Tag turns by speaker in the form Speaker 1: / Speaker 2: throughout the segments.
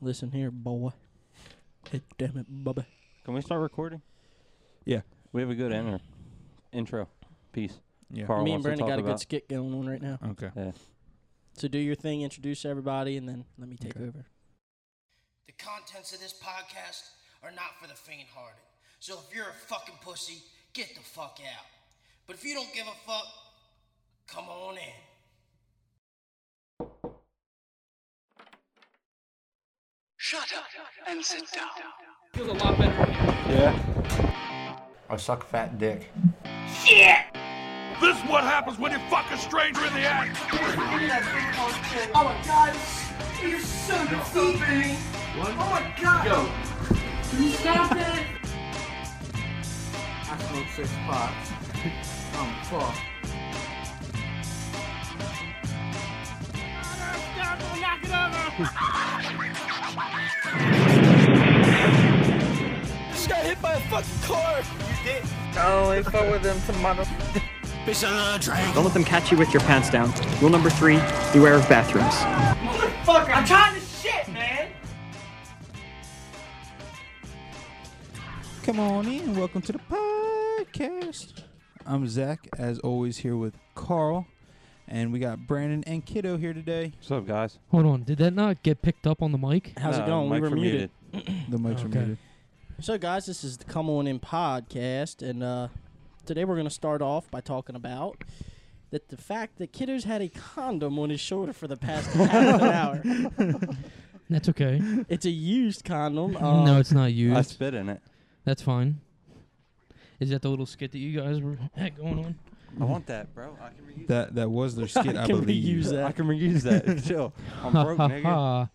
Speaker 1: Listen here, boy. Hey, damn it, Bubba.
Speaker 2: Can we start recording?
Speaker 3: Yeah.
Speaker 2: We have a good enter. intro. Peace.
Speaker 3: Yeah.
Speaker 2: Carl
Speaker 1: Me and
Speaker 2: wants to
Speaker 1: Brandon
Speaker 2: talk
Speaker 1: got a good
Speaker 2: about-
Speaker 1: skit going on right now.
Speaker 3: Okay.
Speaker 2: Uh,
Speaker 1: So do your thing, introduce everybody, and then let me take
Speaker 3: Okay.
Speaker 1: over.
Speaker 4: The contents of this podcast are not for the faint-hearted. So if you're a fucking pussy, get the fuck out. But if you don't give a fuck, come on in.
Speaker 5: Shut up and sit down.
Speaker 3: Yeah.
Speaker 6: I suck fat dick.
Speaker 7: This is what happens when you fuck a stranger in the ass.
Speaker 5: Oh my god, you're so deceiving. What? Oh my god. Yo. You stop that. I smoke six pots. I'm fucked.
Speaker 8: Don't let them catch you with your pants down. Rule number three beware of bathrooms.
Speaker 5: Motherfucker, I'm trying to shit, man.
Speaker 3: Come on in. Welcome to the podcast. I'm Zach, as always, here with Carl, and we got Brandon and Kiddo here today.
Speaker 2: What's up, guys?
Speaker 9: Hold on, did that not get picked up on the mic?
Speaker 1: How's it
Speaker 2: No,
Speaker 1: going? We
Speaker 2: mics
Speaker 1: were
Speaker 2: are
Speaker 1: muted.
Speaker 3: The mics are
Speaker 9: Okay.
Speaker 3: muted.
Speaker 1: So, guys, this is the Come On In podcast, and uh, today we're going to start off by talking about that the fact that Kiddo's had a condom on his shoulder for the past half an hour.
Speaker 9: That's okay.
Speaker 1: It's a used condom. Um,
Speaker 9: no, it's
Speaker 2: Uh,
Speaker 9: not
Speaker 2: I
Speaker 9: used.
Speaker 2: spit in it.
Speaker 9: That's fine. Is that the little skit that you guys were had going on?
Speaker 2: I want that, bro. I can reuse
Speaker 3: That that was their skit, I,
Speaker 1: I can
Speaker 3: believe.
Speaker 1: reuse
Speaker 2: that. I
Speaker 1: that.
Speaker 2: can reuse that. Chill. I'm broke, nigga.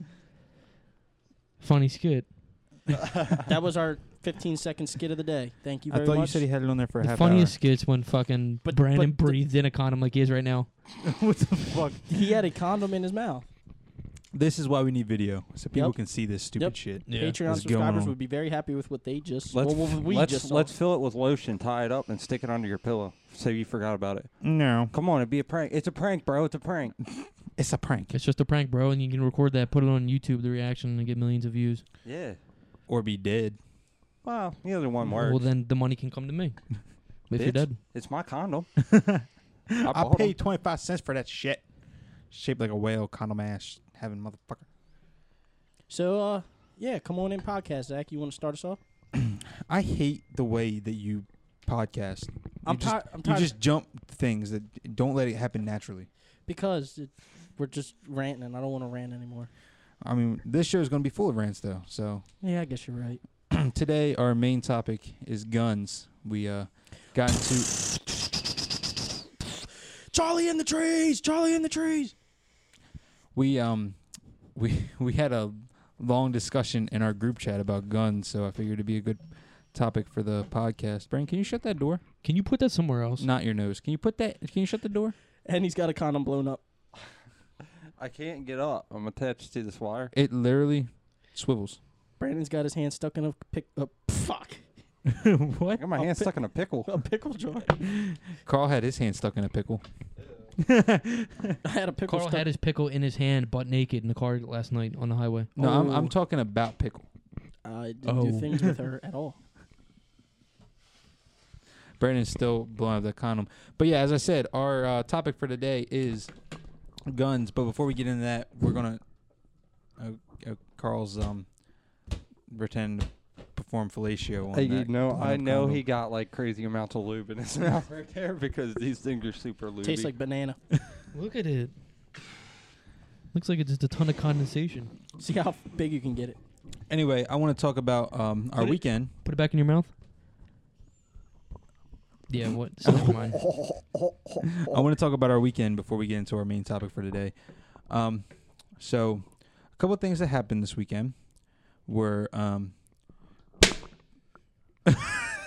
Speaker 9: Funny skit.
Speaker 1: that was our 15 second skit of the day. Thank you
Speaker 3: I
Speaker 1: very
Speaker 3: thought
Speaker 1: much.
Speaker 3: you said he had it on there for a
Speaker 9: The
Speaker 3: half
Speaker 2: uh,
Speaker 9: funniest skits when fucking
Speaker 1: But-
Speaker 9: Brandon
Speaker 1: but the-
Speaker 9: breathed in a condom like he is right now.
Speaker 1: he had a condom in his mouth.
Speaker 3: hour. This is why we need video, so people
Speaker 1: Yep.
Speaker 3: can see this stupid
Speaker 1: Yep.
Speaker 3: shit.
Speaker 9: Yeah.
Speaker 1: Patreon
Speaker 3: What's going
Speaker 1: subscribers
Speaker 3: on?
Speaker 1: would be very happy with what they just
Speaker 2: Let's
Speaker 1: well, what we
Speaker 2: let's
Speaker 1: just saw.
Speaker 2: let's fill it with lotion, tie it up, and stick it under your pillow. So you forgot about it.
Speaker 3: No,
Speaker 2: Come on, it'd be a prank. It's a prank, bro. It's a prank.
Speaker 3: it's a prank,
Speaker 9: It's just a prank, bro, and you can record that, put it on YouTube, the reaction, and get millions of views.
Speaker 2: yeah.
Speaker 3: or be dead.
Speaker 2: Wow. The other one works.
Speaker 9: Well, then the money can come to me. if you're
Speaker 2: Bitch,
Speaker 9: dead.
Speaker 2: It's my condom. I,
Speaker 3: I
Speaker 2: bought 'em.
Speaker 3: paid twenty five cents for that shit. Shaped like a whale, condom ass, having motherfucker.
Speaker 1: so uh yeah, come on in podcast, Zach. You want to start us off?
Speaker 3: I hate the way that you podcast.
Speaker 1: I'm
Speaker 3: you just,
Speaker 1: ti- I'm tired-
Speaker 3: You just jump things that don't let it happen naturally.
Speaker 1: Because it, we're just ranting, and I don't want to rant anymore.
Speaker 3: I mean, this show is going to be full of rants, though. So
Speaker 1: Yeah, I guess you're right.
Speaker 3: today, our main topic is guns. We uh, got into
Speaker 1: Charlie in the trees. Charlie in the trees.
Speaker 3: we um we we had a long discussion in our group chat about guns. So I figured it'd be a good topic for the podcast. Brian, can you shut that door?
Speaker 9: Can you put that somewhere else?
Speaker 3: Not your nose. Can you put that? Can you shut the door?
Speaker 1: And he's got a condom blown up.
Speaker 2: I can't get up. I'm attached to this wire.
Speaker 3: It literally swivels.
Speaker 1: Brandon's got his hand stuck in a pick. Uh, fuck.
Speaker 2: I got my hand stuck in a pickle.
Speaker 1: A pickle jar.
Speaker 3: Carl had his hand stuck in a pickle.
Speaker 1: I had a pickle
Speaker 9: Carl
Speaker 1: stuck.
Speaker 9: had his pickle in his hand, butt naked, in the car last night on the highway.
Speaker 3: No, I'm,
Speaker 1: Oh.
Speaker 3: I'm talking about pickle.
Speaker 1: I didn't do
Speaker 9: Oh.
Speaker 1: things with her at all.
Speaker 3: Brandon's still blowing up the condom. But yeah, as I said, our uh, topic for today is guns. But before we get into that, we're gonna uh, uh, Carl's um pretend to perform fellatio on
Speaker 2: Hey, you
Speaker 3: that.
Speaker 2: know,
Speaker 3: on
Speaker 2: I
Speaker 3: that
Speaker 2: know
Speaker 3: condom.
Speaker 2: he got like crazy amounts of lube in his mouth right there because these things are super lube.
Speaker 1: Tastes like banana.
Speaker 9: Look at it. Looks like it's just a ton of condensation.
Speaker 1: See how big you can get it.
Speaker 3: Anyway, I want to talk about um our
Speaker 9: Put it-
Speaker 3: weekend.
Speaker 9: Put it back in your mouth. Yeah, what? So never mind.
Speaker 2: Oh.
Speaker 3: I want to talk about our weekend before we get into our main topic for today. Um, so a couple of things that happened this weekend were um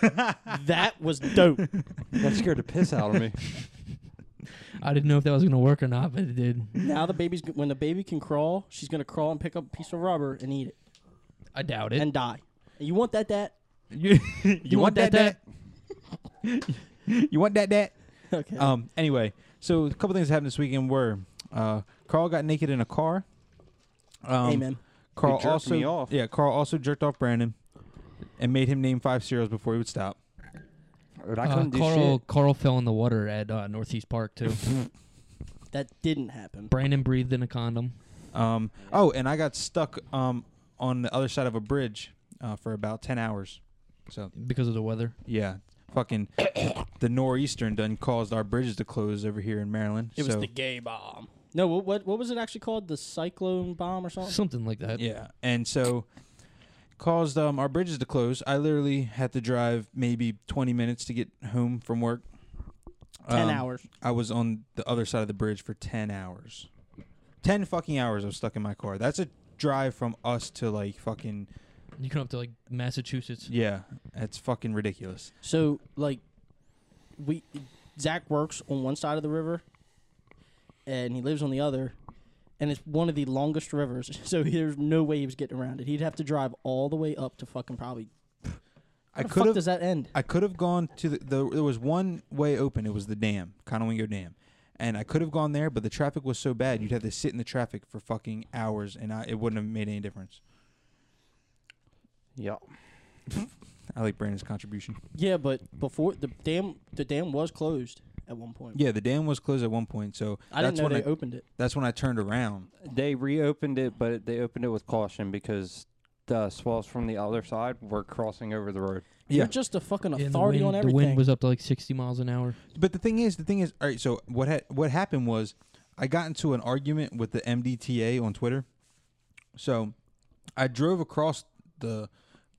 Speaker 1: That was dope.
Speaker 2: that scared the piss out of me.
Speaker 9: I didn't know if that was gonna work or not, but it did.
Speaker 1: now the baby's g- when the baby can crawl, she's gonna crawl and pick up a piece of rubber and eat it
Speaker 9: I doubt it.
Speaker 1: and die. And you want that? That
Speaker 3: you, you, want,
Speaker 9: want
Speaker 3: that
Speaker 9: that,
Speaker 3: that? you want that that?
Speaker 1: okay?
Speaker 3: Um. Anyway, so a couple things that happened this weekend were uh, Carl got naked in a car. Um,
Speaker 1: Amen.
Speaker 3: Carl
Speaker 2: jerked
Speaker 3: also
Speaker 2: me off.
Speaker 3: yeah Carl also jerked off Brandon and made him name five cereals before he would stop.
Speaker 2: But I
Speaker 9: Uh,
Speaker 2: couldn't do
Speaker 9: Carl,
Speaker 2: shit.
Speaker 9: Carl fell in the water at uh, Northeast Park too.
Speaker 1: That didn't happen.
Speaker 9: Brandon breathed in a condom.
Speaker 3: Um, oh, and I got stuck um, on the other side of a bridge uh, for about ten hours. So
Speaker 9: because of the weather.
Speaker 3: yeah, fucking the nor'eastern done caused our bridges to close over here in Maryland.
Speaker 1: It was
Speaker 3: so,
Speaker 1: the gay bomb. No, what, what what was it actually called? The cyclone bomb or something?
Speaker 9: Something like that.
Speaker 3: yeah, and so caused um, our bridges to close. I literally had to drive maybe twenty minutes to get home from work.
Speaker 1: Ten
Speaker 3: Um,
Speaker 1: hours.
Speaker 3: I was on the other side of the bridge for 10 hours. 10 fucking hours I was stuck in my car. That's a drive from us to like fucking
Speaker 9: You come up to like Massachusetts.
Speaker 3: yeah, that's fucking ridiculous.
Speaker 1: So like, we Zach works on one side of the river, and he lives on the other, and it's one of the longest rivers. So there's no way he was getting around it. He'd have to drive all the way up to fucking probably.
Speaker 3: I
Speaker 1: How the
Speaker 3: could
Speaker 1: fuck does
Speaker 3: have
Speaker 1: that end?
Speaker 3: I could have gone to the, the there was one way open. It was the dam, Conowingo Dam. And I could have gone there, but the traffic was so bad you'd have to sit in the traffic for fucking hours and I, it wouldn't have made any difference.
Speaker 2: Yeah.
Speaker 3: I like Brandon's contribution.
Speaker 1: Yeah, but before the dam, the dam was closed at one point.
Speaker 3: Yeah, the dam was closed at one point, so
Speaker 1: I
Speaker 3: that's
Speaker 1: didn't know
Speaker 3: when
Speaker 1: they
Speaker 3: I,
Speaker 1: opened it.
Speaker 3: that's when I turned around.
Speaker 2: They reopened it, but they opened it with caution because the swells from the other side were crossing over the road.
Speaker 1: You're
Speaker 3: Yeah.
Speaker 1: just a fucking
Speaker 9: And
Speaker 1: authority
Speaker 9: the wind,
Speaker 1: on everything.
Speaker 9: The wind was up to like 60 miles an hour.
Speaker 3: But the thing is, the thing is, all right. So what ha- what happened was, I got into an argument with the MDTA on Twitter. So, I drove across the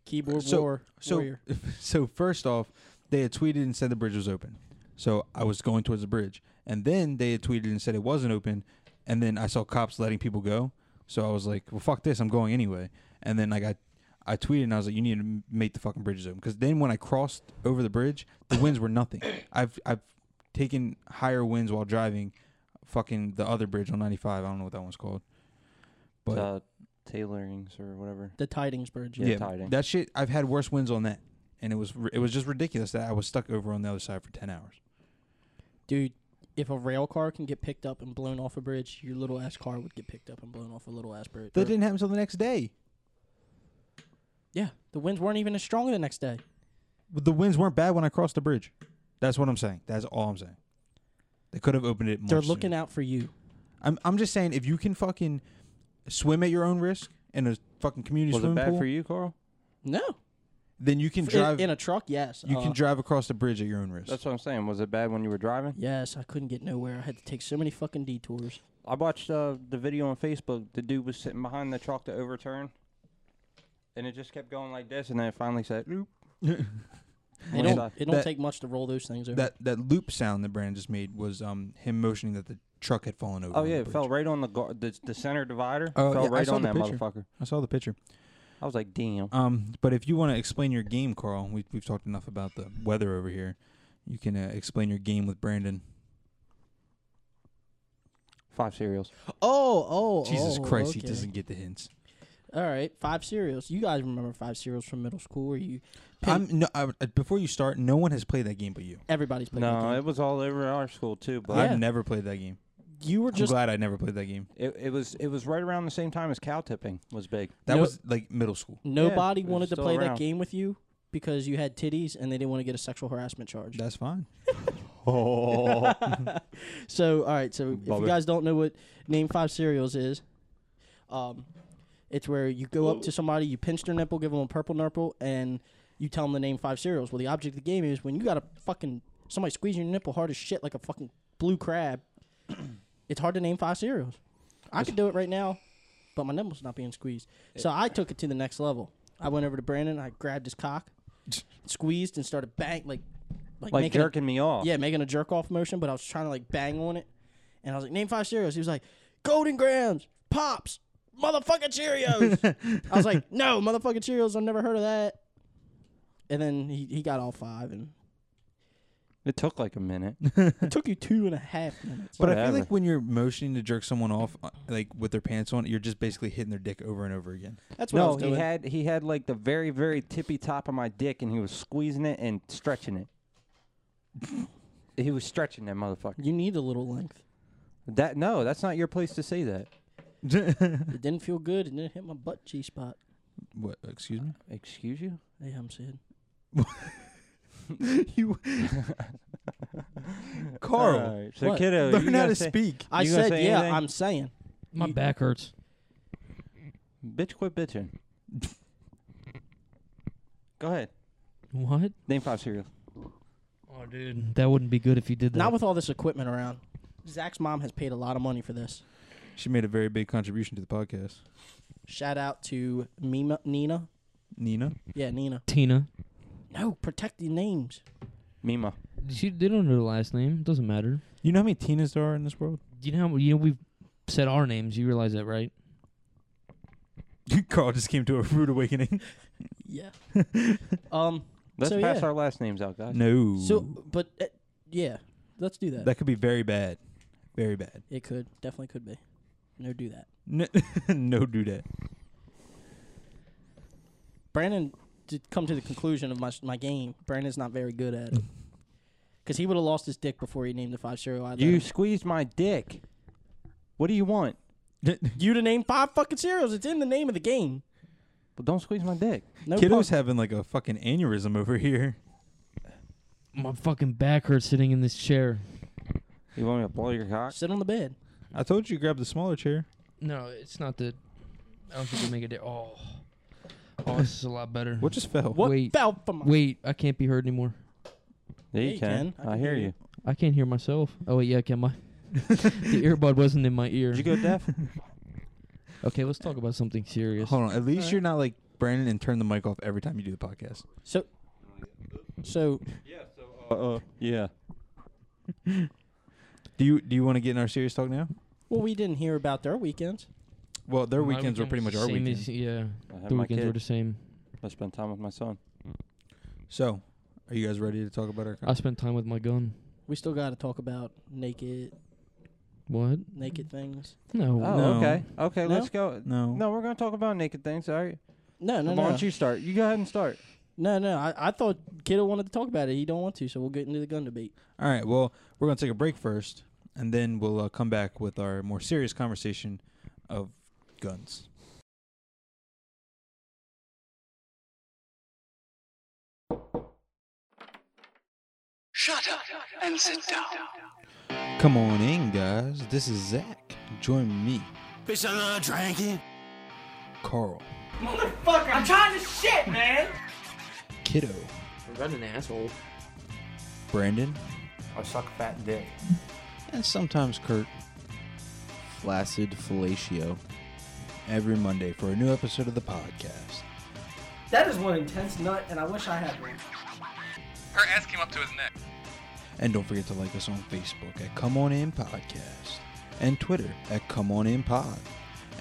Speaker 1: Keyboard
Speaker 3: so
Speaker 1: war.
Speaker 3: so
Speaker 1: warrior.
Speaker 3: so first off, they had tweeted and said the bridge was open. So I was going towards the bridge, and then they had tweeted and said it wasn't open, and then I saw cops letting people go. So I was like, well, fuck this, I'm going anyway. And then like I. I tweeted and I was like, "You need to m- make the fucking bridges open." Because then, when I crossed over the bridge, the winds were nothing. I've I've taken higher winds while driving, fucking the other bridge on 95. I don't know what that one's called. But-
Speaker 2: uh, tailorings or whatever.
Speaker 1: the tidings bridge.
Speaker 2: Yeah.
Speaker 1: Yeah.
Speaker 2: tidings.
Speaker 3: that shit. I've had worse winds on that, and it was ri- it was just ridiculous that I was stuck over on the other side for ten hours.
Speaker 1: Dude, if a rail car can get picked up and blown off a bridge, your little ass car would get picked up and blown off a little ass bridge.
Speaker 3: That didn't happen until the next day.
Speaker 1: yeah, the winds weren't even as strong the next day.
Speaker 3: But the winds weren't bad when I crossed the bridge. That's what I'm saying. That's all I'm saying. They could have opened it. More
Speaker 1: They're looking
Speaker 3: sooner.
Speaker 1: out for you.
Speaker 3: I'm I'm just saying if you can fucking swim at your own risk in a fucking community
Speaker 2: Was it
Speaker 3: swimming
Speaker 2: bad
Speaker 3: pool,
Speaker 2: for you, Carl?
Speaker 1: No,
Speaker 3: then you can
Speaker 1: F-
Speaker 3: drive.
Speaker 1: in, in a truck. Yes,
Speaker 3: you
Speaker 1: Uh,
Speaker 3: can drive across the bridge at your own risk.
Speaker 2: That's what I'm saying. Was it bad when you were driving?
Speaker 1: Yes, I couldn't get nowhere. I had to take so many fucking detours.
Speaker 3: Oh
Speaker 2: I watched uh, the video on Facebook. The dude was sitting behind the truck to overturn, and it just kept going like this, and then it finally said, "Oop."
Speaker 1: It
Speaker 2: Well,
Speaker 1: don't.
Speaker 2: that-
Speaker 1: It don't
Speaker 3: that-
Speaker 1: take much to roll those things over.
Speaker 3: that that loop sound that Brandon just made was um him motioning that the truck had fallen over.
Speaker 2: "Oh
Speaker 3: on the
Speaker 2: yeah, it
Speaker 3: bridge.
Speaker 2: fell right on the gar- the, the center divider.
Speaker 3: Oh,
Speaker 2: fell
Speaker 3: yeah, I
Speaker 2: right
Speaker 3: saw
Speaker 2: on
Speaker 3: the
Speaker 2: that
Speaker 3: picture.
Speaker 2: motherfucker."
Speaker 3: I saw the picture.
Speaker 2: I was like, "Damn."
Speaker 3: Um, but if you want to explain your game, Carl, we, we've talked enough about the weather over here. You can uh, explain your game with Brandon.
Speaker 2: Five cereals.
Speaker 1: oh, oh,
Speaker 3: Jesus
Speaker 1: oh,
Speaker 3: Christ, he
Speaker 1: okay.
Speaker 3: doesn't get the hints.
Speaker 1: All right, five cereals. You guys remember five cereals from middle school? Or you? Pin-
Speaker 3: I'm no. I, uh, before you start, no one has played that game but you.
Speaker 1: everybody's playing.
Speaker 2: No,
Speaker 1: that
Speaker 2: it was all over our school too, but
Speaker 1: Yeah.
Speaker 3: I've never played that game.
Speaker 1: game. you were
Speaker 3: I'm
Speaker 1: just
Speaker 3: glad I never played that game.
Speaker 2: it, it was it was right around the same time as cow tipping was big.
Speaker 3: That
Speaker 1: No-
Speaker 3: was like middle school.
Speaker 1: nobody
Speaker 2: it was
Speaker 1: wanted to
Speaker 2: still
Speaker 1: play
Speaker 2: around.
Speaker 1: that game with you because you had titties and they didn't want to get a sexual harassment charge.
Speaker 3: That's fine.
Speaker 1: So, all right. So, if you guys don't know what name five cereals is, um, it's where you go up to somebody, you pinch their nipple, give them a purple nipple, and you tell them to name five cereals. Well, the object of the game is when you got a fucking somebody squeezing your nipple hard as shit like a fucking blue crab. it's hard to name five cereals. I could do it right now, but my nipple's not being squeezed. So I took it to the next level. I went over to Brandon. I grabbed his cock, squeezed, and started bang like like,
Speaker 2: Like
Speaker 1: making a-
Speaker 2: jerking me off.
Speaker 1: yeah, making a jerk off motion, but I was trying to like bang on it. And I was like, name five cereals. He was like, Golden Grams, Pops, motherfucking Cheerios. I was like, no, motherfucking Cheerios. I've never heard of that. And then he, he got all five, and
Speaker 2: It took like a minute.
Speaker 1: it took you two and a half minutes.
Speaker 3: But I feel
Speaker 2: Whatever.
Speaker 3: like when you're motioning to jerk someone off, uh, like with their pants on, you're just basically hitting their dick over and over again.
Speaker 1: That's what I
Speaker 2: no,
Speaker 1: was
Speaker 2: he
Speaker 1: doing.
Speaker 2: had he had like the very very tippy top of my dick, and he was squeezing it and stretching it. he was stretching that motherfucker.
Speaker 1: you need a little length.
Speaker 2: That no, that's not your place to say that.
Speaker 1: It didn't feel good, and it hit my butt G spot.
Speaker 3: what? Excuse me.
Speaker 2: Excuse you?
Speaker 1: Hey, I'm saying.
Speaker 10: you,
Speaker 3: Oh,
Speaker 10: Carl,
Speaker 2: Alright, so
Speaker 1: what?
Speaker 2: kiddo, you
Speaker 10: learn how
Speaker 2: gonna
Speaker 10: to
Speaker 2: say-
Speaker 10: speak.
Speaker 1: I
Speaker 2: You gonna
Speaker 1: said,
Speaker 2: say
Speaker 1: yeah,
Speaker 2: anything?
Speaker 1: I'm saying.
Speaker 9: My
Speaker 1: You-
Speaker 9: back hurts.
Speaker 2: Bitch, quit bitching. Go ahead.
Speaker 9: What?
Speaker 2: Name five cereal.
Speaker 9: Oh, dude, that wouldn't be good if you did that.
Speaker 1: Not with all this equipment around. Zach's mom has paid a lot of money for this.
Speaker 3: She made a very big contribution to the podcast.
Speaker 1: Shout out to Mima, Nina.
Speaker 3: Nina.
Speaker 1: Yeah, Nina.
Speaker 9: Tina.
Speaker 1: No, protect the names.
Speaker 2: Mima.
Speaker 9: She they don't know her last name. Doesn't matter.
Speaker 3: You know how many Tinas there are in this world?
Speaker 9: You know how you know we've said our names. You realize that, right?
Speaker 3: Carl just came to a rude awakening.
Speaker 1: Yeah. um.
Speaker 2: Let's
Speaker 1: So,
Speaker 2: pass
Speaker 1: yeah.
Speaker 2: our last names out, guys.
Speaker 3: No.
Speaker 1: So, but uh, yeah, let's do that.
Speaker 3: that could be very bad. Very bad.
Speaker 1: It could definitely could be. No, do that.
Speaker 3: No, no do that.
Speaker 1: Brandon did come to the conclusion of my my game. Brandon's not very good at it. Cause he would have lost his dick before he named the five cereal. I let
Speaker 2: You
Speaker 1: him.
Speaker 2: squeezed my dick. What do you want?
Speaker 1: you to name five fucking cereals. It's in the name of the game.
Speaker 2: Well, don't squeeze my dick.
Speaker 1: No
Speaker 3: Kiddo's
Speaker 1: pun.
Speaker 3: having like a fucking aneurysm over here.
Speaker 9: My fucking back hurts sitting in this chair.
Speaker 2: You want me to blow your cock?
Speaker 1: Sit on the bed.
Speaker 3: I told you grab the smaller chair.
Speaker 9: No, it's not the. I don't think we make it. di- Oh, oh, this is a lot better.
Speaker 3: What just fell?
Speaker 1: What
Speaker 9: Wait.
Speaker 1: fell from my?
Speaker 9: Wait, I can't be heard anymore.
Speaker 1: Yeah,
Speaker 2: Yeah, you
Speaker 1: you can.
Speaker 2: can.
Speaker 1: I
Speaker 2: I,
Speaker 1: can
Speaker 2: hear
Speaker 1: hear
Speaker 2: you.
Speaker 1: you.
Speaker 9: I can't hear myself. Oh wait, yeah, I can. My the earbud wasn't in my ear.
Speaker 2: Did you go deaf?
Speaker 9: okay, let's talk about something serious.
Speaker 3: Hold on. At least you're not like Brandon and turn the mic off every time you do the podcast.
Speaker 1: So, so
Speaker 2: Uh, uh, yeah.
Speaker 3: Do you do you want to get in our serious talk now?
Speaker 1: well, we didn't hear about their weekends.
Speaker 3: Well, their
Speaker 9: My
Speaker 3: weekends were
Speaker 9: weekend
Speaker 3: pretty much
Speaker 9: was the
Speaker 3: our
Speaker 9: same
Speaker 3: weekend.
Speaker 9: as- yeah,
Speaker 2: I have
Speaker 9: the
Speaker 2: my
Speaker 9: weekends were
Speaker 2: kid.
Speaker 9: the same.
Speaker 2: I spend time with my son.
Speaker 3: So, are you guys ready to talk about our?
Speaker 9: I spent time with my gun.
Speaker 1: We still got to talk about naked,
Speaker 9: What?
Speaker 1: naked things.
Speaker 9: No.
Speaker 2: Oh,
Speaker 3: No.
Speaker 2: okay. Okay,
Speaker 1: No?
Speaker 2: let's go.
Speaker 3: no.
Speaker 2: No, we're gonna talk about naked things. All right.
Speaker 1: No, no,
Speaker 2: Why
Speaker 1: no,
Speaker 2: don't you start? You go ahead and start.
Speaker 1: no, no. I, I thought Kiddo wanted to talk about it. He don't want to, so we'll get into the gun debate.
Speaker 3: All right. Well, we're gonna take a break first, and then we'll uh, come back with our more serious conversation of guns.
Speaker 5: Shut up and sit down.
Speaker 3: Come on in, guys. This is Zach. Join me,
Speaker 5: Bitch, I'm not drinking.
Speaker 3: Carl,
Speaker 5: Motherfucker, I'm trying to shit, man.
Speaker 3: Kiddo,
Speaker 8: I'm not an asshole.
Speaker 3: Brandon,
Speaker 6: I suck fat dick.
Speaker 3: and sometimes Kurt
Speaker 10: Flaccid fellatio.
Speaker 3: every Monday for a new episode of the podcast.
Speaker 1: That is one intense nut, and I wish I had one.
Speaker 7: Her ass came up to his neck.
Speaker 3: And don't forget to like us on Facebook at Come On In Podcast and Twitter at Come On In Pod.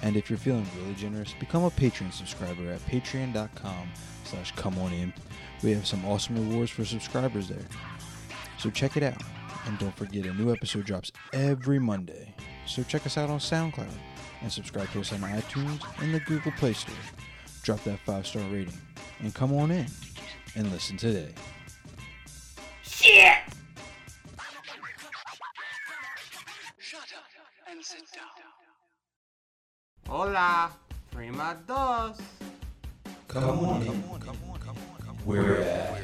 Speaker 3: And if you're feeling really generous, become a Patreon subscriber at patreon.com slash come on in. We have some awesome rewards for subscribers there. So check it out. And don't forget a new episode drops every Monday. So check us out on SoundCloud and subscribe to us on iTunes and the Google Play Store. Drop that five star rating and come on in and listen today.
Speaker 5: Shit! Shut up and sit down.
Speaker 6: Hola, prima dos.
Speaker 3: Come on in. We're at.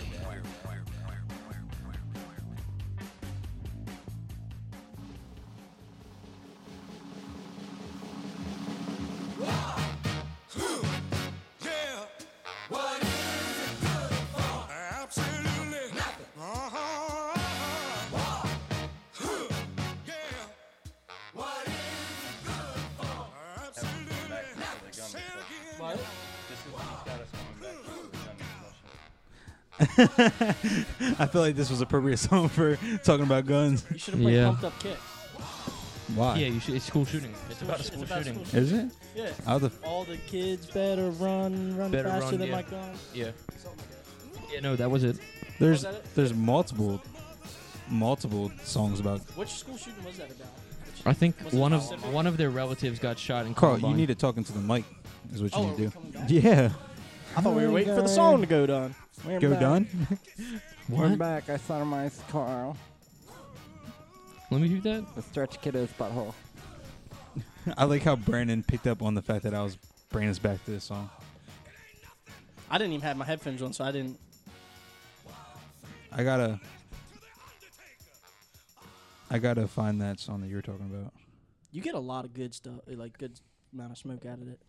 Speaker 3: I feel like this was appropriate song for talking about guns.
Speaker 1: You should have played
Speaker 9: Yeah.
Speaker 1: pumped up kicks.
Speaker 3: Why?
Speaker 9: Yeah, you should. It's school shooting. It's about a
Speaker 1: It's
Speaker 9: school
Speaker 1: about
Speaker 9: shooting.
Speaker 1: school
Speaker 3: Is it?
Speaker 1: Yeah.
Speaker 3: I'll have to
Speaker 1: All the kids better run, run
Speaker 9: Better
Speaker 1: faster
Speaker 9: run,
Speaker 1: than
Speaker 9: yeah.
Speaker 1: my gun.
Speaker 9: Yeah. Yeah. No, that was it.
Speaker 3: there's
Speaker 1: that it?
Speaker 3: there's multiple multiple songs about
Speaker 1: Which school shooting was that about? Which-
Speaker 9: I think
Speaker 1: Was it
Speaker 9: one of
Speaker 1: specific?
Speaker 9: one of their relatives got shot in
Speaker 3: Carl. You
Speaker 9: Columbine.
Speaker 3: need to talk into the mic. Is what you
Speaker 1: Oh, are
Speaker 3: need
Speaker 1: we
Speaker 3: to
Speaker 1: coming
Speaker 3: do.
Speaker 1: back?
Speaker 3: Yeah.
Speaker 1: I thought we were waiting for the song to go done. We're
Speaker 3: Go
Speaker 1: back.
Speaker 3: done.
Speaker 2: We're
Speaker 9: What?
Speaker 2: back. I saw my Carl.
Speaker 9: Let me do that.
Speaker 2: The stretch kiddo's butthole.
Speaker 3: I like how Brandon picked up on the fact that I was bringing us back to this song.
Speaker 1: I didn't even have my headphones on, so I didn't.
Speaker 3: I gotta. I gotta find that song that you were talking about.
Speaker 1: You get a lot of good stuff, eh, like good amount of smoke out of it.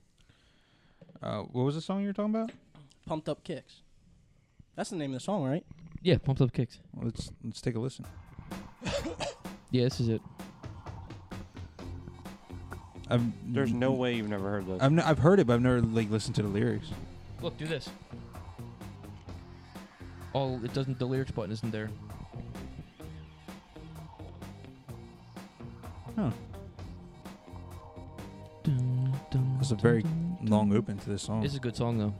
Speaker 3: Uh, what was the song you were talking about?
Speaker 1: Pumped up kicks. That's the name of the song, right?
Speaker 9: Yeah, pumped up kicks.
Speaker 3: Let's let's take a listen.
Speaker 9: Yeah, this is it.
Speaker 3: I've,
Speaker 2: There's no
Speaker 9: Mm-hmm.
Speaker 2: way you've never heard this.
Speaker 3: I've, n- I've heard it, but I've never like listened to the lyrics.
Speaker 9: Look, do this. Oh, it doesn't. The lyrics button isn't there.
Speaker 3: Huh. It's a very Oh. long open to this song.
Speaker 9: This is a good song though.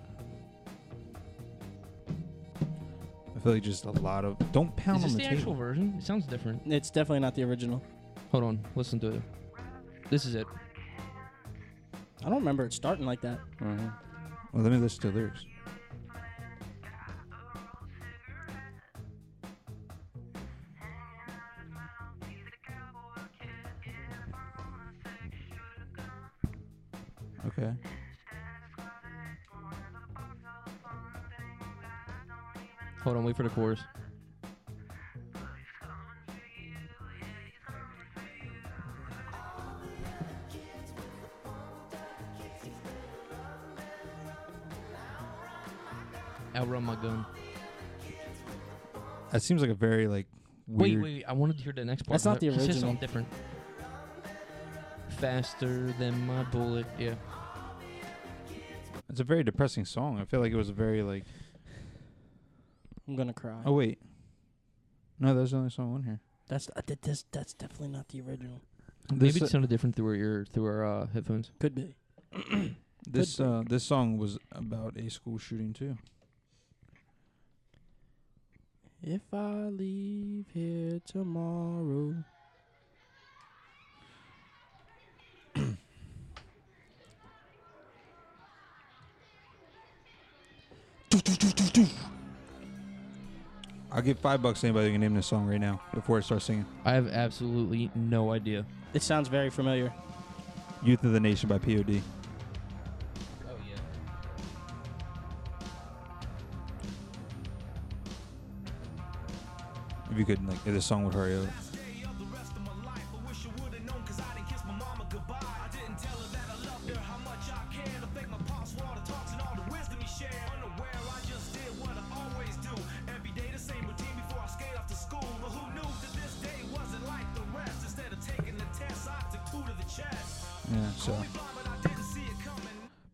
Speaker 3: I feel like just a lot of don't pound
Speaker 9: Is this
Speaker 3: on
Speaker 9: the,
Speaker 3: the, table.
Speaker 9: actual version? It sounds different.
Speaker 1: It's definitely not the original.
Speaker 9: Hold on, listen to it. This is it.
Speaker 1: I don't remember it starting like that.
Speaker 3: Well, let me listen to the lyrics. Okay.
Speaker 9: Hold on, wait for the chorus. Outrun my gun.
Speaker 3: That seems like a very like
Speaker 9: Wait,
Speaker 3: weird.
Speaker 9: wait, wait, I wanted to hear the next part.
Speaker 1: That's not the
Speaker 9: He said something
Speaker 1: original.
Speaker 9: different. Faster than my bullet. Yeah.
Speaker 3: It's a very depressing song. I feel like it was a very like.
Speaker 1: I'm gonna cry.
Speaker 3: Oh wait. No, there's only song on here.
Speaker 1: That's uh, that, that's that's definitely not the original.
Speaker 3: This,
Speaker 9: Maybe
Speaker 3: uh,
Speaker 9: it sounded different through our ear, through our uh, headphones.
Speaker 1: Could be.
Speaker 3: This uh, this song was about a school shooting too.
Speaker 1: If I leave here tomorrow,
Speaker 3: I'll give five bucks to anybody who can name this song right now before I start singing.
Speaker 9: I have absolutely no idea.
Speaker 1: it sounds very familiar.
Speaker 3: "Youth of the Nation" by P.O.D.
Speaker 9: Oh yeah.
Speaker 3: If you could, like, if this song would hurry up. Yeah, so.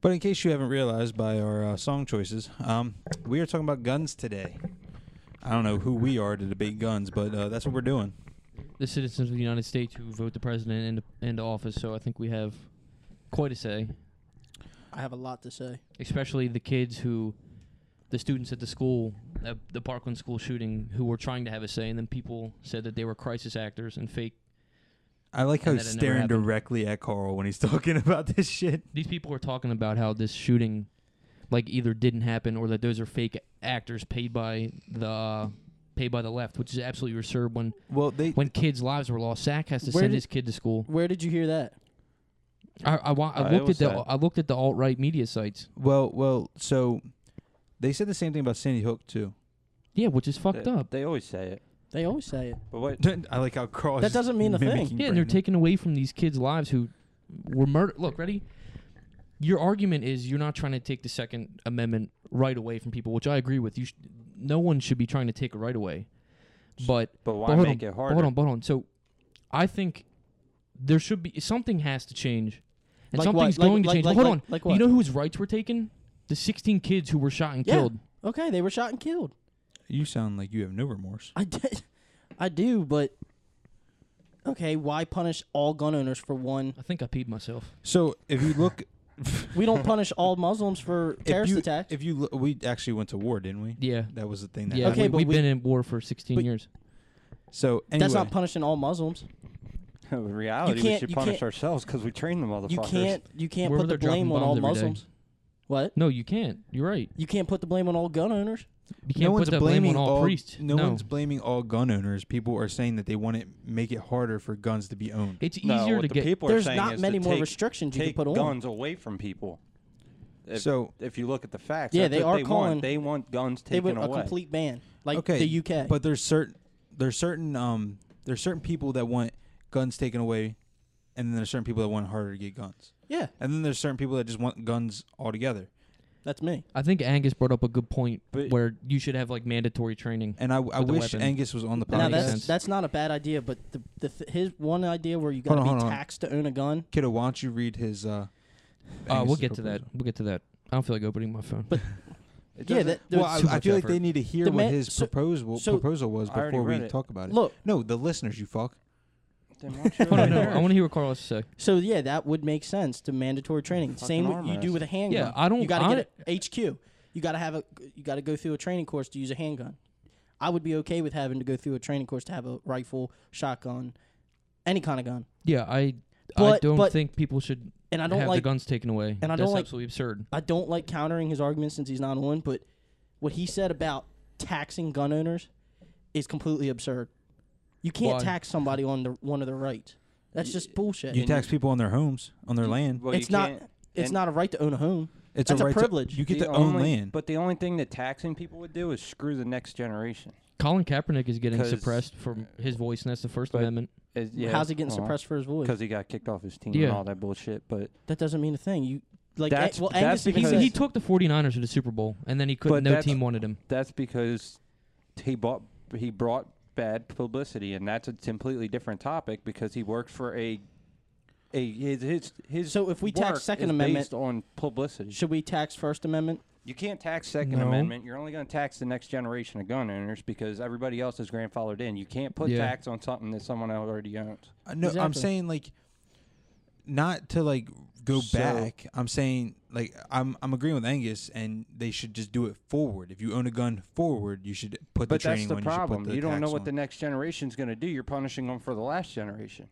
Speaker 3: But in case you haven't realized by our uh, song choices, um, we are talking about guns today. I don't know who we are to debate guns, but uh, that's what we're doing.
Speaker 9: The citizens of the United States who vote the president into, into office, so I think we have quite a say.
Speaker 1: I have a lot to say.
Speaker 9: Especially the kids who, the students at the school, at the Parkland school shooting, who were trying to have a say, and then people said that they were crisis actors and fake.
Speaker 3: I like how
Speaker 9: And
Speaker 3: he's
Speaker 9: that it never
Speaker 3: staring
Speaker 9: happened.
Speaker 3: directly at Carl when he's talking about this shit.
Speaker 9: These people are talking about how this shooting, like either didn't happen or that those are fake actors paid by the paid by the left, which is absolutely absurd. When
Speaker 3: Well, they
Speaker 9: when kids' lives were lost, Sack has to
Speaker 1: Where
Speaker 9: send
Speaker 1: did-
Speaker 9: his kid to school.
Speaker 1: Where did you hear that?
Speaker 9: I I, wa-
Speaker 2: Uh,
Speaker 9: I
Speaker 2: it
Speaker 9: looked at
Speaker 2: was
Speaker 9: the
Speaker 2: sad.
Speaker 9: I looked at the alt right media sites.
Speaker 3: well, well, so they said the same thing about Sandy Hook too.
Speaker 9: Yeah, which is fucked
Speaker 2: They-
Speaker 9: up.
Speaker 2: They always say it.
Speaker 1: They always say it.
Speaker 2: But what?
Speaker 3: I like how Carl.
Speaker 1: That
Speaker 3: is
Speaker 1: doesn't mean a thing.
Speaker 3: mimicking
Speaker 9: Yeah, and they're
Speaker 3: Brandon.
Speaker 9: taking away from these kids' lives who were murdered. Look, ready? Your argument is you're not trying to take the Second Amendment right away from people, which I agree with. You, sh- no one should be trying to take it right away. But
Speaker 2: But why
Speaker 9: but hold
Speaker 2: make
Speaker 9: on,
Speaker 2: it
Speaker 9: but
Speaker 2: harder?
Speaker 9: Hold on, but hold on. So, I think there should be something has to change, and
Speaker 1: Like
Speaker 9: something's
Speaker 1: what? Like-
Speaker 9: going to
Speaker 1: like-
Speaker 9: change.
Speaker 1: like-
Speaker 9: hold
Speaker 1: like-
Speaker 9: on.
Speaker 1: like
Speaker 9: You
Speaker 1: what?
Speaker 9: know whose rights were taken? The 16 kids who were shot and
Speaker 1: Yeah.
Speaker 9: killed.
Speaker 1: Okay, they were shot and killed.
Speaker 3: You sound like you have no remorse.
Speaker 1: I did. I do, but okay. Why punish all gun owners for one?
Speaker 9: I think I peed myself.
Speaker 3: So if you look,
Speaker 1: We don't punish all Muslims for
Speaker 3: if
Speaker 1: terrorist
Speaker 3: you,
Speaker 1: attacks.
Speaker 3: if you look, we actually went to war, didn't we?
Speaker 9: Yeah.
Speaker 3: That was the thing that.
Speaker 9: Yeah,
Speaker 3: happened.
Speaker 1: Okay, but
Speaker 9: we, have
Speaker 1: we-
Speaker 9: been in war for 16
Speaker 3: But-
Speaker 9: years.
Speaker 3: So anyway,
Speaker 1: That's not punishing all Muslims.
Speaker 2: In reality, we
Speaker 1: can't-
Speaker 2: should
Speaker 1: you
Speaker 2: punish
Speaker 1: can't-
Speaker 2: ourselves because we train the motherfuckers.
Speaker 1: You can't. You can't
Speaker 9: Where were
Speaker 1: put the
Speaker 9: they dropping
Speaker 1: blame on
Speaker 9: bombs
Speaker 1: all
Speaker 9: every day?
Speaker 1: Muslims. What?
Speaker 9: No, you can't. You're right.
Speaker 1: You can't put the blame on all gun owners.
Speaker 9: You can't
Speaker 3: no
Speaker 9: put
Speaker 3: one's
Speaker 9: that blame
Speaker 3: blaming
Speaker 9: on all, priests.
Speaker 3: No, one's blaming all gun owners. People are saying that they want to make it harder for guns to be owned.
Speaker 9: It's
Speaker 2: No, what the people are saying is to take- take guns away from people. If,
Speaker 3: So-
Speaker 2: if you look at the facts,
Speaker 1: Yeah,
Speaker 2: that's
Speaker 1: they
Speaker 2: what
Speaker 1: are
Speaker 2: they
Speaker 1: calling-
Speaker 2: Want. They want guns
Speaker 1: they
Speaker 2: taken
Speaker 1: would a
Speaker 2: away.
Speaker 1: complete ban, like
Speaker 3: okay,
Speaker 1: the UK.
Speaker 3: But there's certain there's certain um there's certain people that want guns taken away, and then there's certain people that want harder to get guns.
Speaker 1: Yeah.
Speaker 3: And then there's certain people that just want guns altogether.
Speaker 1: That's me.
Speaker 9: I think Angus brought up a good point
Speaker 3: But-
Speaker 9: where you should have like mandatory training.
Speaker 3: And I, I
Speaker 9: with the
Speaker 3: wish
Speaker 9: weapon.
Speaker 3: Angus was on the podcast.
Speaker 1: now that's that's not a bad idea, but the, the th- his one idea where you got
Speaker 3: Hold
Speaker 1: to
Speaker 3: on,
Speaker 1: be
Speaker 3: hold on.
Speaker 1: taxed to own a gun.
Speaker 3: Kiddo, why don't you read his? Uh,
Speaker 9: Uh, we'll
Speaker 3: Angus's
Speaker 9: get to that.
Speaker 3: proposal?
Speaker 9: We'll get to that. I don't feel like opening my phone. But
Speaker 1: Yeah, that,
Speaker 3: well,
Speaker 1: that's-
Speaker 3: I,
Speaker 9: too
Speaker 3: I
Speaker 9: much
Speaker 3: feel like
Speaker 9: effort.
Speaker 3: they need to hear
Speaker 1: The
Speaker 3: what
Speaker 1: man-
Speaker 3: his
Speaker 1: so-
Speaker 3: proposal
Speaker 1: so-
Speaker 3: proposal was
Speaker 2: I already
Speaker 3: before we
Speaker 2: read it.
Speaker 3: talk about it.
Speaker 1: Look.
Speaker 3: no, the listeners, you fuck.
Speaker 2: Then why don't you
Speaker 9: no,
Speaker 2: let
Speaker 9: no,
Speaker 2: it
Speaker 9: I want to hear what Carlos says.
Speaker 1: so yeah, that would make sense to mandatory training.
Speaker 2: Fucking
Speaker 1: Same what
Speaker 2: arm
Speaker 1: you do
Speaker 2: wrestle.
Speaker 1: with a handgun.
Speaker 9: Yeah, I don't-
Speaker 1: You got
Speaker 9: I-
Speaker 1: to get a HQ. You got to have a. You got to go through a training course to use a handgun. I would be okay with having to go through a training course to have a rifle, shotgun, any kind of gun.
Speaker 9: Yeah, I I
Speaker 1: But-
Speaker 9: don't
Speaker 1: but-
Speaker 9: think people should
Speaker 1: and I don't
Speaker 9: have the
Speaker 1: like-
Speaker 9: guns taken away.
Speaker 1: and I
Speaker 9: That's
Speaker 1: don't like-
Speaker 9: absolutely absurd.
Speaker 1: I don't like countering his argument since he's not on, but what he said about taxing gun owners is completely absurd. You can't
Speaker 9: Why?
Speaker 1: tax somebody on the one of their rights. That's just bullshit.
Speaker 3: You tax people on their homes, on their land.
Speaker 2: Well, you
Speaker 1: it's not.
Speaker 2: can't-
Speaker 1: It's
Speaker 2: and
Speaker 1: not a right to own a home.
Speaker 3: It's
Speaker 1: That's
Speaker 3: a
Speaker 1: a,
Speaker 3: right to-
Speaker 1: privilege.
Speaker 3: you get
Speaker 2: the
Speaker 3: to own
Speaker 2: only-
Speaker 3: land.
Speaker 2: But the only thing that taxing people would do is screw the next generation.
Speaker 9: Colin Kaepernick is getting
Speaker 2: 'Cause-
Speaker 9: suppressed from his voice, and that's the First
Speaker 2: But-
Speaker 9: Amendment.
Speaker 2: Is- yeah,
Speaker 1: How's he getting suppressed for his voice?
Speaker 2: Because he got kicked off his team
Speaker 9: Yeah.
Speaker 2: and all that bullshit. But
Speaker 1: That doesn't mean a thing. You like
Speaker 2: That's-
Speaker 1: well,
Speaker 2: that's
Speaker 1: Angus
Speaker 9: He,
Speaker 2: because-
Speaker 1: because
Speaker 9: he took the 49ers to the Super Bowl, and then he couldn't.
Speaker 2: But
Speaker 9: No
Speaker 2: that's-
Speaker 9: team wanted him.
Speaker 2: that's because he bought he brought bad publicity, and that's a completely different topic because he worked for a. A, his, his his
Speaker 1: So if we tax
Speaker 2: work
Speaker 1: Second
Speaker 2: is
Speaker 1: Amendment-
Speaker 2: based on publicity,
Speaker 1: should we tax First Amendment?
Speaker 2: You can't tax Second
Speaker 9: No.
Speaker 2: Amendment. You're only going to tax the next generation of gun owners because everybody else is grandfathered in. You can't put
Speaker 9: Yeah.
Speaker 2: tax on something that someone already owns.
Speaker 3: Uh, No, I'm
Speaker 1: Exactly.
Speaker 3: saying like not to like go
Speaker 2: So-
Speaker 3: back. I'm saying like I'm I'm agreeing with Angus, and they should just do it forward. If you own a gun, forward, you should put
Speaker 2: But
Speaker 3: the training
Speaker 2: that's the
Speaker 3: on,
Speaker 2: problem.
Speaker 3: You, should
Speaker 2: You,
Speaker 3: put the
Speaker 2: don't know
Speaker 3: tax
Speaker 2: what
Speaker 3: on.
Speaker 2: the next generation's going to do. You're punishing them for the last generation,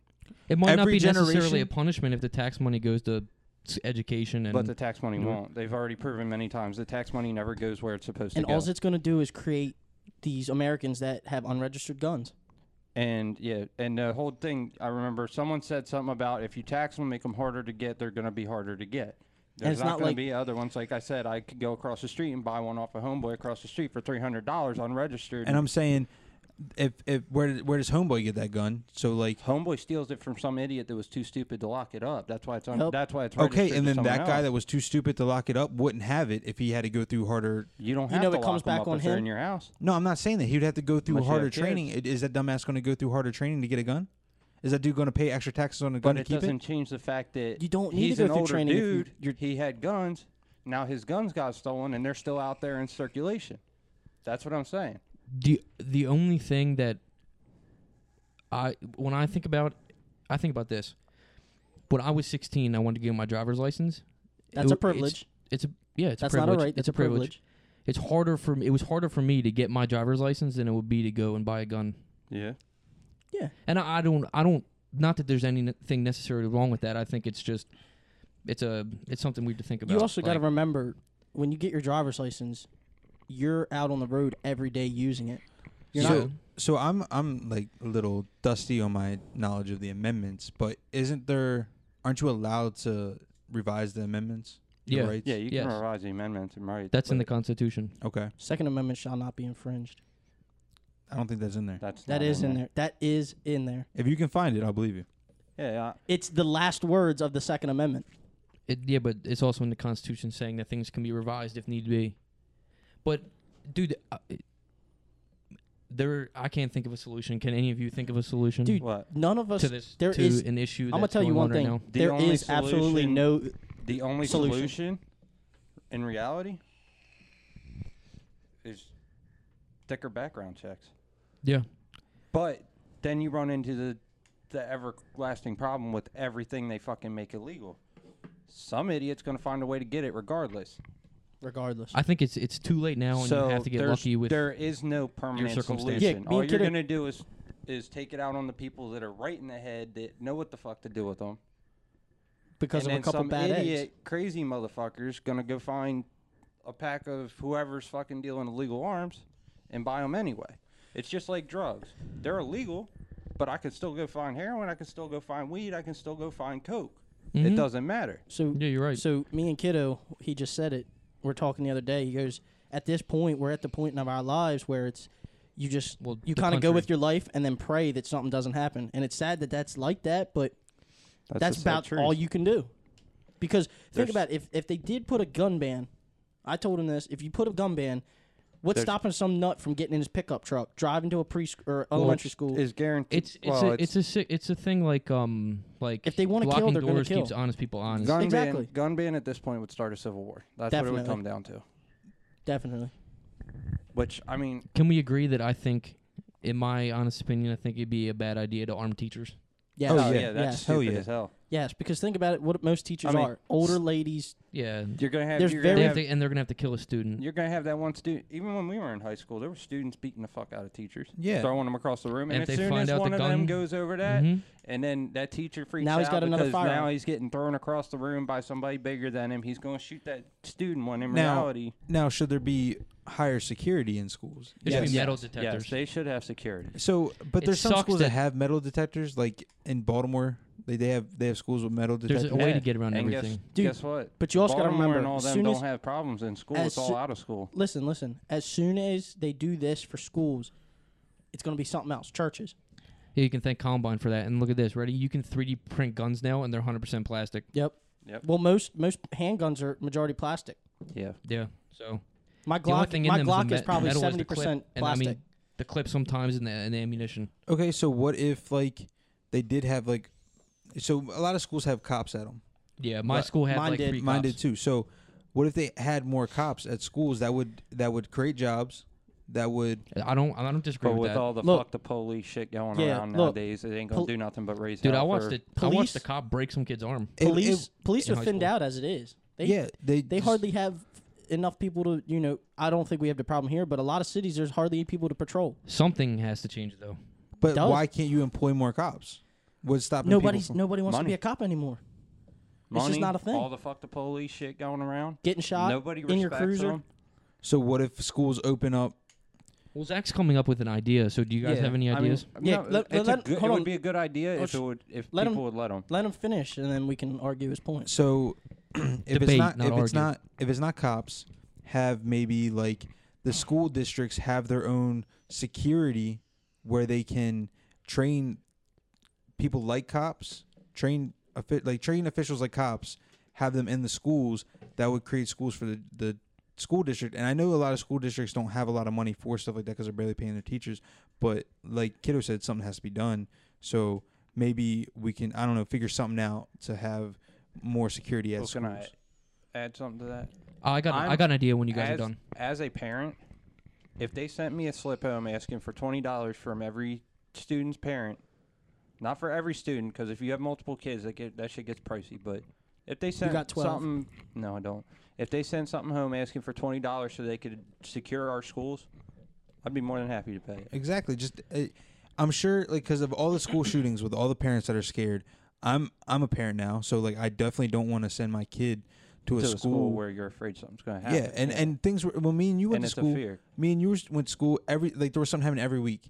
Speaker 9: It might not
Speaker 3: Every
Speaker 9: be necessarily a
Speaker 3: generation-
Speaker 9: punishment if the tax money goes to s- education and
Speaker 2: but the tax money
Speaker 9: Mm.
Speaker 2: won't. They've already proven many times the tax money never goes where it's supposed
Speaker 1: And
Speaker 2: to go.
Speaker 1: all it's going to do is create these Americans that have unregistered guns.
Speaker 2: and yeah, and the whole thing. I remember someone said something about if you tax them, make them harder to get. They're going to be harder to get. There's
Speaker 1: it's
Speaker 2: not,
Speaker 1: not
Speaker 2: going
Speaker 1: like-
Speaker 2: to be other ones. Like I said, I could go across the street and buy one off a homeboy across the street for three hundred dollars unregistered.
Speaker 3: And I'm saying if if where did- where does Homeboy get that gun? So like
Speaker 2: Homeboy steals it from some idiot that was too stupid to lock it up. That's why it's on.
Speaker 1: Nope.
Speaker 2: That's why it's
Speaker 3: okay,
Speaker 2: registered
Speaker 3: and
Speaker 2: to
Speaker 3: then that
Speaker 2: someone
Speaker 3: guy
Speaker 2: else.
Speaker 3: that was too stupid to lock it up wouldn't have it if he had to go through harder.
Speaker 2: you don't
Speaker 1: You
Speaker 2: have
Speaker 1: know
Speaker 2: to
Speaker 1: it comes
Speaker 2: lock 'em
Speaker 1: back
Speaker 2: up
Speaker 1: on
Speaker 2: if they're
Speaker 1: him?
Speaker 2: in your house.
Speaker 3: No, I'm not saying that he would have to go through
Speaker 2: Unless you
Speaker 3: harder
Speaker 2: have kids.
Speaker 3: training. I- Is that dumbass going to go through harder training to get a gun? Is that dude going to pay extra taxes on a gun
Speaker 2: But it
Speaker 3: to keep
Speaker 2: doesn't
Speaker 3: it?
Speaker 2: change the fact that
Speaker 1: You don't need
Speaker 2: he's
Speaker 1: to go
Speaker 2: an
Speaker 1: through
Speaker 2: older
Speaker 1: training if you-
Speaker 2: dude. he had guns. Now his guns got stolen, and they're still out there in circulation. That's what I'm saying.
Speaker 9: the the only thing that I when I think about I think about this. When I was 16, I wanted to get my driver's license.
Speaker 1: That's a
Speaker 9: w-
Speaker 1: privilege.
Speaker 9: It's, it's a yeah, it's
Speaker 1: That's
Speaker 9: a
Speaker 1: not a
Speaker 9: privilege.
Speaker 1: right,
Speaker 9: It's
Speaker 1: that's
Speaker 9: a
Speaker 1: a privilege.
Speaker 9: privilege. It's harder for me, it was harder for me to get my driver's license than it would be to go and buy a gun.
Speaker 2: Yeah.
Speaker 1: Yeah.
Speaker 9: And I, I don't I don't not that there's anything necessarily wrong with that. I think it's just it's a it's something we have to think about.
Speaker 1: You also got to
Speaker 9: Like,
Speaker 1: remember when you get your driver's license, you're out on the road every day using it. You're
Speaker 3: so,
Speaker 1: not.
Speaker 3: so I'm I'm like a little dusty on my knowledge of the amendments, but isn't there? Aren't you allowed to revise the amendments? Your
Speaker 9: Yeah.
Speaker 3: rights?
Speaker 2: Yeah, you can
Speaker 9: Yes.
Speaker 2: revise the amendments and right.
Speaker 9: that's in the Constitution.
Speaker 3: Okay,
Speaker 1: Second Amendment shall not be infringed.
Speaker 3: I don't think that's in there.
Speaker 2: That's
Speaker 1: That
Speaker 2: not
Speaker 1: is in there. That is in there.
Speaker 3: If you can find it, I'll believe you.
Speaker 2: Yeah, I-
Speaker 1: It's the last words of the Second Amendment.
Speaker 9: It, yeah, but it's also in the Constitution saying that things can be revised if need be. But, dude, uh, it- there I can't think of a solution. Can any of you think of a solution?
Speaker 1: Dude,
Speaker 2: what
Speaker 1: none of us
Speaker 9: to this
Speaker 1: there
Speaker 9: to
Speaker 1: is-
Speaker 9: an issue.
Speaker 1: I'm gonna
Speaker 9: that's
Speaker 1: tell you one
Speaker 9: going on
Speaker 1: thing.
Speaker 9: Right now.
Speaker 2: The
Speaker 1: there
Speaker 2: only
Speaker 1: is absolutely
Speaker 2: solution-
Speaker 1: no.
Speaker 2: the only
Speaker 1: Solution.
Speaker 2: solution in reality is thicker background checks.
Speaker 9: Yeah,
Speaker 2: But then you run into the the everlasting problem with everything they fucking make illegal. Some idiot's gonna find a way to get it regardless.
Speaker 1: Regardless,
Speaker 9: I think it's it's too late now, Oh, and
Speaker 2: so
Speaker 9: you have to get
Speaker 2: there's-
Speaker 9: lucky with.
Speaker 2: there is no permanent
Speaker 9: circumstances.
Speaker 1: Yeah,
Speaker 2: solution.
Speaker 1: me
Speaker 2: All
Speaker 1: and
Speaker 2: you're
Speaker 1: Kidder-
Speaker 2: gonna do is is take it out on the people that are right in the head that know what the fuck to do with them.
Speaker 1: because of
Speaker 2: and then
Speaker 1: a couple
Speaker 2: some
Speaker 1: bad
Speaker 2: idiot,
Speaker 1: eggs.
Speaker 2: crazy motherfuckers gonna go find a pack of whoever's fucking dealing illegal arms and buy them anyway. It's just like drugs. They're illegal, but I can still go find heroin. I can still go find weed. I can still go find coke. It
Speaker 1: Mhm.
Speaker 2: doesn't matter.
Speaker 1: So
Speaker 9: yeah, you're right.
Speaker 1: So me and Kiddo, he just said it. We're talking the other day. He goes, at this point, we're at the point in our lives where it's you just you
Speaker 9: the
Speaker 1: kind of go
Speaker 9: country.
Speaker 1: with your life and then pray that something doesn't happen. And it's sad that that's like that, but
Speaker 2: That's
Speaker 1: that's,
Speaker 2: the sad
Speaker 1: about
Speaker 2: truth.
Speaker 1: all you can do. Because think
Speaker 2: There's-
Speaker 1: about it, if if they did put a gun ban, I told him this. If you put a gun ban, what's
Speaker 2: There's-
Speaker 1: stopping some nut from getting in his pickup truck, driving to a pre or
Speaker 2: Well,
Speaker 1: elementary
Speaker 2: it's-
Speaker 1: school?
Speaker 2: is guaranteed.
Speaker 9: It's it's a it's, a si- it's a thing like um like
Speaker 1: If they wanna kill,
Speaker 9: locking
Speaker 1: they're gonna
Speaker 9: doors keeps
Speaker 1: kill.
Speaker 9: honest people honest.
Speaker 2: gun
Speaker 1: Exactly.
Speaker 2: ban. Gun ban at this point would start a civil war. That's what it would
Speaker 1: Definitely.
Speaker 2: come down to. Oh,
Speaker 1: definitely.
Speaker 2: Which I mean,
Speaker 9: Can we agree that I think, in my honest opinion, I think it'd be a bad idea to arm teachers?
Speaker 1: Yes.
Speaker 2: oh yeah, that's
Speaker 1: yes.
Speaker 2: stupid
Speaker 3: Hell yeah.
Speaker 2: as hell.
Speaker 1: Yes, because think about it. What most teachers
Speaker 2: I mean,
Speaker 1: are older ladies.
Speaker 9: Yeah,
Speaker 2: You're gonna have.
Speaker 1: There's
Speaker 2: You're
Speaker 9: they
Speaker 2: gonna
Speaker 1: very-
Speaker 9: have
Speaker 2: have,
Speaker 9: to, and they're gonna have to kill a student.
Speaker 2: you're gonna have that one student. Even when we were in high school, there were students beating the fuck out of teachers.
Speaker 3: Yeah.
Speaker 2: throwing them across the room.
Speaker 9: And
Speaker 2: And,
Speaker 9: if
Speaker 2: as
Speaker 9: they
Speaker 2: soon
Speaker 9: find
Speaker 2: as
Speaker 9: out the
Speaker 2: one of
Speaker 9: gun-
Speaker 2: them goes over that,
Speaker 9: Mhm.
Speaker 2: and then that teacher freaks
Speaker 1: Now
Speaker 2: out
Speaker 1: he's got another
Speaker 2: because
Speaker 1: firearm.
Speaker 2: now he's getting thrown across the room by somebody bigger than him. He's gonna shoot that student. When in
Speaker 3: Now-
Speaker 2: reality,
Speaker 3: Now, should there be higher security in schools?
Speaker 9: There should be
Speaker 2: Yes.
Speaker 9: metal
Speaker 2: yes,
Speaker 9: detectors.
Speaker 2: they should have security.
Speaker 3: So, but
Speaker 9: It
Speaker 3: there's some
Speaker 9: sucks
Speaker 3: schools
Speaker 9: that-
Speaker 3: that, have metal detectors, like in Baltimore. They, they have they have schools with metal
Speaker 9: There's
Speaker 3: detectors.
Speaker 9: a way to get around
Speaker 2: and
Speaker 9: everything.
Speaker 2: Guess,
Speaker 1: Dude,
Speaker 2: guess what?
Speaker 1: but you also gotta
Speaker 2: Baltimore and
Speaker 1: remember,
Speaker 2: all
Speaker 1: as
Speaker 2: them
Speaker 1: soon
Speaker 2: don't
Speaker 1: as-
Speaker 2: have problems in school.
Speaker 1: as
Speaker 2: It's all
Speaker 1: soo-
Speaker 2: out of school.
Speaker 1: Listen, listen. As soon as they do this for schools, it's going to be something else. Churches.
Speaker 9: Yeah, you can thank Columbine for that. And look at this, ready? You can 3D print guns now, and they're 100% plastic.
Speaker 1: Yep.
Speaker 2: Yep.
Speaker 1: Well, most most handguns are majority plastic.
Speaker 2: Yeah.
Speaker 9: Yeah. So
Speaker 1: My
Speaker 9: the only
Speaker 1: Glock,
Speaker 9: thing in
Speaker 1: my
Speaker 9: them
Speaker 1: Glock
Speaker 9: the
Speaker 1: is
Speaker 9: me-
Speaker 1: probably
Speaker 9: metal
Speaker 1: seventy
Speaker 9: the clip,
Speaker 1: percent
Speaker 9: and I
Speaker 1: plastic.
Speaker 9: mean the clip sometimes and the, and the ammunition.
Speaker 3: Okay, so what if like they did have like, so a lot of schools have cops at them.
Speaker 9: Yeah, my
Speaker 3: But
Speaker 9: school had
Speaker 1: mine
Speaker 9: like
Speaker 1: did-
Speaker 9: three
Speaker 3: Mine did
Speaker 9: cops.
Speaker 3: too. So, what if they had more cops at schools that would that would create jobs, that would
Speaker 9: I don't I don't disagree
Speaker 2: But
Speaker 9: with
Speaker 2: with
Speaker 9: that.
Speaker 2: all the
Speaker 1: Look.
Speaker 2: fuck the police shit going
Speaker 1: Yeah,
Speaker 2: around
Speaker 1: look.
Speaker 2: nowadays, it ain't gonna
Speaker 1: Pol-
Speaker 2: do nothing but raise.
Speaker 9: Dude, I
Speaker 2: hell
Speaker 9: watched
Speaker 2: for-
Speaker 9: it. I watched the
Speaker 1: police-
Speaker 9: cop break some kid's arm.
Speaker 3: it- it-
Speaker 1: police police
Speaker 9: in
Speaker 1: are
Speaker 9: high
Speaker 1: thinned
Speaker 9: school.
Speaker 1: out as it is. They,
Speaker 3: yeah, they
Speaker 1: They
Speaker 3: just-
Speaker 1: hardly have enough people to you know. I don't think we have the problem here, but a lot of cities there's hardly people to patrol.
Speaker 9: Something has to change though.
Speaker 3: But
Speaker 1: does.
Speaker 3: why can't you employ more cops? Would stop
Speaker 1: Nobody's
Speaker 3: People from,
Speaker 1: nobody wants to
Speaker 2: Money.
Speaker 1: be a cop anymore.
Speaker 2: money,
Speaker 1: just not a thing.
Speaker 2: All the fuck the police shit going around.
Speaker 1: Getting shot
Speaker 2: Nobody
Speaker 1: in your
Speaker 2: respects
Speaker 1: cruiser.
Speaker 2: 'em.
Speaker 3: So what if schools open up?
Speaker 9: Well, Zach's coming up with an idea. So do you guys
Speaker 3: Yeah,
Speaker 9: have any
Speaker 2: I mean,
Speaker 9: ideas?
Speaker 2: no,
Speaker 1: Yeah, let-
Speaker 2: it's a
Speaker 1: let-
Speaker 2: good- it
Speaker 1: hold
Speaker 2: would
Speaker 1: on.
Speaker 2: be a good idea
Speaker 1: Oh,
Speaker 2: if
Speaker 1: sh-
Speaker 2: it would if
Speaker 1: let 'em-
Speaker 2: people would let them.
Speaker 1: Let him finish, and then we can argue his point.
Speaker 3: So if it's
Speaker 9: Debate,
Speaker 3: not,
Speaker 9: not
Speaker 3: if
Speaker 9: argue.
Speaker 3: it's not if it's not cops, have maybe like the school districts have their own security where they can train people like cops, train offi- like train officials like cops, have them in the schools that would create schools for the, the school district. And I know a lot of school districts don't have a lot of money for stuff like that because they're barely paying their teachers. But like Kiddo said, something has to be done. So maybe we can I don't know figure something out to have more security at
Speaker 2: Well, can I
Speaker 3: schools.
Speaker 2: add something to that?
Speaker 9: Oh, I got I
Speaker 2: I'm-
Speaker 9: got an idea when you guys
Speaker 2: as,
Speaker 9: are done.
Speaker 2: As a parent, if they sent me a slip home asking for twenty dollars from every student's parent, not for every student, because if you have multiple kids, that get that shit gets pricey. But if they sent
Speaker 1: got 12.
Speaker 2: something, no, I don't. If they send something home asking for twenty dollars so they could secure our schools, I'd be more than happy to pay it.
Speaker 3: Exactly. Just uh, I'm sure like because of all the school shootings with all the parents that are scared. I'm I'm a parent now, so like I definitely don't want to send my kid to a
Speaker 2: To
Speaker 3: school,
Speaker 2: a school where you're afraid something's going to happen.
Speaker 3: Yeah, and and things were well. Me and you went
Speaker 2: And
Speaker 3: to
Speaker 2: it's a
Speaker 3: school.
Speaker 2: fear.
Speaker 3: Me and you was- went to school every like there was something happening every week.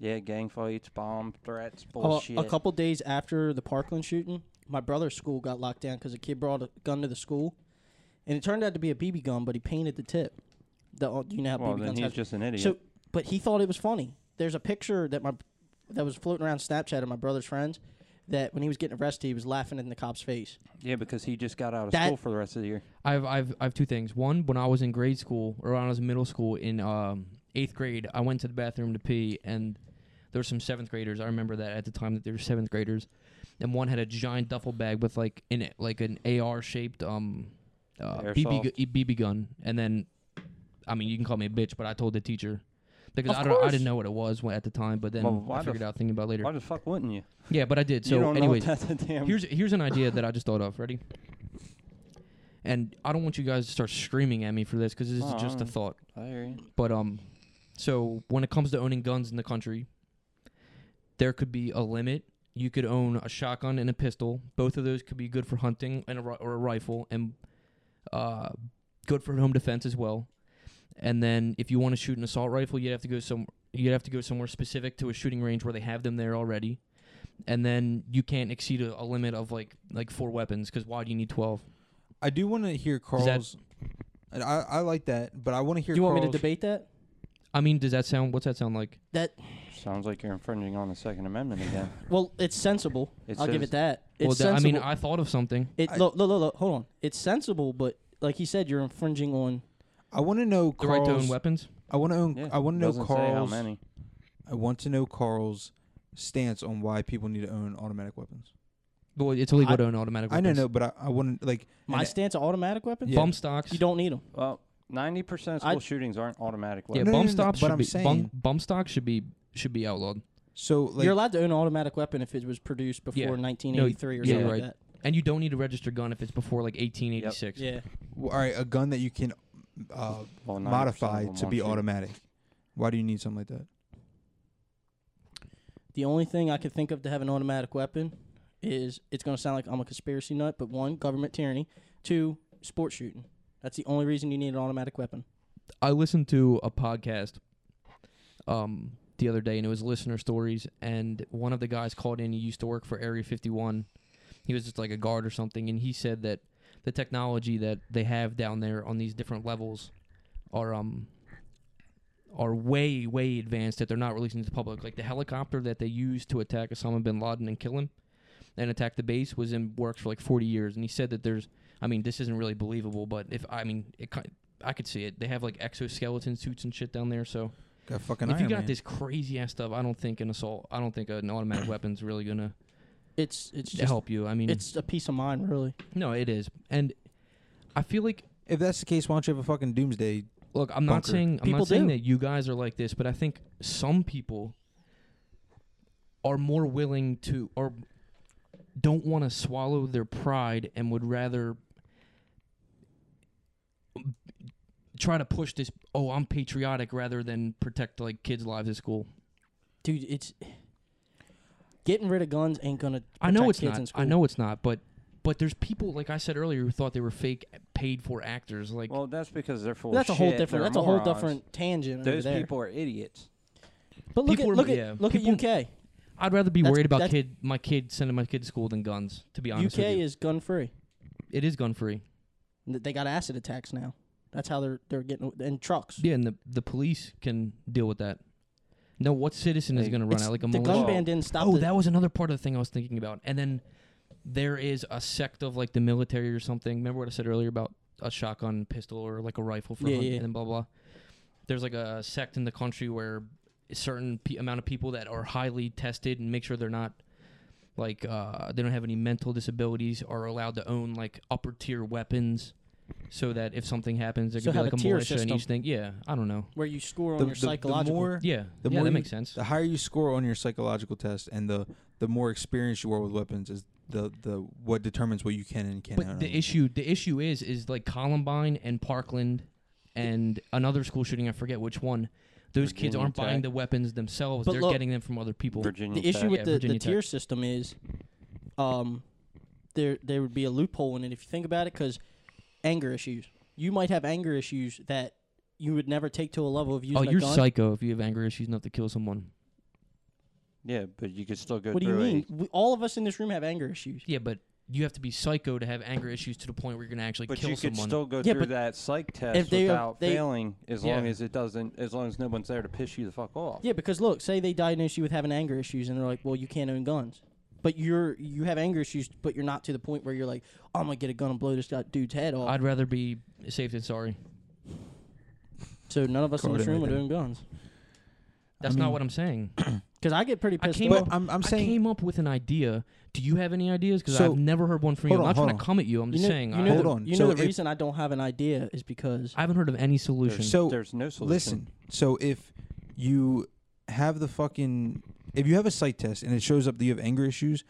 Speaker 2: yeah, gang fights, bomb threats,
Speaker 1: Oh,
Speaker 2: bullshit.
Speaker 1: a couple days after the Parkland shooting, my brother's school got locked down because a kid brought a gun to the school, and it turned out to be a BB gun, but he painted the tip. The oh, you know how
Speaker 2: Well,
Speaker 1: BB
Speaker 2: then
Speaker 1: guns
Speaker 2: he's
Speaker 1: have-
Speaker 2: just an idiot.
Speaker 1: So, but he thought it was funny. There's a picture that my that was floating around Snapchat of my brother's friends that when he was getting arrested, he was laughing in the cop's face.
Speaker 2: yeah, because he just got out of
Speaker 1: That-
Speaker 2: school for the rest of the year.
Speaker 9: I've I've I've two things. One, when I was in grade school or when I was in middle school in um, eighth grade, I went to the bathroom to pee, and there were some seventh graders. I remember that at the time that there were seventh graders, and one had a giant duffel bag with like in it like an AR shaped um uh, BB
Speaker 2: Airsoft.
Speaker 9: gu- BB gun, and then I mean you can call me a bitch, but I told the teacher because
Speaker 1: Of
Speaker 9: I don't I
Speaker 1: course.
Speaker 9: didn't know what it was when- at the time, but then
Speaker 2: Well, why
Speaker 9: I
Speaker 2: the
Speaker 9: figured
Speaker 2: f-
Speaker 9: out thinking about it later.
Speaker 2: Why the fuck wouldn't you?
Speaker 9: Yeah, but I did. So,
Speaker 2: you don't
Speaker 9: anyways,
Speaker 2: know what that's a damn.
Speaker 9: here's here's an idea that I just thought of. Ready? And I don't want you guys to start screaming at me for this because this is just a
Speaker 2: Uh-uh.
Speaker 9: thought.
Speaker 2: I hear you.
Speaker 9: But um, so when it comes to owning guns in the country, there could be a limit. You could own a shotgun and a pistol. Both of those could be good for hunting and a, ri- or a rifle. And uh, good for home defense as well. And then if you want to shoot an assault rifle, you'd have to go some you'd have to go somewhere specific to a shooting range where they have them there already. And then you can't exceed a, a limit of like like four weapons because why do you need twelve?
Speaker 3: I do want to hear
Speaker 9: that-
Speaker 3: Carl's. and I, I like that, but I want to hear.
Speaker 9: You want me to
Speaker 3: Carl's-
Speaker 1: Debate that.
Speaker 9: I mean, does that sound? What's that sound like?
Speaker 1: That
Speaker 2: Sounds like you're infringing on the Second Amendment again.
Speaker 1: well, it's sensible.
Speaker 2: It
Speaker 1: I'll give
Speaker 2: says-
Speaker 1: it that. It's
Speaker 9: Well, that- I mean,
Speaker 1: sensible.
Speaker 9: I thought of something.
Speaker 1: It look, look, look, look, hold on. It's sensible, but like he said, you're infringing on.
Speaker 3: I want to know
Speaker 9: The right
Speaker 3: Carl's
Speaker 9: to own weapons.
Speaker 3: I want to own.
Speaker 2: Yeah,
Speaker 3: I want to know
Speaker 2: doesn't say how
Speaker 3: Carl's.
Speaker 2: many.
Speaker 3: I want to know Carl's stance on why people need to own automatic weapons.
Speaker 9: Well, it's illegal
Speaker 1: I-
Speaker 9: to own automatic.
Speaker 3: I know,
Speaker 9: weapons.
Speaker 3: no, but I, I want to like
Speaker 1: My
Speaker 3: and-
Speaker 1: stance on automatic weapons.
Speaker 3: Yeah.
Speaker 9: Bump stocks.
Speaker 1: You don't need them.
Speaker 2: Well, ninety percent of
Speaker 1: I-
Speaker 2: school shootings aren't automatic
Speaker 9: Yeah,
Speaker 2: weapons.
Speaker 3: No, no,
Speaker 9: bump
Speaker 3: no, no,
Speaker 9: stocks
Speaker 3: but
Speaker 9: should
Speaker 3: I'm
Speaker 9: be
Speaker 3: saying-
Speaker 9: bump, bump stocks should be should be outlawed.
Speaker 3: So like
Speaker 1: you're allowed to own an automatic weapon if it was produced before
Speaker 9: Yeah. No,
Speaker 1: 1983 or
Speaker 9: yeah,
Speaker 1: something
Speaker 9: right.
Speaker 1: like that.
Speaker 9: And you don't need a registered gun if it's before like 1886.
Speaker 1: Yeah.
Speaker 3: w- all right, a gun that you can uh,
Speaker 2: Well, 90% of
Speaker 3: modify
Speaker 2: them
Speaker 3: to
Speaker 2: won't
Speaker 3: be
Speaker 2: shoot.
Speaker 3: automatic. Why do you need something like that?
Speaker 1: The only thing I could think of to have an automatic weapon is it's going to sound like I'm a conspiracy nut, but one, government tyranny. Two, sports shooting. That's the only reason you need an automatic weapon.
Speaker 9: I listened to a podcast um the other day and it was listener stories and one of the guys called in he used to work for Area 51. He was just like a guard or something and he said that the technology that they have down there on these different levels are um are way way advanced that they're not releasing to the public like the helicopter that they used to attack Osama bin Laden and kill him and attack the base was in works for like 40 years and he said that there's I mean this isn't really believable but if I mean it ki- I could see it they have like exoskeleton suits and shit down there so
Speaker 3: Got fucking.
Speaker 9: if you
Speaker 3: Iron
Speaker 9: got
Speaker 3: Man.
Speaker 9: this crazy ass stuff I don't think an assault I don't think an automatic weapon's really going to
Speaker 1: It's it's just
Speaker 9: help you I mean
Speaker 1: it's a peace of mind, really.
Speaker 9: no it is and I feel like
Speaker 3: if that's the case, why don't you have a fucking doomsday?
Speaker 9: Look, I'm not
Speaker 3: Bunker.
Speaker 9: saying I'm
Speaker 1: People
Speaker 9: not saying
Speaker 1: do.
Speaker 9: that you guys are like this, but I think some people are more willing to or don't want to swallow their pride and would rather try to push this oh I'm patriotic rather than protect like kids' lives at school.
Speaker 1: Dude, it's getting rid of guns ain't going to.
Speaker 9: I know it's
Speaker 1: kids
Speaker 9: not.
Speaker 1: In school.
Speaker 9: I know it's not, but but there's people like I said earlier who thought they were fake paid for actors like
Speaker 2: Well, that's because they're full.
Speaker 9: Oh,
Speaker 1: That's a
Speaker 2: of
Speaker 1: whole
Speaker 2: shit,
Speaker 1: different.
Speaker 2: they're
Speaker 1: That's a whole
Speaker 2: morons.
Speaker 1: different tangent over
Speaker 2: Those
Speaker 1: there.
Speaker 2: people are idiots.
Speaker 1: but look at
Speaker 9: people are-
Speaker 1: look at
Speaker 9: yeah,
Speaker 1: look
Speaker 9: people-
Speaker 1: at UK.
Speaker 9: I'd rather be
Speaker 1: That's-
Speaker 9: worried about
Speaker 1: that's-
Speaker 9: kid my kid sending my kid to school than guns, to be honest
Speaker 1: UK
Speaker 9: with you.
Speaker 1: is gun free.
Speaker 9: it is gun free.
Speaker 1: They got acid attacks now. That's how they're they're getting and trucks.
Speaker 9: Yeah, and the the police can deal with that. No, what citizen is
Speaker 2: They-
Speaker 9: going to run
Speaker 1: It's-
Speaker 9: out like a
Speaker 1: the
Speaker 9: militia?
Speaker 1: gun ban didn't stop.
Speaker 9: oh,
Speaker 1: the-
Speaker 9: that was another part of the thing I was thinking about. And then there is a sect of like the military or something. Remember what I said earlier about a shotgun, pistol, or like a rifle for
Speaker 1: Yeah,
Speaker 9: hunt,
Speaker 1: yeah.
Speaker 9: and then blah blah. There's like a sect in the country where a certain pe- amount of people that are highly tested and make sure they're not like uh, they don't have any mental disabilities are allowed to own like upper tier weapons. So that if something happens, there
Speaker 1: So
Speaker 9: could be
Speaker 1: have
Speaker 9: like
Speaker 1: a
Speaker 9: a,
Speaker 1: tier
Speaker 9: militia and
Speaker 1: system.
Speaker 9: each thing. Yeah, I don't know.
Speaker 1: where you score on
Speaker 3: The,
Speaker 1: your
Speaker 3: the- the
Speaker 1: psychological.
Speaker 3: more,
Speaker 9: Yeah,
Speaker 3: the
Speaker 9: yeah,
Speaker 3: more
Speaker 9: that
Speaker 3: you-
Speaker 9: makes sense.
Speaker 3: The higher you score on your psychological test, and the the more experience you are with weapons is the the what determines what you can and can't. own.
Speaker 9: But the issue, the issue is, is like Columbine and Parkland, and another school shooting. I forget which one. Those kids
Speaker 2: Virginia
Speaker 9: aren't buying
Speaker 2: Tech.
Speaker 9: the weapons themselves.
Speaker 1: But
Speaker 9: They're
Speaker 1: look,
Speaker 9: getting them from other people.
Speaker 2: Virginia.
Speaker 1: the issue
Speaker 2: Tech.
Speaker 9: Mm, Yeah,
Speaker 1: with the, the
Speaker 9: Virginia Tech.
Speaker 1: tier system is, um, there there would be a loophole in it if you think about it, because anger issues. You might have anger issues that you would never take to a level of using
Speaker 9: oh,
Speaker 1: a
Speaker 9: you're
Speaker 1: gun.
Speaker 9: psycho if you have anger issues enough to kill someone.
Speaker 2: yeah, but you could still go
Speaker 1: what do you
Speaker 2: through
Speaker 1: mean? We, all of us in this room have anger issues.
Speaker 9: Yeah, but you have to be psycho to have anger issues to the point where you're gonna actually
Speaker 2: a. But
Speaker 9: kill
Speaker 2: you could
Speaker 9: someone.
Speaker 2: still go
Speaker 1: Yeah,
Speaker 2: through
Speaker 1: but
Speaker 2: that psych
Speaker 1: if
Speaker 2: test
Speaker 1: they-
Speaker 2: without
Speaker 1: they-
Speaker 2: failing, as long
Speaker 9: Yeah.
Speaker 2: as it doesn't, as long as no one's there to piss you the fuck off.
Speaker 1: Yeah, because look, say they diagnose you with having anger issues, and they're like, "Well, you can't own guns," but you're you have anger issues, but you're not to the point where you're like, "I'm gonna get a gun and blow this guy- dude's head off."
Speaker 9: I'd rather be safe than sorry.
Speaker 1: so none of us in
Speaker 3: Called
Speaker 1: this
Speaker 3: it
Speaker 1: room
Speaker 3: right
Speaker 1: would
Speaker 3: there.
Speaker 1: own guns.
Speaker 9: That's
Speaker 3: mean-
Speaker 9: not what I'm saying.
Speaker 1: Because I get pretty
Speaker 9: I
Speaker 1: pissed
Speaker 9: came
Speaker 1: off.
Speaker 9: up.
Speaker 3: I'm- I'm
Speaker 9: I
Speaker 3: saying-
Speaker 9: came up with an idea. Do you have any ideas? Because
Speaker 3: So-
Speaker 9: I've never heard one from you.
Speaker 3: hold on,
Speaker 9: I'm not
Speaker 3: hold
Speaker 9: trying to
Speaker 3: on.
Speaker 9: come at you. I'm
Speaker 1: You
Speaker 9: just
Speaker 1: know,
Speaker 9: saying.
Speaker 1: you
Speaker 9: I,
Speaker 1: know
Speaker 3: Hold
Speaker 1: the,
Speaker 3: on.
Speaker 1: You
Speaker 3: So
Speaker 1: know the
Speaker 3: if-
Speaker 1: reason I don't have an idea is because
Speaker 9: I haven't heard of any solution.
Speaker 3: So
Speaker 2: There's no solution.
Speaker 3: Listen, so if you have the fucking if you have a psych test and it shows up that you have anger issues,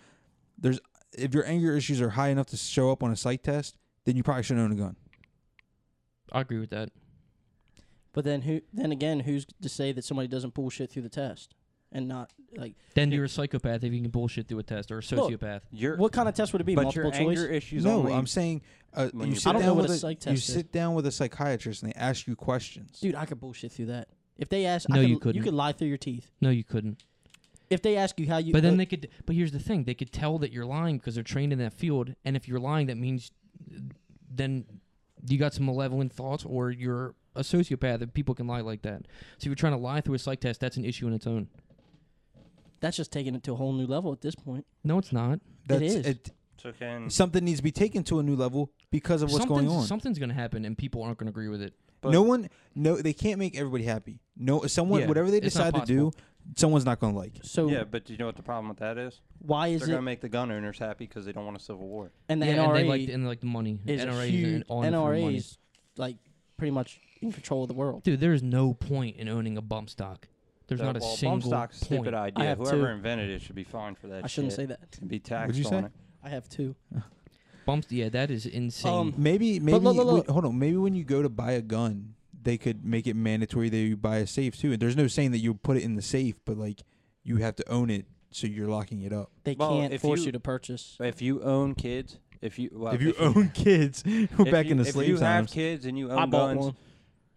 Speaker 3: there's if your anger issues are high enough to show up on a psych test, then you probably shouldn't own a gun.
Speaker 9: I agree with that.
Speaker 1: But then who? Then again, who's to say that somebody doesn't bullshit through the test? and not like
Speaker 9: Then you're a psychopath if you can bullshit through a test or a
Speaker 1: Look,
Speaker 9: sociopath.
Speaker 1: what kind of test would it be?
Speaker 2: but your
Speaker 1: Multiple choice.
Speaker 2: anger issues
Speaker 3: no,
Speaker 2: only
Speaker 3: I'm saying uh,
Speaker 2: when
Speaker 3: you
Speaker 2: you-
Speaker 3: sit
Speaker 2: I don't
Speaker 3: down
Speaker 2: know what
Speaker 3: with
Speaker 2: a
Speaker 3: a-
Speaker 1: psych
Speaker 3: you
Speaker 1: test is.
Speaker 3: sit down with a psychiatrist and they ask you questions.
Speaker 1: Dude, I could bullshit through that. If they ask,
Speaker 9: No,
Speaker 1: I could,
Speaker 9: you couldn't.
Speaker 1: You could lie through your teeth.
Speaker 9: No, you couldn't.
Speaker 1: If they ask you how you,
Speaker 9: But then
Speaker 1: look,
Speaker 9: they could. But here's the thing: they could tell that you're lying because they're trained in that field. And if you're lying, that means then you got some malevolent thoughts, or you're a sociopath. And people can lie like that. So if you're trying to lie through a psych test, that's an issue in its own.
Speaker 1: that's just taking it to a whole new level at this point.
Speaker 9: No, it's not.
Speaker 3: That's,
Speaker 1: is.
Speaker 2: So can-
Speaker 3: something needs to be taken to a new level because of what's going
Speaker 9: Something's-
Speaker 3: on.
Speaker 9: Something's going to happen, and people aren't going to agree with it.
Speaker 3: no one, no, they can't make everybody happy. No, someone,
Speaker 9: Yeah,
Speaker 3: whatever they
Speaker 9: it's not
Speaker 3: decide to do, someone's not going to like.
Speaker 1: So
Speaker 2: yeah, but do you know what the problem with that is?
Speaker 1: Why is
Speaker 2: They're gonna
Speaker 1: it-
Speaker 2: make the gun owners happy because they don't want a civil war.
Speaker 1: And the
Speaker 9: Yeah, and
Speaker 1: NRA
Speaker 9: they like- and they like the money.
Speaker 1: Is
Speaker 9: NRA
Speaker 1: a
Speaker 9: is
Speaker 1: huge,
Speaker 9: on for money.
Speaker 1: NRA is like pretty much in control of the world.
Speaker 9: Dude, there is no point in owning a bump stock. There's
Speaker 2: The-
Speaker 9: not a
Speaker 2: Uh, well,
Speaker 9: single
Speaker 2: bump stock's a
Speaker 9: point.
Speaker 2: stupid
Speaker 1: I
Speaker 2: idea.
Speaker 1: have
Speaker 2: Whoever
Speaker 1: two.
Speaker 2: invented it should be fined for that.
Speaker 1: I shouldn't
Speaker 2: shit.
Speaker 1: say that.
Speaker 2: And be taxed
Speaker 3: What'd you
Speaker 2: on
Speaker 3: say?
Speaker 2: it.
Speaker 1: I have two.
Speaker 9: Bumps, yeah, that is insane.
Speaker 3: Um, maybe,
Speaker 1: but
Speaker 3: maybe,
Speaker 1: look, look,
Speaker 3: when-
Speaker 1: look.
Speaker 3: hold on. Maybe when you go to buy a gun, they could make it mandatory that you buy a safe too. And there's no saying that you put it in the safe, but like you have to own it, so you're locking it up.
Speaker 1: They
Speaker 2: Well,
Speaker 1: can't
Speaker 2: if
Speaker 1: force you,
Speaker 2: you-
Speaker 1: to purchase.
Speaker 2: If you own kids, if you well,
Speaker 3: if you own kids,
Speaker 2: if
Speaker 3: back
Speaker 2: you-
Speaker 3: in the
Speaker 2: if
Speaker 3: slave
Speaker 2: you have
Speaker 3: times,
Speaker 2: kids and you
Speaker 1: I
Speaker 2: own
Speaker 1: bought
Speaker 2: guns,
Speaker 1: one.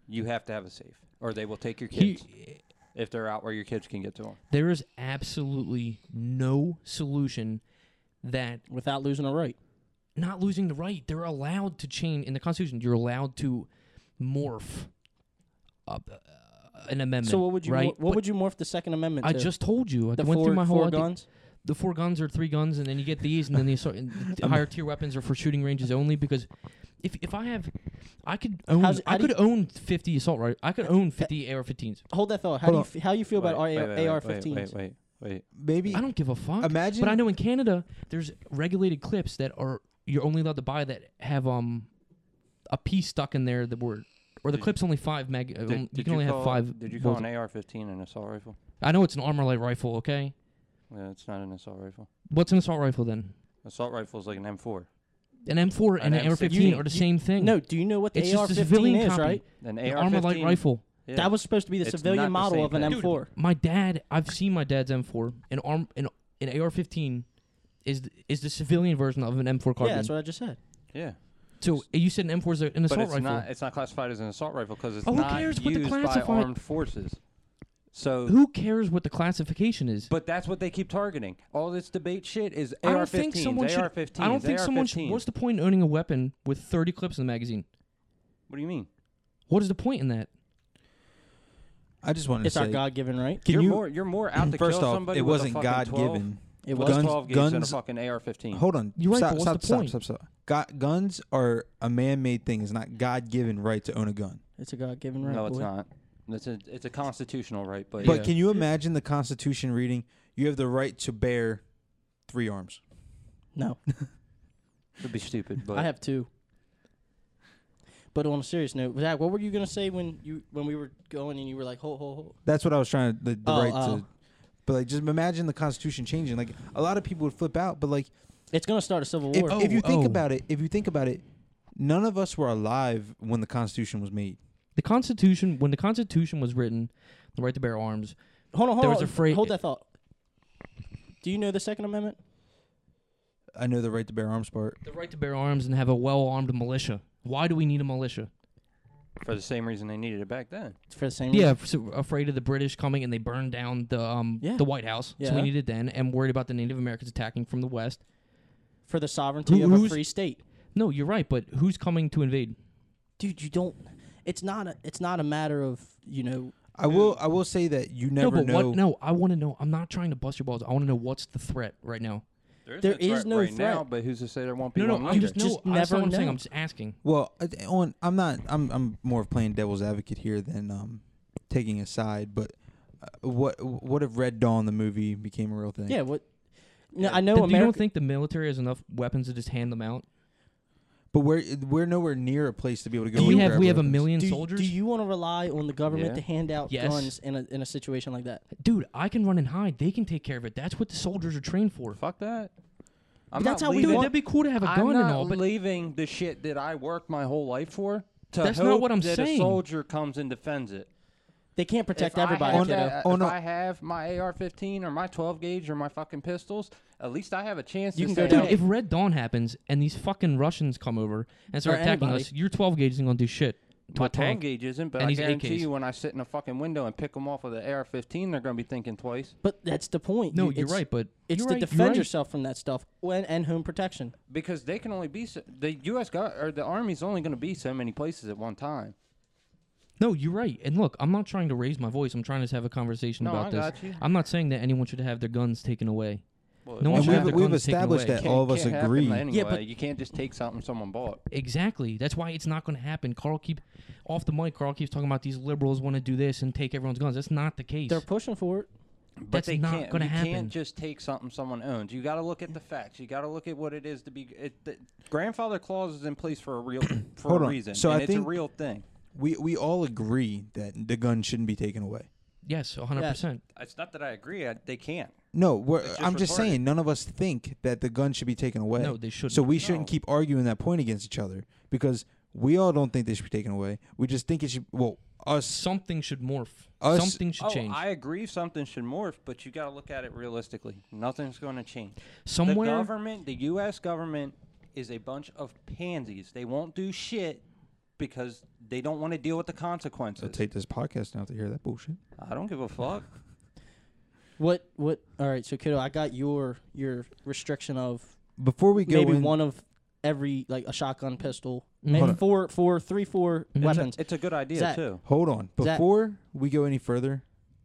Speaker 2: you have to have a safe, or they will take your
Speaker 9: He-
Speaker 2: kids if they're out where your kids can get to them.
Speaker 9: there is absolutely no solution that
Speaker 1: without losing a right.
Speaker 9: not losing the right. They're allowed to change in the Constitution. You're allowed to morph up, uh, an amendment.
Speaker 1: So what would you
Speaker 9: right?
Speaker 1: mor- what would you morph the Second Amendment?
Speaker 9: I
Speaker 1: to?
Speaker 9: just told you. I
Speaker 1: The
Speaker 9: went
Speaker 1: four-
Speaker 9: through my whole
Speaker 1: four
Speaker 9: idea.
Speaker 1: guns?
Speaker 9: The four guns are three guns, and then you get these, and then the assault, and the higher tier weapons are for shooting ranges only. Because if if I have, I could own
Speaker 1: How's- how
Speaker 9: I
Speaker 1: do
Speaker 9: could
Speaker 1: you-
Speaker 9: own fifty assault right. I could own fifty AR-15s.
Speaker 1: hold that thought. How
Speaker 3: Hold
Speaker 1: do you
Speaker 3: on.
Speaker 1: f- how you feel about
Speaker 2: Wait,
Speaker 1: AR,
Speaker 2: wait, wait, wait,
Speaker 1: AR-15s?
Speaker 2: Wait, wait, wait.
Speaker 3: maybe
Speaker 9: I don't give a fuck.
Speaker 3: Imagine-
Speaker 9: but I know in Canada there's regulated clips that are you're only allowed to buy that have um a piece stuck in there that were or the
Speaker 2: Did-
Speaker 9: clip's only five meg.
Speaker 2: Did,
Speaker 9: uh, only- you
Speaker 2: did
Speaker 9: can only
Speaker 2: call-
Speaker 9: have five.
Speaker 2: Did you
Speaker 9: what
Speaker 2: call
Speaker 9: was
Speaker 2: an
Speaker 9: it?
Speaker 2: AR-15 an assault rifle?
Speaker 9: I know it's an armor light rifle. Okay,
Speaker 2: Yeah, it's not an assault rifle.
Speaker 9: what's an assault rifle then?
Speaker 2: Assault rifle is like an M4.
Speaker 9: An M4 and
Speaker 2: An
Speaker 9: an
Speaker 2: M16.
Speaker 9: AR-15 are the same thing.
Speaker 1: No, do you know what the
Speaker 9: It's just a
Speaker 1: AR-15
Speaker 9: civilian
Speaker 1: is,
Speaker 9: copy.
Speaker 1: right?
Speaker 2: An
Speaker 9: An
Speaker 2: AR-15
Speaker 9: armor light rifle.
Speaker 2: Yeah.
Speaker 1: That was supposed to be the
Speaker 2: It's not
Speaker 1: civilian
Speaker 2: the
Speaker 1: model
Speaker 2: same
Speaker 1: of an
Speaker 2: thing.
Speaker 1: M4.
Speaker 9: My dad, I've seen my dad's M4. An arm, an an AR-15 is th- is the civilian version of an M4 carbine.
Speaker 1: yeah, that's what I just said.
Speaker 2: Yeah.
Speaker 9: so you said an M4 is a- an assault
Speaker 2: but it's
Speaker 9: rifle.
Speaker 2: not it's not classified as an assault rifle because it's
Speaker 9: Oh, who
Speaker 2: not
Speaker 9: cares what the
Speaker 2: used by
Speaker 9: classified-
Speaker 2: armed forces. So
Speaker 9: Who cares what the classification is?
Speaker 2: But that's what they keep targeting. All this debate shit is
Speaker 9: I
Speaker 2: AR-15s,
Speaker 9: don't think someone should.
Speaker 2: AR-15s,
Speaker 9: I don't think someone should.
Speaker 2: AR-15s.
Speaker 9: What's the point in owning a weapon with 30 clips in the magazine?
Speaker 2: What do you mean?
Speaker 9: What is the point in that?
Speaker 3: I just wanted
Speaker 1: It's
Speaker 3: to
Speaker 1: our
Speaker 3: say,
Speaker 1: God-given right.
Speaker 3: can
Speaker 2: you're
Speaker 3: you?
Speaker 2: more you're more out to
Speaker 3: First
Speaker 2: kill
Speaker 3: off,
Speaker 2: somebody
Speaker 3: it
Speaker 2: with a
Speaker 3: wasn't
Speaker 2: fucking
Speaker 3: God
Speaker 2: 12.
Speaker 3: given.
Speaker 1: It
Speaker 2: With
Speaker 1: was.
Speaker 3: Guns-
Speaker 2: 12 gauge and a
Speaker 3: guns-
Speaker 2: fucking AR-15.
Speaker 3: Hold on.
Speaker 9: You're right,
Speaker 3: Stop,
Speaker 9: but what's
Speaker 3: stop,
Speaker 9: the
Speaker 3: stop,
Speaker 9: point?
Speaker 3: stop, stop, Gu- guns are a man-made thing. It's not God-given right to own a gun.
Speaker 1: It's a God-given right.
Speaker 2: no, it's
Speaker 1: boy.
Speaker 2: not. It's a it's a constitutional right, but
Speaker 3: But
Speaker 9: Yeah.
Speaker 3: can you imagine the Constitution reading, "You have the right to bear three arms"?
Speaker 1: No,
Speaker 2: it would be stupid. But
Speaker 1: I have two. But on a serious note, Zach, what were you gonna say when you when we were going and you were like, "Ho, ho, ho"?
Speaker 3: That's what I was trying to the, the
Speaker 1: Oh,
Speaker 3: right
Speaker 1: oh.
Speaker 3: to. But like, just imagine the Constitution changing. Like a lot of people would flip out. But like,
Speaker 1: It's gonna start a civil
Speaker 3: if,
Speaker 1: war.
Speaker 3: if you think
Speaker 9: oh.
Speaker 3: about it, if you think about it, none of us were alive when the Constitution was made.
Speaker 9: The Constitution, when the Constitution was written, the right to bear arms,
Speaker 1: hold on, hold
Speaker 9: there
Speaker 1: on.
Speaker 9: was a phrase-
Speaker 1: Hold that thought. Do you know the Second Amendment?
Speaker 3: I know the right to bear arms part.
Speaker 9: the right to bear arms and have a well armed militia. Why do we need a militia?
Speaker 2: for the same reason they needed it back then.
Speaker 1: It's for the same.
Speaker 9: Yeah,
Speaker 1: reason.
Speaker 9: f- so afraid of the British coming and they burned down the um
Speaker 1: Yeah.
Speaker 9: the White House. So
Speaker 1: Yeah.
Speaker 9: we needed then, and worried about the Native Americans attacking from the west.
Speaker 1: For the sovereignty
Speaker 9: Who-
Speaker 1: of a
Speaker 9: who's-
Speaker 1: free state,
Speaker 9: No, you're right, but who's coming to invade?
Speaker 1: dude. You don't. It's not. A, it's not a matter of you know.
Speaker 3: I will. I will say that you never
Speaker 9: no, but
Speaker 3: know.
Speaker 9: what? No, I want to know. I'm not trying to bust your balls. I want to know what's the threat right now.
Speaker 1: There no is threat no
Speaker 2: right
Speaker 1: right
Speaker 2: now,
Speaker 1: now, threat.
Speaker 2: but who's to say there won't be
Speaker 9: No, no,
Speaker 2: one
Speaker 9: I'm just,
Speaker 1: Just
Speaker 9: no, that's
Speaker 1: never
Speaker 9: not what I'm saying.
Speaker 1: know.
Speaker 9: I'm just asking.
Speaker 3: Well, uh, on I'm not I'm I'm more of playing devil's advocate here than um taking a side, but uh, what what if Red Dawn the movie became a real thing?
Speaker 1: Yeah. What? No, I know.
Speaker 9: Th-
Speaker 1: Oh, America,
Speaker 9: you don't think the military has enough weapons to just hand them out?
Speaker 3: But we're we're nowhere near a place to be able to go.
Speaker 9: we
Speaker 3: and
Speaker 9: have
Speaker 3: grab
Speaker 9: we have a
Speaker 3: weapons.
Speaker 9: million
Speaker 1: do,
Speaker 9: soldiers.
Speaker 1: Do you want to rely on the government
Speaker 2: Yeah.
Speaker 1: to hand out
Speaker 9: Yes.
Speaker 1: guns in a in a situation like that?
Speaker 9: Dude, I can run and hide. They can take care of it. That's what the soldiers are trained for.
Speaker 2: Fuck that. I'm
Speaker 1: that's
Speaker 2: not
Speaker 1: how we
Speaker 2: leaving-
Speaker 9: Dude,
Speaker 1: want-
Speaker 9: that'd be cool to have a
Speaker 2: I'm
Speaker 9: gun
Speaker 2: not
Speaker 9: and all, but
Speaker 2: leaving the shit that I worked my whole life for. To
Speaker 9: That's
Speaker 2: hope
Speaker 9: not what I'm
Speaker 2: that
Speaker 9: saying.
Speaker 2: A soldier comes and defends it.
Speaker 1: They can't protect
Speaker 2: If I
Speaker 1: everybody,
Speaker 2: have
Speaker 1: kiddo.
Speaker 2: that-
Speaker 9: Oh,
Speaker 2: if I have my AR-15 or my 12 gauge or my fucking pistols, at least I have a chance.
Speaker 9: You
Speaker 2: to
Speaker 9: can go
Speaker 2: say,
Speaker 9: down.
Speaker 2: "Hey,
Speaker 9: If Red Dawn happens and these fucking Russians come over and start
Speaker 2: Or
Speaker 9: attacking
Speaker 2: anybody.
Speaker 9: us, your 12 gauge isn't gonna do shit. to
Speaker 2: My
Speaker 9: a 12
Speaker 2: 10 gauge isn't, but
Speaker 9: and
Speaker 2: I
Speaker 9: these
Speaker 2: guarantee
Speaker 9: AKs.
Speaker 2: you, when I sit in a fucking window and pick them off with an AR-15, they're going to be thinking twice.
Speaker 1: But that's the point.
Speaker 9: No,
Speaker 1: You-
Speaker 9: you're
Speaker 1: it's-
Speaker 9: right, but-
Speaker 1: it's
Speaker 9: You're
Speaker 1: to
Speaker 9: right, you're
Speaker 1: defend
Speaker 9: right.
Speaker 1: yourself from that stuff when, and home protection.
Speaker 2: because they can only be so, the U.S. Go, or the Army's only going to be so many places at one time.
Speaker 9: No, you're right. And look, I'm not trying to raise my voice. I'm trying to just have a conversation
Speaker 2: No,
Speaker 9: about
Speaker 2: I
Speaker 9: this.
Speaker 2: got you.
Speaker 9: I'm not saying that anyone should have their guns taken away.
Speaker 2: Well,
Speaker 9: no
Speaker 2: it
Speaker 9: one
Speaker 2: won't
Speaker 9: should have
Speaker 2: happen.
Speaker 9: their guns taken away.
Speaker 2: Can't- can't happen Anyway. you can't just take something someone bought.
Speaker 9: Exactly. That's why it's not going to happen. Carl keep off the mic. Carl keeps talking about these liberals want to do this and take everyone's guns. That's not the case.
Speaker 1: They're pushing for it.
Speaker 2: But
Speaker 9: That's
Speaker 2: they
Speaker 9: not
Speaker 2: can't.
Speaker 9: gonna
Speaker 2: you
Speaker 9: happen.
Speaker 2: can't just take something someone owns. You got to look at the facts. You got to look at what it is to be. It, the grandfather clause is in place for a real for
Speaker 3: Hold
Speaker 2: a
Speaker 3: on.
Speaker 2: reason.
Speaker 3: So
Speaker 2: and
Speaker 3: I
Speaker 2: it's
Speaker 3: think
Speaker 2: a real thing.
Speaker 3: We we all agree that the gun shouldn't be taken away.
Speaker 9: Yes, 100. percent
Speaker 2: It's not that I agree. I, they can't.
Speaker 3: No, we're,
Speaker 2: It's
Speaker 3: I'm just
Speaker 2: retarded.
Speaker 3: saying none of us think that the gun should be taken away.
Speaker 9: No, they shouldn't.
Speaker 3: So we
Speaker 9: No.
Speaker 3: shouldn't keep arguing that point against each other because we all don't think they should be taken away. We just think it should. Well, us
Speaker 9: something should morph.
Speaker 3: Us,
Speaker 9: Something should
Speaker 2: oh,
Speaker 9: change.
Speaker 2: I agree. Something should morph, but you got to look at it realistically. Nothing's going to change.
Speaker 9: Somewhere-
Speaker 2: the government, the U.S. government, is a bunch of pansies. They won't do shit because they don't want to deal with the
Speaker 3: I'll
Speaker 2: consequences.
Speaker 3: take this podcast now to hear that bullshit.
Speaker 2: I don't give a fuck.
Speaker 1: What? What? All right. So, kiddo, I got your your restriction of
Speaker 3: Before we go
Speaker 1: maybe
Speaker 3: in-
Speaker 1: one of every like a shotgun, pistol,
Speaker 9: Mm-hmm.
Speaker 3: Mm. Hold on.
Speaker 1: and four, four, three, four
Speaker 2: It's a-
Speaker 1: weapons.
Speaker 2: it's a good idea,
Speaker 1: Zach,
Speaker 2: too.
Speaker 3: Hold on.
Speaker 1: Zach.
Speaker 3: Before we go any further,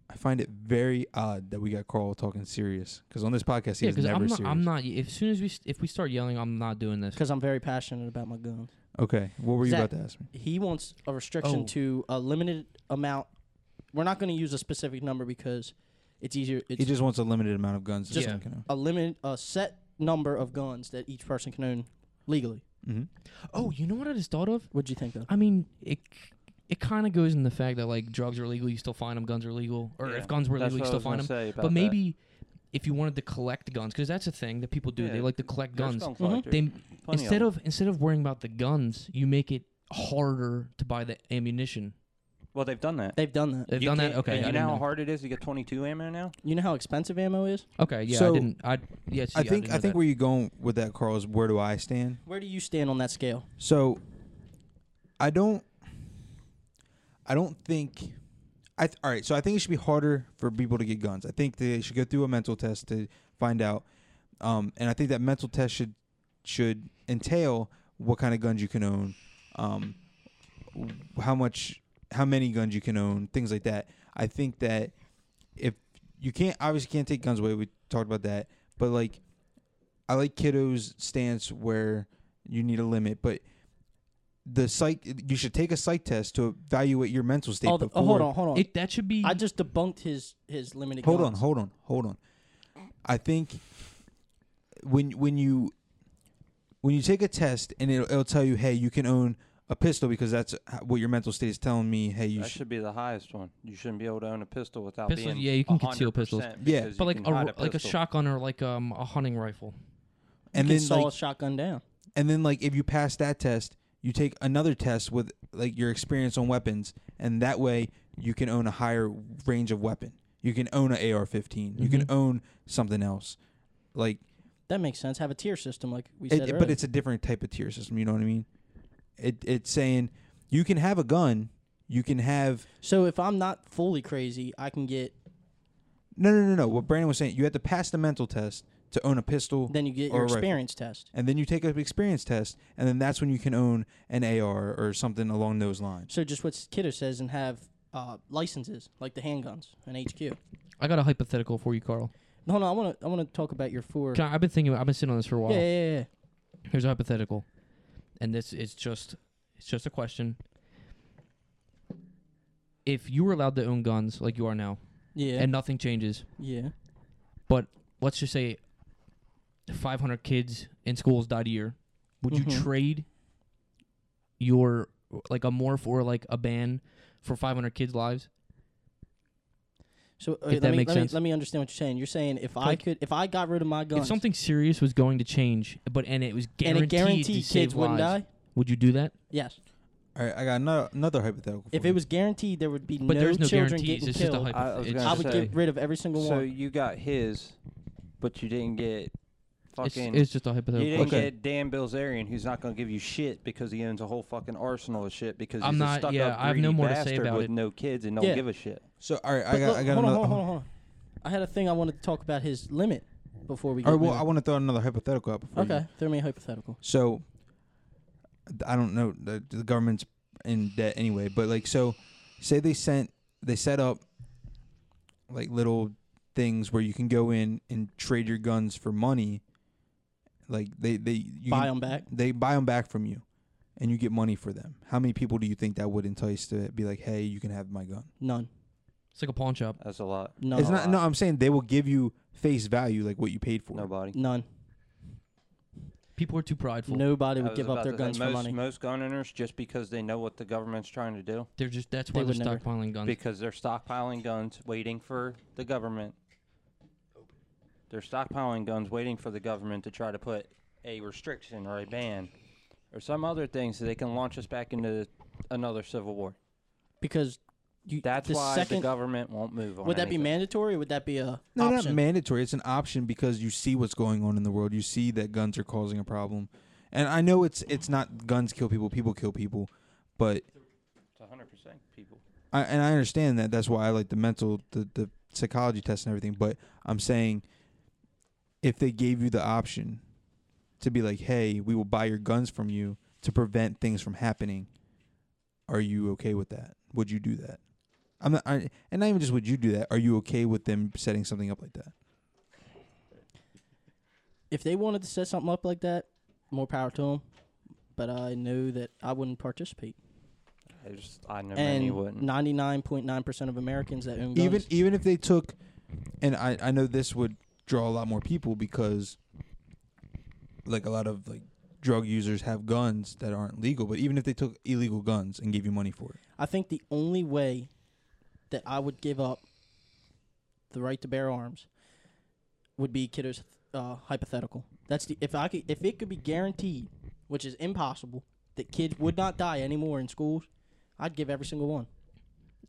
Speaker 3: I find it very odd that we got Carl talking serious because on this podcast he
Speaker 9: yeah,
Speaker 3: is
Speaker 9: because
Speaker 3: never
Speaker 9: I'm not.
Speaker 3: serious.
Speaker 9: I'm not. As soon as we st- if we start yelling, I'm not doing this.
Speaker 1: Because I'm very passionate about my guns.
Speaker 3: Okay, what were you
Speaker 1: Zach,
Speaker 3: about to ask me?
Speaker 1: He wants a restriction
Speaker 9: Oh.
Speaker 1: to a limited amount. We're not going to use a specific number because it's easier. It's
Speaker 3: He just wants a limited amount of guns.
Speaker 1: just
Speaker 3: Yeah. Can
Speaker 1: a limit, a set number of guns that each person can own legally.
Speaker 3: Mm-hmm.
Speaker 9: Oh, you know what I just thought of?
Speaker 1: What'd you think of?
Speaker 9: I mean, it it kind of goes in the fact that like drugs are illegal, you still find them. Guns are illegal, or
Speaker 2: Yeah,
Speaker 9: if guns were
Speaker 2: that's
Speaker 9: illegal, you
Speaker 2: what I
Speaker 9: still
Speaker 2: was gonna
Speaker 9: find them.
Speaker 2: say about
Speaker 9: but
Speaker 2: that.
Speaker 9: maybe if you wanted to collect guns, because that's a thing that people do.
Speaker 2: Yeah,
Speaker 9: they like to collect
Speaker 2: there's
Speaker 9: guns. Mm-hmm.
Speaker 2: gun collectors.
Speaker 9: They
Speaker 2: Plenty of
Speaker 9: instead
Speaker 2: 'em.
Speaker 9: of, instead of worrying about the guns, you make it harder to buy the ammunition.
Speaker 2: Well, they've done that.
Speaker 1: They've done that.
Speaker 9: They've done that.
Speaker 2: can't-
Speaker 9: Okay,
Speaker 2: and
Speaker 9: I
Speaker 2: you
Speaker 9: didn't
Speaker 2: know how
Speaker 9: know.
Speaker 2: hard it is to get 22 ammo now.
Speaker 1: You know how expensive ammo is?
Speaker 9: Okay, yeah, I
Speaker 3: So,
Speaker 9: didn't. I yeah, see,
Speaker 3: I think
Speaker 9: didn't
Speaker 3: I
Speaker 9: know
Speaker 3: think
Speaker 9: that.
Speaker 3: where you're going with that, Carl, is where do I stand?
Speaker 1: Where do you stand on that scale?
Speaker 3: So I don't I don't think I th- all right, so I think it should be harder for people to get guns. I think they should go through a mental test to find out um and I think that mental test should should entail what kind of guns you can own. Um w- how much how many guns you can own, things like that. I think that if you can't obviously can't take guns away, we talked about that, but like I like kiddos stance where you need a limit, but the psych you should take a psych test to evaluate your mental state.
Speaker 1: Oh, the- oh, hold
Speaker 3: before-
Speaker 1: on, hold on.
Speaker 9: It- that should be.
Speaker 1: I just debunked his his limited.
Speaker 3: hold on,
Speaker 1: guns.
Speaker 3: hold on, hold on. I think when when you when you take a test and it'll, it'll tell you, hey, you can own a pistol because that's h- what your mental state is telling me. Hey, you
Speaker 2: that
Speaker 3: should.
Speaker 2: should be the highest one. You shouldn't be able to own a pistol without
Speaker 9: Pistols,
Speaker 2: being.
Speaker 9: yeah, you can conceal pistols.
Speaker 2: 100%
Speaker 3: Yeah.
Speaker 2: because
Speaker 9: but
Speaker 2: you
Speaker 9: like
Speaker 2: can
Speaker 9: a,
Speaker 2: hide
Speaker 9: r- like a
Speaker 2: pistol.
Speaker 9: shotgun or like um a hunting rifle.
Speaker 1: You
Speaker 3: and
Speaker 1: can
Speaker 3: then
Speaker 1: saw
Speaker 3: like,
Speaker 1: a shotgun down.
Speaker 3: and then like if you pass that test, you take another test with like your experience on weapons, and that way you can own a higher range of weapon. You can own an AR-15. You can own something else, like
Speaker 1: That makes sense. Have a tier system like we
Speaker 3: It-
Speaker 1: said.
Speaker 3: it-
Speaker 1: earlier.
Speaker 3: but it's a different type of tier system. You know what I mean? It it's saying you can have a gun, you can have
Speaker 1: so if I'm not fully crazy, I can get
Speaker 3: no no no no. What Brandon was saying, you have to pass the mental test to own a pistol.
Speaker 1: then you get
Speaker 3: or
Speaker 1: your
Speaker 3: a rifle.
Speaker 1: experience test.
Speaker 3: and then you take an experience test, and then that's when you can own an AR or something along those lines.
Speaker 1: So just what Kidder says, and have uh, licenses like the handguns and HQ.
Speaker 9: I got a hypothetical for you, Carl.
Speaker 1: No, no, I want to I want to talk about your four.
Speaker 9: Can I, I've been thinking. I've been sitting on this for a while.
Speaker 1: Yeah, yeah, yeah, yeah.
Speaker 9: Here's a hypothetical, and this is just it's just a question. If you were allowed to own guns like you are now,
Speaker 1: Yeah.
Speaker 9: and nothing changes,
Speaker 1: Yeah.
Speaker 9: but let's just say 500 kids in schools died a year, would you
Speaker 1: Mhm.
Speaker 9: trade your like a morph or like a ban for 500 kids' lives?
Speaker 1: So uh,
Speaker 9: If
Speaker 1: let,
Speaker 9: that
Speaker 1: me,
Speaker 9: makes
Speaker 1: let, me,
Speaker 9: sense.
Speaker 1: let me understand what you're saying. You're saying if I
Speaker 9: Like-
Speaker 1: could, if I got rid of my guns,
Speaker 9: If something serious was going to change, but and it was
Speaker 1: And it
Speaker 9: guaranteed, to
Speaker 1: guaranteed
Speaker 9: save
Speaker 1: kids wouldn't
Speaker 9: lives,
Speaker 1: die?
Speaker 9: would you do that?
Speaker 1: yes,
Speaker 3: All right, I got another, another hypothetical.
Speaker 1: If it was guaranteed, there would be
Speaker 3: But
Speaker 1: no,
Speaker 3: there's no
Speaker 1: children
Speaker 3: guarantees,
Speaker 1: getting
Speaker 3: it's just a
Speaker 1: killed.
Speaker 3: hypo-
Speaker 1: I,
Speaker 3: I was
Speaker 2: gonna
Speaker 1: would
Speaker 2: say,
Speaker 1: get rid of every single
Speaker 2: So
Speaker 1: one.
Speaker 2: you got his, but you didn't get fucking.
Speaker 9: it's just a hypothetical
Speaker 2: You didn't
Speaker 9: question.
Speaker 2: get Dan Bilzerian, who's not going to give you shit because he owns a whole fucking arsenal of shit because
Speaker 9: I'm
Speaker 2: he's
Speaker 9: not-
Speaker 2: a stuck
Speaker 9: yeah,
Speaker 2: up
Speaker 9: I have no more to say about
Speaker 2: with
Speaker 9: it.
Speaker 2: no kids and don't give a shit.
Speaker 3: So all right, I
Speaker 1: But
Speaker 3: got
Speaker 1: look,
Speaker 3: I got
Speaker 1: hold on,
Speaker 3: another.
Speaker 1: hold on, hold on, hold on. I had a thing I wanted to talk about his limit before we.
Speaker 3: All
Speaker 1: Go
Speaker 3: right, well, I want to throw another hypothetical up. Before you-
Speaker 1: okay, throw me a hypothetical.
Speaker 3: So th- I don't know. The, the government's in debt anyway, but like, so say they sent they set up like little things where you can go in and trade your guns for money. Like they they you
Speaker 1: Buy
Speaker 3: can-
Speaker 1: 'em back?
Speaker 3: They buy them back from you, and you get money for them. How many people do you think that would entice to be like, hey, you can have my gun?
Speaker 1: None.
Speaker 9: It's like a pawn shop.
Speaker 2: That's a lot.
Speaker 1: No,
Speaker 3: it's not. No, I'm saying they will give you face value like what you paid for. it.
Speaker 2: Nobody.
Speaker 1: None.
Speaker 9: People are too prideful.
Speaker 1: Nobody
Speaker 2: I
Speaker 1: would
Speaker 2: was
Speaker 1: give up
Speaker 2: about
Speaker 1: their
Speaker 2: to say,
Speaker 1: guns for
Speaker 2: most,
Speaker 1: money.
Speaker 2: Most gun owners, just because they know what the government's trying to do.
Speaker 9: They're just that's why They they're would never. stockpiling guns.
Speaker 2: Because they're stockpiling guns, waiting for the government. They're stockpiling guns, waiting for the government to try to put a restriction or a ban or some other thing so they can launch us back into another civil war.
Speaker 1: Because you,
Speaker 2: That's
Speaker 1: the
Speaker 2: why
Speaker 1: second,
Speaker 2: the government won't move on.
Speaker 1: Would that
Speaker 2: anything.
Speaker 1: be mandatory? or Would that be a
Speaker 3: No, not
Speaker 1: option?
Speaker 3: mandatory. It's an option because you see what's going on in the world. You see that guns are causing a problem, and I know it's it's not guns kill people, people kill people, but
Speaker 2: It's 100% people.
Speaker 3: I and I understand that. That's why I like the mental, the the psychology test and everything. But I'm saying, if they gave you the option to be like, hey, we will buy your guns from you to prevent things from happening, are you okay with that? Would you do that? I'm not, I, and not even just would you do that. Are you okay with them setting something up like that?
Speaker 1: if they wanted to set something up like that, more power to them. But I know that I wouldn't participate.
Speaker 2: I just, I never knew you
Speaker 1: And
Speaker 2: wouldn't.
Speaker 1: ninety-nine point nine percent of Americans that own guns.
Speaker 3: even even if they took and I, I know this would draw a lot more people because like a lot of like drug users have guns that aren't legal but even if they took illegal guns and gave you money for it
Speaker 1: I think the only way that I would give up the right to bear arms would be kiddo's uh, hypothetical. That's the if I could if it could be guaranteed, which is impossible, that kids would not die anymore in schools, I'd give every single one.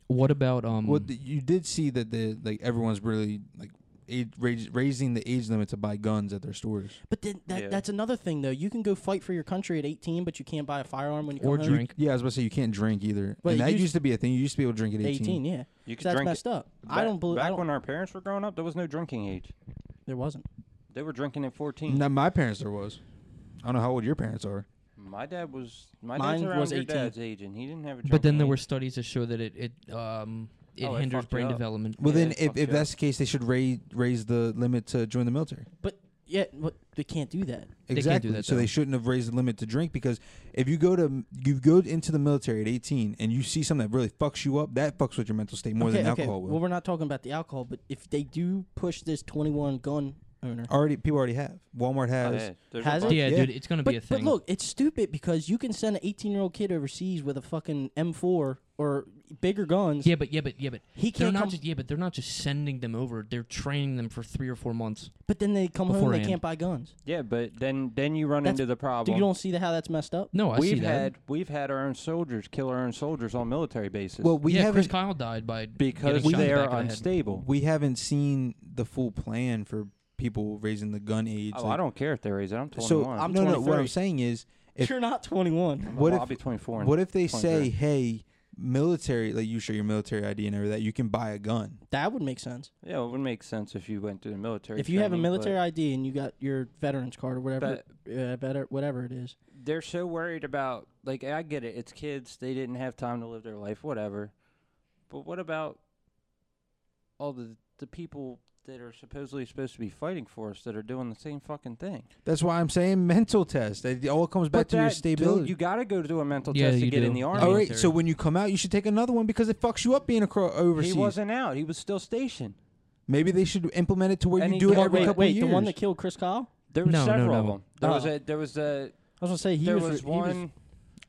Speaker 9: What about um?
Speaker 3: well th- you did see that the like everyone's really like age, raise, raising the age limit to buy guns at their stores
Speaker 1: But then that,
Speaker 3: Yeah.
Speaker 1: that's another thing though. You can go fight for your country at 18, but you can't buy a firearm when you come home.
Speaker 3: yeah i was about to say you can't drink either
Speaker 1: Well,
Speaker 3: and
Speaker 1: it
Speaker 3: that
Speaker 1: used-
Speaker 3: used, to be a thing you used to be able to drink at 18,
Speaker 1: 18, yeah.
Speaker 2: You
Speaker 1: So
Speaker 2: could
Speaker 1: that's
Speaker 2: drink
Speaker 1: messed
Speaker 2: it.
Speaker 1: up. I
Speaker 2: Back-
Speaker 1: don't believe- I
Speaker 2: Back
Speaker 1: don't-
Speaker 2: when our parents were growing up, there was no drinking age.
Speaker 1: There wasn't.
Speaker 2: They were drinking at 14.
Speaker 3: now my parents there was i don't know how old your parents are
Speaker 2: My dad was. My
Speaker 1: Mine
Speaker 2: dad's around
Speaker 1: was
Speaker 2: your
Speaker 1: 18.
Speaker 2: dad's age, and he didn't have a.
Speaker 9: but then
Speaker 2: drinking
Speaker 9: there were
Speaker 2: age.
Speaker 9: studies that show that it it um it
Speaker 2: Oh, it
Speaker 9: hinders
Speaker 2: fucked you
Speaker 9: brain
Speaker 2: up.
Speaker 9: development.
Speaker 3: well then
Speaker 2: it
Speaker 3: if,
Speaker 2: fucks
Speaker 3: if
Speaker 2: you up.
Speaker 3: that's the case they should raise raise the limit to join the military
Speaker 1: But yeah, but they can't do that.
Speaker 3: Exactly. so they shouldn't have raised the limit to drink because if you go to you go into the military at 18 and you see something that really fucks you up, that fucks with your mental state more
Speaker 1: okay,
Speaker 3: than
Speaker 1: okay.
Speaker 3: alcohol
Speaker 1: Well,
Speaker 3: will.
Speaker 1: we're not talking about the alcohol, but if they do push this 21 gun owner.
Speaker 3: Already, people already have. Walmart has.
Speaker 2: Oh, yeah. There's a
Speaker 1: Has it?
Speaker 2: bunch. Yeah,
Speaker 9: dude, it's gonna
Speaker 1: but,
Speaker 9: be a
Speaker 1: But
Speaker 9: thing.
Speaker 1: look, it's stupid because you can send an 18 year old kid overseas with a fucking M4 or bigger guns.
Speaker 9: Yeah, but yeah, but yeah, but
Speaker 1: He
Speaker 9: They're
Speaker 1: can't
Speaker 9: not
Speaker 1: come-
Speaker 9: just yeah, but they're not just sending them over. They're training them for three or four months.
Speaker 1: But then they come home, they
Speaker 9: beforehand.
Speaker 1: can't buy guns.
Speaker 2: Yeah, but then then you run
Speaker 1: That's-
Speaker 2: into the
Speaker 1: Do
Speaker 2: problem.
Speaker 1: you don't see the, how that's messed up?
Speaker 9: No, I
Speaker 2: we've
Speaker 9: see that.
Speaker 2: had we've had our own soldiers kill our own soldiers on military bases.
Speaker 3: Well, we
Speaker 9: yeah, Chris
Speaker 3: haven't
Speaker 9: Kyle died by
Speaker 2: because
Speaker 9: getting shot in
Speaker 2: they
Speaker 9: the back
Speaker 2: are
Speaker 9: of the head.
Speaker 2: unstable.
Speaker 3: we haven't seen the full plan for people raising the gun age.
Speaker 2: Oh,
Speaker 3: like-
Speaker 2: I don't care if they're age. I'm 21.
Speaker 3: So
Speaker 2: I'm
Speaker 3: no, no.
Speaker 1: 23.
Speaker 3: What I'm saying is, if
Speaker 1: You're not 21.
Speaker 3: what
Speaker 2: Well,
Speaker 3: if
Speaker 2: I'll be 24 in
Speaker 3: What if they
Speaker 2: 23.
Speaker 3: say, "Hey, military, like you show your military ID and everything, you can buy a gun."
Speaker 1: That would make sense.
Speaker 2: yeah, it would make sense if you went to the military.
Speaker 1: If you have a
Speaker 2: training, but
Speaker 1: military ID and you got your veterans card or whatever, uh, better whatever it is.
Speaker 2: they're so worried about like I get it. It's kids. They didn't have time to live their life. Whatever. But what about all the the people that are supposedly supposed to be fighting for us that are doing the same fucking thing?
Speaker 3: That's why I'm saying mental test. It all comes back
Speaker 2: But
Speaker 3: to your
Speaker 2: that- dude,
Speaker 3: stability.
Speaker 2: you got to go do a mental
Speaker 9: Yeah,
Speaker 2: test to
Speaker 9: you
Speaker 2: get in
Speaker 9: do.
Speaker 2: the army.
Speaker 3: All right, so when you come out, you should take another one because it fucks you up being acro-
Speaker 2: he
Speaker 3: overseas.
Speaker 2: wasn't out. He was still stationed.
Speaker 3: Maybe they should implement it to where
Speaker 2: And
Speaker 3: you
Speaker 2: he
Speaker 3: do it
Speaker 2: got-
Speaker 3: every
Speaker 2: wait,
Speaker 3: couple
Speaker 1: Wait,
Speaker 3: years.
Speaker 1: the one that killed Chris Kyle?
Speaker 2: There were
Speaker 9: No, no,
Speaker 2: several of
Speaker 9: no.
Speaker 2: them. There was
Speaker 1: Oh.
Speaker 2: a there was a
Speaker 1: I was gonna say he
Speaker 2: there
Speaker 1: was,
Speaker 2: was,
Speaker 1: he was-
Speaker 2: one.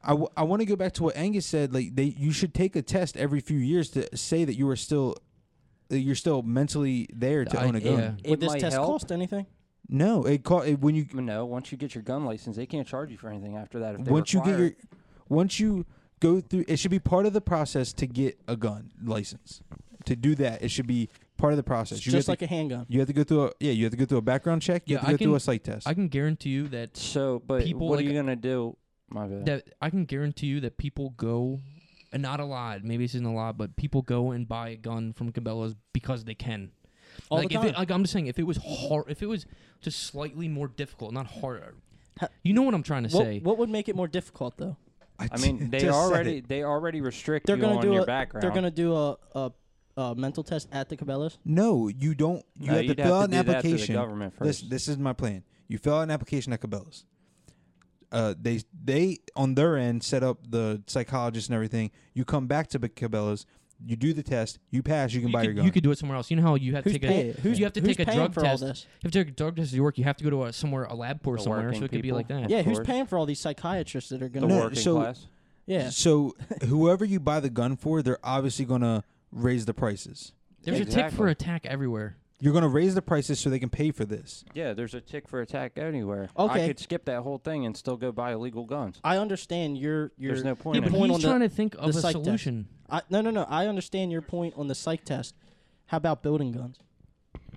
Speaker 3: I, w- I want to go back to what Angus said. Like they, you should take a test every few years to say that you are still, that you're still mentally there to
Speaker 9: I-
Speaker 3: own a gun.
Speaker 9: yeah.
Speaker 1: Would this
Speaker 2: might
Speaker 1: test
Speaker 2: help.
Speaker 1: cost anything?
Speaker 3: No, it, ca- it when you
Speaker 2: No, once you get your gun license, they can't charge you for anything after that. If they
Speaker 3: once you get
Speaker 2: require
Speaker 3: your
Speaker 2: it.
Speaker 3: once you go through. It should be part of the process to get a gun license. To do that, it should be part of the process.
Speaker 1: It's
Speaker 3: You have
Speaker 1: just
Speaker 3: to-
Speaker 1: like a handgun.
Speaker 3: You have to go through. A, yeah, you have to go through a background check. You have to go through a sight test.
Speaker 9: I can guarantee you that.
Speaker 2: So, but
Speaker 9: people
Speaker 2: what
Speaker 9: like,
Speaker 2: are you gonna do? My bad.
Speaker 9: that I can guarantee you that people go, and not a lot. Maybe this isn't a lot, but people go and buy a gun from Cabela's because they can.
Speaker 1: All the
Speaker 9: like if it,
Speaker 1: time.
Speaker 9: like I'm just saying, if it was hard, if it was just slightly more difficult, not harder. You know what I'm trying to
Speaker 1: What-
Speaker 9: say.
Speaker 1: what would make it more difficult though?
Speaker 2: I mean, they already they already restrict
Speaker 1: They're
Speaker 2: you
Speaker 1: gonna
Speaker 2: on
Speaker 1: do
Speaker 2: your
Speaker 1: a,
Speaker 2: background.
Speaker 1: They're gonna do a, a, a mental test at the Cabela's.
Speaker 3: No, you don't. You
Speaker 2: No,
Speaker 3: have to
Speaker 2: you'd
Speaker 3: fill
Speaker 2: have
Speaker 3: out
Speaker 2: to
Speaker 3: an
Speaker 2: do that to the
Speaker 3: application.
Speaker 2: government
Speaker 3: This
Speaker 2: first.
Speaker 3: this is my plan. You fill out an application at Cabela's. Uh, they they on their end set up the psychologist and everything. You come back to Cabela's. You do the test. You pass. You can buy
Speaker 9: you,
Speaker 3: your
Speaker 9: could,
Speaker 3: gun.
Speaker 9: you could do it somewhere else. You know how you have to
Speaker 3: Who's
Speaker 9: take
Speaker 3: pay-
Speaker 9: a
Speaker 3: who's-
Speaker 9: you have to
Speaker 3: who's
Speaker 9: take a
Speaker 3: paying
Speaker 9: drug
Speaker 3: for all
Speaker 9: test.
Speaker 1: this?
Speaker 9: If you have to take a drug test to work, you have to go to a, somewhere a lab or
Speaker 2: The
Speaker 9: somewhere. So
Speaker 2: working
Speaker 9: it could be like
Speaker 2: people.
Speaker 9: that.
Speaker 1: yeah, who's paying for all these psychiatrists that are gonna
Speaker 3: No, so-
Speaker 1: Yeah.
Speaker 3: So whoever you buy the gun for, they're obviously gonna raise the prices.
Speaker 9: There's a tick for attack everywhere.
Speaker 3: You're gonna raise the prices so they can pay for this.
Speaker 2: Yeah, there's a tick for attack anywhere.
Speaker 1: Okay.
Speaker 2: I could skip that whole thing and still go buy illegal guns.
Speaker 1: I understand your your
Speaker 2: There's no point
Speaker 1: your
Speaker 2: in it.
Speaker 1: point
Speaker 2: He's
Speaker 1: on the-
Speaker 9: trying to think
Speaker 1: the
Speaker 9: of a
Speaker 1: psych test.
Speaker 9: solution.
Speaker 1: I, no, no, no. I understand your point on the psych test. How about building guns?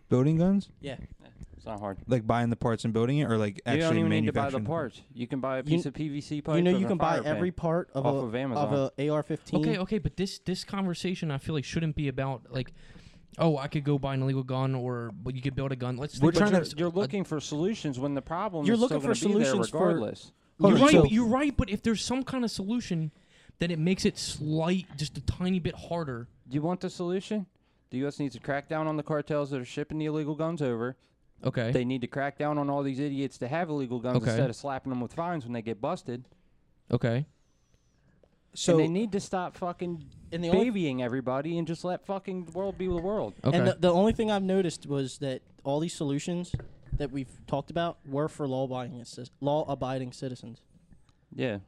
Speaker 3: Building guns,
Speaker 1: Yeah.
Speaker 2: It's not hard.
Speaker 3: like buying the parts and building it, or like
Speaker 2: You
Speaker 3: actually
Speaker 2: don't even need to buy the
Speaker 3: manufacturing.
Speaker 2: parts. You can buy a
Speaker 1: You-
Speaker 2: piece of PVC pipe.
Speaker 1: you know
Speaker 2: and
Speaker 1: you
Speaker 2: a
Speaker 1: can buy
Speaker 2: fire pin
Speaker 1: every part of
Speaker 2: off
Speaker 1: a
Speaker 2: of Amazon.
Speaker 1: of a AR-15.
Speaker 9: Okay, okay, but this this conversation I feel like shouldn't be about like, oh, I could go buy an illegal gun or but you could build a gun. Let's.
Speaker 2: We're
Speaker 9: think about
Speaker 2: trying
Speaker 9: yours.
Speaker 2: to. You're looking for solutions when the problem
Speaker 1: You're
Speaker 2: is
Speaker 1: looking
Speaker 2: still
Speaker 1: for
Speaker 2: gonna be there
Speaker 1: solutions for-
Speaker 2: regardless.
Speaker 9: You're
Speaker 1: Hold on,
Speaker 9: right.
Speaker 1: so-
Speaker 9: but you're right. But if there's some kind of solution, then it makes it slight, just a tiny bit harder.
Speaker 2: Do you want the solution? The U.S. needs to crack down on the cartels that are shipping the illegal guns over.
Speaker 9: Okay.
Speaker 2: They need to crack down on all these idiots that have illegal guns
Speaker 9: Okay.
Speaker 2: instead of slapping them with fines when they get busted.
Speaker 9: okay.
Speaker 3: So
Speaker 2: and they need to stop fucking
Speaker 1: And the only-
Speaker 2: babying everybody and just let fucking the world be the world.
Speaker 1: And the, the only thing I've noticed was that all these solutions that we've talked about were for law-abiding ci- law-abiding citizens.
Speaker 2: Yeah.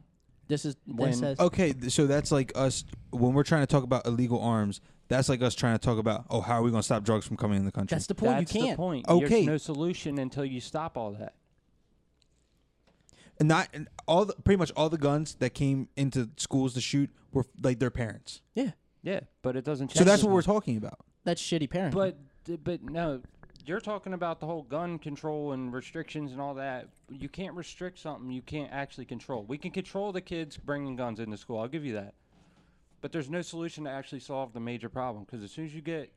Speaker 1: This is
Speaker 2: When-
Speaker 1: this has,
Speaker 3: Okay, th- so that's like us when we're trying to talk about illegal arms. That's like us trying to talk about, oh, how are we going to stop drugs from coming in the country?
Speaker 1: That's the point.
Speaker 2: That's
Speaker 1: you
Speaker 2: the
Speaker 1: can't.
Speaker 2: point.
Speaker 3: Okay.
Speaker 2: There's no solution until you stop all that.
Speaker 3: And not and all the, pretty much all the guns that came into schools to shoot were like their parents.
Speaker 1: Yeah,
Speaker 2: Yeah, but it doesn't change.
Speaker 3: So that's what we're talking about.
Speaker 1: that's shitty parenting.
Speaker 2: But but no, you're talking about the whole gun control and restrictions and all that. You can't restrict something you can't actually control. We can control the kids bringing guns into school. I'll give you that. But there's no solution to actually solve the major problem because as soon as you get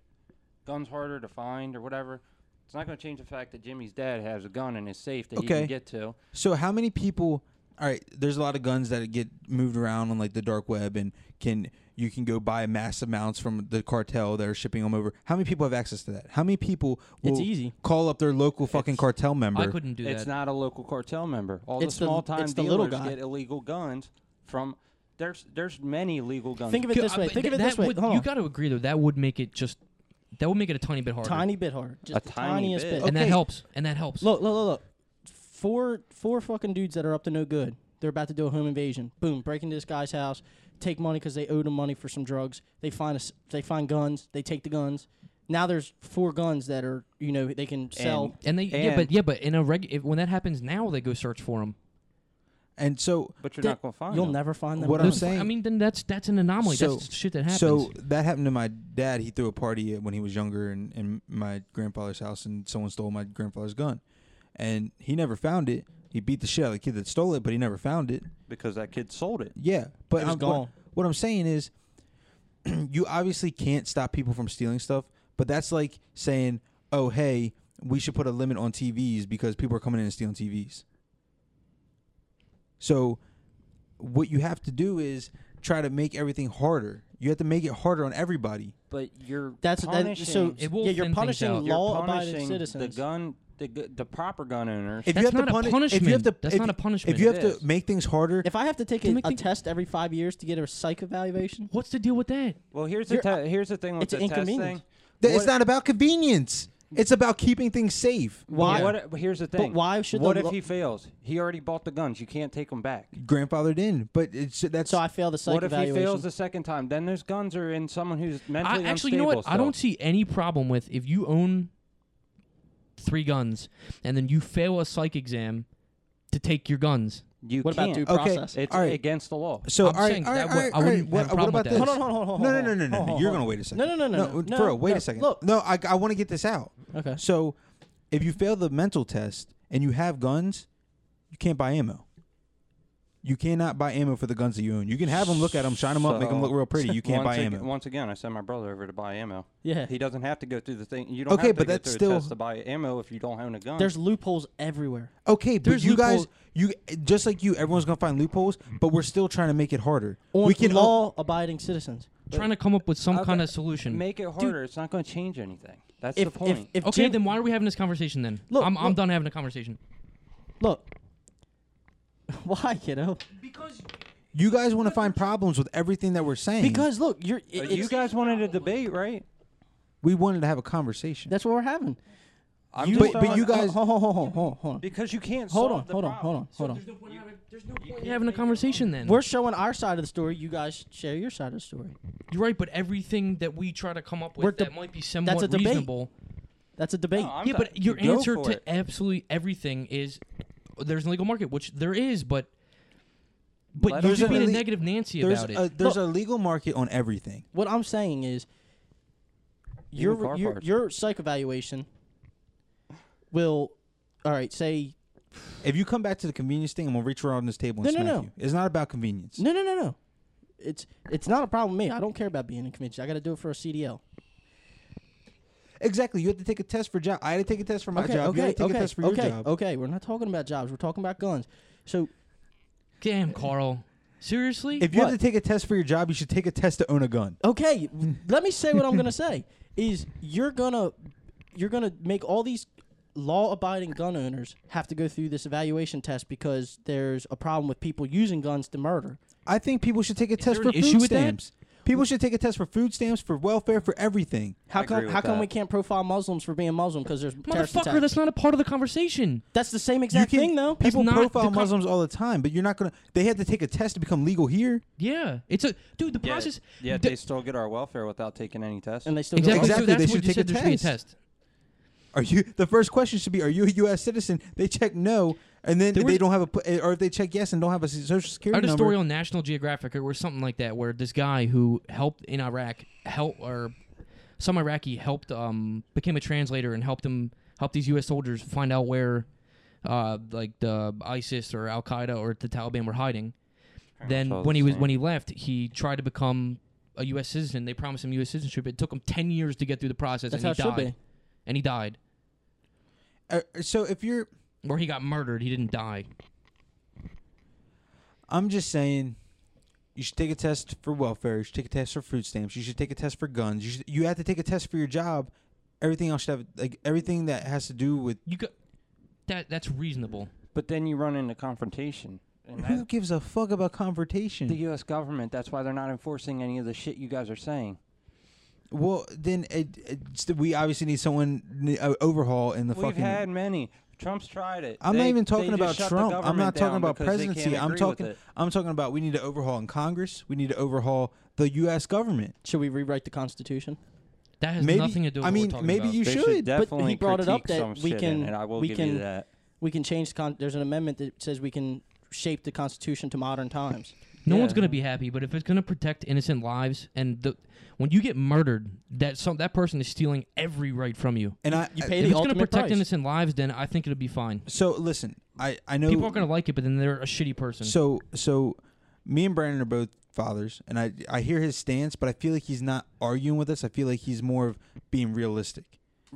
Speaker 2: guns harder to find or whatever, it's not going to change the fact that Jimmy's dad has a gun in his safe that he
Speaker 3: Okay.
Speaker 2: can get to.
Speaker 3: So how many people? All right, there's a lot of guns that get moved around on like the dark web and can you can go buy mass amounts from the cartel that are shipping them over. How many people have access to that? How many people will
Speaker 1: It's easy.
Speaker 3: call up their local fucking cartel member?
Speaker 9: I couldn't do
Speaker 2: it's
Speaker 9: that.
Speaker 2: not a local cartel member. All the
Speaker 1: It's the-
Speaker 2: small time
Speaker 1: it's the little
Speaker 2: dealers
Speaker 1: guy.
Speaker 2: get illegal guns from. There's there's many illegal guns.
Speaker 1: Think of it
Speaker 9: Could-
Speaker 1: this
Speaker 9: I-
Speaker 1: way.
Speaker 9: uh, but
Speaker 1: Think of
Speaker 9: th-
Speaker 1: it
Speaker 9: that
Speaker 1: this way.
Speaker 9: would-
Speaker 1: Hold
Speaker 9: you
Speaker 1: on.
Speaker 9: got to agree though. That would make it just. That would make it a tiny bit harder.
Speaker 1: Tiny bit hard. Just
Speaker 2: A
Speaker 1: the
Speaker 2: tiny
Speaker 1: tiniest
Speaker 2: bit.
Speaker 1: bit.
Speaker 9: And that
Speaker 3: Okay.
Speaker 9: helps. And that helps.
Speaker 1: Look, look, look, look. Four four fucking dudes that are up to no good. They're about to do a home invasion. Boom! Break into this guy's house, take money because they owed him money for some drugs. They find us. They find guns. They take the guns. Now there's four guns that are you know they can sell.
Speaker 9: and they yeah, but yeah, but in a reg if, when that happens now, they go search for them.
Speaker 3: And so
Speaker 2: but you're
Speaker 1: They-
Speaker 2: not going to find
Speaker 1: You'll
Speaker 2: them.
Speaker 1: never find them.
Speaker 3: What I'm
Speaker 1: guns.
Speaker 3: saying-
Speaker 9: I mean, then that's that's an anomaly. that's shit that happens.
Speaker 3: So that happened to my dad. He threw a party when he was younger in, in my grandfather's house, and someone stole my grandfather's gun. And he never found it. He beat the shit out of the kid that stole it, but he never found it.
Speaker 2: because that kid sold it.
Speaker 3: Yeah, but
Speaker 1: It was
Speaker 3: I'm-
Speaker 1: gone.
Speaker 3: What, what I'm saying is, you obviously can't stop people from stealing stuff, but that's like saying, "Oh, hey, we should put a limit on TVs because people are coming in and stealing TVs." So, what you have to do is try to make everything harder. You have to make it harder on everybody.
Speaker 2: But you're
Speaker 1: That's- that-
Speaker 2: punishing,
Speaker 1: so
Speaker 9: It will
Speaker 1: yeah,
Speaker 9: thin
Speaker 1: you're
Speaker 9: things
Speaker 1: punishing
Speaker 9: out.
Speaker 2: you're
Speaker 1: law-abiding
Speaker 2: punishing
Speaker 1: citizens.
Speaker 2: the gun, the, gu- the proper gun owners.
Speaker 3: If
Speaker 9: That's not a
Speaker 3: if you have
Speaker 9: punishment.
Speaker 3: to,
Speaker 9: That's
Speaker 3: if,
Speaker 9: not a punishment.
Speaker 3: If you
Speaker 2: It
Speaker 3: have
Speaker 2: is.
Speaker 3: to make things harder,
Speaker 1: If I have to take
Speaker 9: Can
Speaker 1: a,
Speaker 9: we
Speaker 1: a
Speaker 9: think-
Speaker 1: test every five years to get a psych evaluation,
Speaker 9: what's the deal with that?
Speaker 2: well, here's the
Speaker 1: You're-
Speaker 2: te- here's the thing with
Speaker 1: it's
Speaker 2: the test
Speaker 1: inconvenience.
Speaker 2: thing.
Speaker 3: th- it's
Speaker 2: What-
Speaker 3: not about convenience. It's about keeping things safe.
Speaker 1: why?
Speaker 2: What, but here's the thing.
Speaker 1: why should the
Speaker 2: What if
Speaker 1: lo-
Speaker 2: he fails? He already bought the guns. You can't take them back.
Speaker 3: Grandfathered in, but it's that's
Speaker 1: So I fail the psych
Speaker 2: What if he
Speaker 1: evaluation.
Speaker 2: fails the second time? Then those guns are in someone who's mentally
Speaker 9: I, actually, you
Speaker 2: unstable.
Speaker 9: know what? I don't
Speaker 2: still.
Speaker 9: see any problem with if you own three guns and then you fail a psych exam to take your guns.
Speaker 2: You
Speaker 1: What about
Speaker 2: can't.
Speaker 1: due Okay, process?
Speaker 2: It's
Speaker 1: all right.
Speaker 2: against the law.
Speaker 1: So, I'm all right, saying all right, that all right, I all wouldn't right, have a
Speaker 2: What- what about
Speaker 1: Hold on, hold on, hold on.
Speaker 3: No, no,
Speaker 1: hold
Speaker 3: no,
Speaker 1: on,
Speaker 3: no, no.
Speaker 1: hold on,
Speaker 3: You're
Speaker 1: hold
Speaker 3: gonna
Speaker 1: on.
Speaker 3: wait a second.
Speaker 1: No, no, no, no, no,
Speaker 3: bro, wait
Speaker 1: no,
Speaker 3: a second.
Speaker 1: look. Uh-huh.
Speaker 3: no, I, I want to get this out.
Speaker 1: Okay.
Speaker 3: So, if you fail the mental test and you have guns, you can't buy ammo. You cannot buy ammo for the guns that you own. You can have them, look at them, shine them up, make them look real pretty. You can't
Speaker 2: once
Speaker 3: buy
Speaker 2: ag-
Speaker 3: ammo.
Speaker 2: Once again, I sent my brother over to buy ammo.
Speaker 1: Yeah.
Speaker 2: he doesn't have to go through the thing. You don't
Speaker 3: Okay,
Speaker 2: have to
Speaker 3: but
Speaker 2: go
Speaker 3: that's
Speaker 2: through
Speaker 3: still-
Speaker 2: a test to buy ammo if you don't own a gun.
Speaker 1: There's loopholes everywhere.
Speaker 3: Okay, but
Speaker 1: There's
Speaker 3: you guys,
Speaker 1: loophole-
Speaker 3: you just like you, everyone's gonna find loopholes, but we're still trying to make it harder.
Speaker 1: On
Speaker 3: we can all.
Speaker 1: law-abiding citizens.
Speaker 9: Trying to come up with some
Speaker 2: Uh,
Speaker 9: kind
Speaker 2: but
Speaker 9: of solution.
Speaker 2: Make it harder. it's not going to change anything. That's
Speaker 1: If-
Speaker 2: the point.
Speaker 1: if
Speaker 9: okay,
Speaker 1: Jim-
Speaker 9: then why are we having this conversation then?
Speaker 1: Look,
Speaker 9: I'm, I'm
Speaker 1: look.
Speaker 9: done having a conversation.
Speaker 1: Look. Why, kiddo?
Speaker 3: You guys want to find problems with everything that we're saying
Speaker 1: Because look, you're. it-
Speaker 2: But
Speaker 1: it's-
Speaker 2: you guys wanted a debate, right?
Speaker 3: we wanted to have a conversation.
Speaker 1: that's what we're having.
Speaker 2: I'm
Speaker 3: You-
Speaker 2: just
Speaker 3: but- but
Speaker 2: on-
Speaker 3: you guys-
Speaker 1: Hold on, hold on, hold on, hold on.
Speaker 2: because you can't.
Speaker 1: Hold
Speaker 2: solve
Speaker 1: on,
Speaker 2: the
Speaker 1: hold on,
Speaker 2: problem.
Speaker 1: hold on, hold on.
Speaker 9: There's no point in having a conversation then.
Speaker 1: We're showing our side of the story. You guys share your side of the story.
Speaker 9: You're right, but everything that we try to come up
Speaker 1: We're
Speaker 9: with
Speaker 1: de-
Speaker 9: that might be somewhat
Speaker 1: a debate.
Speaker 9: reasonable.
Speaker 1: That's a debate.
Speaker 2: No, I'm
Speaker 9: yeah,
Speaker 2: not-
Speaker 9: but your
Speaker 2: go
Speaker 9: answer
Speaker 2: for
Speaker 9: to
Speaker 2: it.
Speaker 9: absolutely everything is there's an illegal market, which there is, but but
Speaker 2: Let
Speaker 9: you're
Speaker 2: us
Speaker 9: just
Speaker 3: do
Speaker 9: being
Speaker 3: it.
Speaker 9: a negative Nancy
Speaker 3: There's
Speaker 9: about
Speaker 3: a,
Speaker 9: it.
Speaker 3: there's a legal market on everything.
Speaker 1: what I'm saying is,
Speaker 2: Even
Speaker 1: your
Speaker 2: car
Speaker 1: your,
Speaker 2: parts.
Speaker 1: your psych evaluation will, all right, say
Speaker 3: If you come back to the convenience thing, I'm gonna reach around this table and
Speaker 1: No, no,
Speaker 3: smack
Speaker 1: no.
Speaker 3: you. It's not about convenience.
Speaker 1: no, no, no, no. It's it's not a problem with me. I don't care about being in convention. I got to do it for a CDL.
Speaker 3: Exactly. You had to take a test for job. I had to take a test for my
Speaker 1: okay,
Speaker 3: job. you
Speaker 1: okay,
Speaker 3: had to take
Speaker 1: okay,
Speaker 3: a test for
Speaker 1: okay,
Speaker 3: your job.
Speaker 1: okay. We're not talking about jobs. We're talking about guns. So
Speaker 9: Damn, Carl. Seriously?
Speaker 3: If you
Speaker 1: What?
Speaker 3: have to take a test for your job, you should take a test to own a gun.
Speaker 1: okay, let me say what I'm gonna say is you're gonna you're gonna make all these law-abiding gun owners have to go through this evaluation test because there's a problem with people using guns to murder.
Speaker 3: I think people should take a test
Speaker 9: there
Speaker 3: for
Speaker 9: an
Speaker 3: food
Speaker 9: issue with that?
Speaker 3: stamps. People should take a test for food stamps, for welfare, for everything.
Speaker 1: How
Speaker 2: I agree
Speaker 1: come?
Speaker 2: with
Speaker 1: How come
Speaker 2: that.
Speaker 1: we can't profile Muslims for being Muslim because there's terrorist
Speaker 9: Motherfucker,
Speaker 1: attacks?
Speaker 9: that's not a part of the conversation.
Speaker 1: That's the same exact
Speaker 3: You can-
Speaker 1: thing, though.
Speaker 3: People
Speaker 9: not
Speaker 3: profile
Speaker 9: the com-
Speaker 3: Muslims all the time, but you're not gonna. They had to take a test to become legal here.
Speaker 9: Yeah. It's a dude, the
Speaker 2: Yeah,
Speaker 9: process
Speaker 2: yeah,
Speaker 9: the-
Speaker 2: they still get our welfare without taking any tests.
Speaker 1: and they still
Speaker 9: Exactly.
Speaker 1: Go
Speaker 3: Exactly,
Speaker 9: So that's
Speaker 3: they should
Speaker 9: what you
Speaker 3: take
Speaker 9: said.
Speaker 3: a
Speaker 9: There's going to be a
Speaker 3: test.
Speaker 9: test.
Speaker 3: Are you? The first question should be, are you a U.S. citizen? They check no, and then
Speaker 9: There
Speaker 3: they
Speaker 9: was-
Speaker 3: don't have a, p- or if they check yes and don't have a social
Speaker 9: I
Speaker 3: security
Speaker 9: heard a
Speaker 3: number.
Speaker 9: story on National Geographic or something like that where this guy who helped in Iraq help or some Iraqi helped um became a translator and helped him help these U.S. soldiers find out where uh like the ISIS or Al Qaeda or the Taliban were hiding. Then
Speaker 2: all
Speaker 9: when
Speaker 2: the
Speaker 9: he was
Speaker 2: same.
Speaker 9: when he left, he tried to become a U.S. citizen. They promised him U.S. citizenship. It took him ten years to get through the process,
Speaker 1: That's
Speaker 9: and he
Speaker 1: how it should
Speaker 9: died.
Speaker 1: be.
Speaker 9: And he died,
Speaker 3: Uh, so if you're,
Speaker 9: or he got murdered. He didn't die.
Speaker 3: I'm just saying, you should take a test for welfare. You should take a test for food stamps. You should take a test for guns. You should, you have to take a test for your job. Everything else should have like everything that has to do with
Speaker 9: You got that. That's reasonable.
Speaker 2: but then you run into confrontation. And
Speaker 3: Who
Speaker 2: that,
Speaker 3: gives a fuck about confrontation?
Speaker 2: the U.S. government. That's why they're not enforcing any of the shit you guys are saying.
Speaker 3: well, then it, it's the- we obviously need someone n- uh, overhaul in the
Speaker 2: We've
Speaker 3: fucking.
Speaker 2: had many. Trump's tried it.
Speaker 3: I'm
Speaker 2: They-
Speaker 3: not even
Speaker 2: they
Speaker 3: talking
Speaker 2: just
Speaker 3: about
Speaker 2: shut the
Speaker 3: Trump. I'm
Speaker 2: government
Speaker 3: not talking
Speaker 2: down
Speaker 3: about
Speaker 2: because they can't
Speaker 3: presidency. I'm
Speaker 2: agree with
Speaker 3: talking.
Speaker 2: it.
Speaker 3: I'm talking about we need to overhaul in Congress. We need to overhaul the U.S. government.
Speaker 1: Should we rewrite the Constitution?
Speaker 9: That has
Speaker 3: Maybe-
Speaker 9: nothing to do. with
Speaker 3: I
Speaker 9: what we're
Speaker 3: mean,
Speaker 9: talking
Speaker 3: maybe
Speaker 9: about.
Speaker 3: you
Speaker 2: They
Speaker 3: should,
Speaker 2: should
Speaker 3: but
Speaker 1: he
Speaker 2: definitely
Speaker 1: brought it up
Speaker 2: critique
Speaker 1: that
Speaker 2: some
Speaker 1: we
Speaker 2: shit
Speaker 1: can-
Speaker 2: in, and I will
Speaker 1: we
Speaker 2: give
Speaker 1: can-
Speaker 2: you that.
Speaker 1: We can change. The con- there's an amendment that says we can shape the Constitution to modern times.
Speaker 9: No one's
Speaker 2: Yeah.
Speaker 9: gonna be happy, but if it's gonna protect innocent lives, and the, when you get murdered, that some that person is stealing every right from you.
Speaker 3: And I, uh,
Speaker 1: You
Speaker 3: I-
Speaker 1: pay
Speaker 9: If
Speaker 1: the
Speaker 9: it's gonna
Speaker 1: ultimate
Speaker 9: protect
Speaker 1: price.
Speaker 9: innocent lives, then I think it'll be fine.
Speaker 3: so listen. I I know
Speaker 9: People aren't gonna like it, but then they're a shitty person.
Speaker 3: So so me and Brandon are both fathers and I I hear his stance, but I feel like he's not arguing with us. I feel like he's more of being realistic.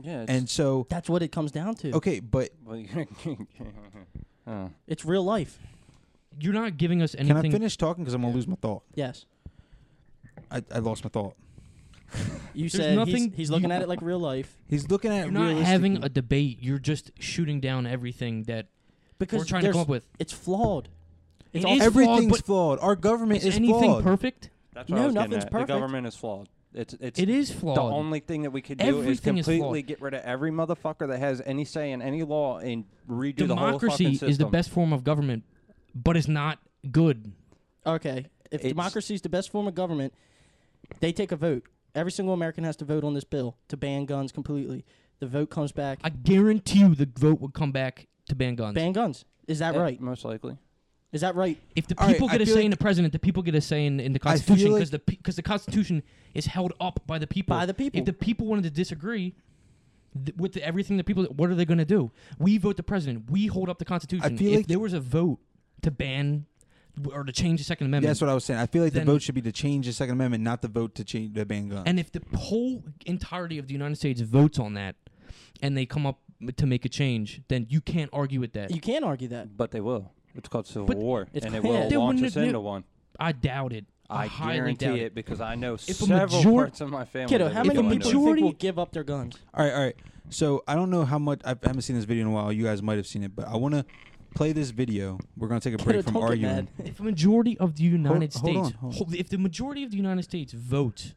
Speaker 2: Yeah. it's-
Speaker 3: And so
Speaker 1: That's what it comes down to.
Speaker 3: okay, but
Speaker 2: well, you- Uh,
Speaker 1: It's real life.
Speaker 9: You're not giving us
Speaker 3: can I
Speaker 9: anything.
Speaker 3: finish talking cuz I'm going to lose my thought.
Speaker 1: Yes.
Speaker 3: I, I lost my thought.
Speaker 1: You
Speaker 9: There's
Speaker 1: said he's,
Speaker 9: nothing
Speaker 1: he's looking
Speaker 9: you-
Speaker 1: at it like real life
Speaker 3: He's looking at
Speaker 9: You're
Speaker 3: it
Speaker 9: not having
Speaker 3: realistically.
Speaker 9: a debate. You're just shooting down everything that
Speaker 1: because
Speaker 9: we're trying to come
Speaker 1: there's-
Speaker 9: up with.
Speaker 1: It's flawed. It's
Speaker 9: It
Speaker 1: all
Speaker 9: is flawed,
Speaker 3: everything's
Speaker 9: but
Speaker 3: flawed. Our government
Speaker 9: Is
Speaker 3: is
Speaker 9: anything
Speaker 3: flawed.
Speaker 9: perfect?
Speaker 2: that's what
Speaker 1: No,
Speaker 2: I was getting
Speaker 1: nothing's
Speaker 2: at.
Speaker 1: perfect.
Speaker 2: The government is flawed. It's it's
Speaker 9: It is flawed.
Speaker 2: The only thing that we could do is
Speaker 9: Everything is flawed.
Speaker 2: completely get rid of every motherfucker that has any say in any law and redo the whole fucking
Speaker 9: Democracy
Speaker 2: system.
Speaker 9: is the best form of government, but it's not good.
Speaker 1: Okay. If
Speaker 2: It's-
Speaker 1: democracy is the best form of government, they take a vote. Every single American has to vote on this bill to ban guns completely. The vote comes back.
Speaker 9: I guarantee you, the vote would come back to ban guns.
Speaker 1: ban guns. Is that
Speaker 2: Yeah,
Speaker 1: right?
Speaker 2: Eh, Most likely.
Speaker 1: Is that right?
Speaker 9: If the
Speaker 1: All right,
Speaker 9: people
Speaker 1: I
Speaker 9: get a
Speaker 1: feel
Speaker 9: say
Speaker 1: like-
Speaker 9: in the president, the people get a say in, in the
Speaker 1: I feel
Speaker 9: Constitution
Speaker 1: like-
Speaker 9: because the because the Constitution is held up by the people. By the people. If the people wanted to disagree th- with the, everything the people, what are they going to do? We vote the president. We hold up the Constitution.
Speaker 3: feel
Speaker 9: if
Speaker 3: like-
Speaker 9: there was a vote to ban w- or to change the Second Amendment,
Speaker 3: That's what I was saying. I feel like the
Speaker 9: then-
Speaker 3: vote should be to change the Second Amendment, not the vote to change the ban gun.
Speaker 9: And if the whole entirety of the United States votes on that, and they come up m- to make a change, then you can't argue with that.
Speaker 1: You can't argue that.
Speaker 2: But they will. It's called civil
Speaker 9: But-
Speaker 2: war,
Speaker 9: It's
Speaker 2: and it
Speaker 9: called-
Speaker 2: will
Speaker 9: Yeah. They
Speaker 2: launch
Speaker 9: wouldn't
Speaker 2: us
Speaker 9: admit-
Speaker 2: into one.
Speaker 9: I doubt it. I,
Speaker 2: I
Speaker 9: highly
Speaker 2: guarantee
Speaker 9: doubt
Speaker 2: it because I know
Speaker 9: a
Speaker 2: several
Speaker 9: major-
Speaker 2: parts of my family.
Speaker 1: Kiddo,
Speaker 2: that
Speaker 1: how
Speaker 2: would
Speaker 1: many
Speaker 2: go into
Speaker 1: people
Speaker 2: it.
Speaker 1: do you think will give up their guns?
Speaker 3: All right, all right. So I don't know how much I haven't seen this video in a while. You guys might have seen it, but I want to play this video. We're gonna take a break from arguing.
Speaker 9: If a majority of the United
Speaker 3: hold
Speaker 9: States,
Speaker 3: on, hold
Speaker 9: ho- if the majority of the United States vote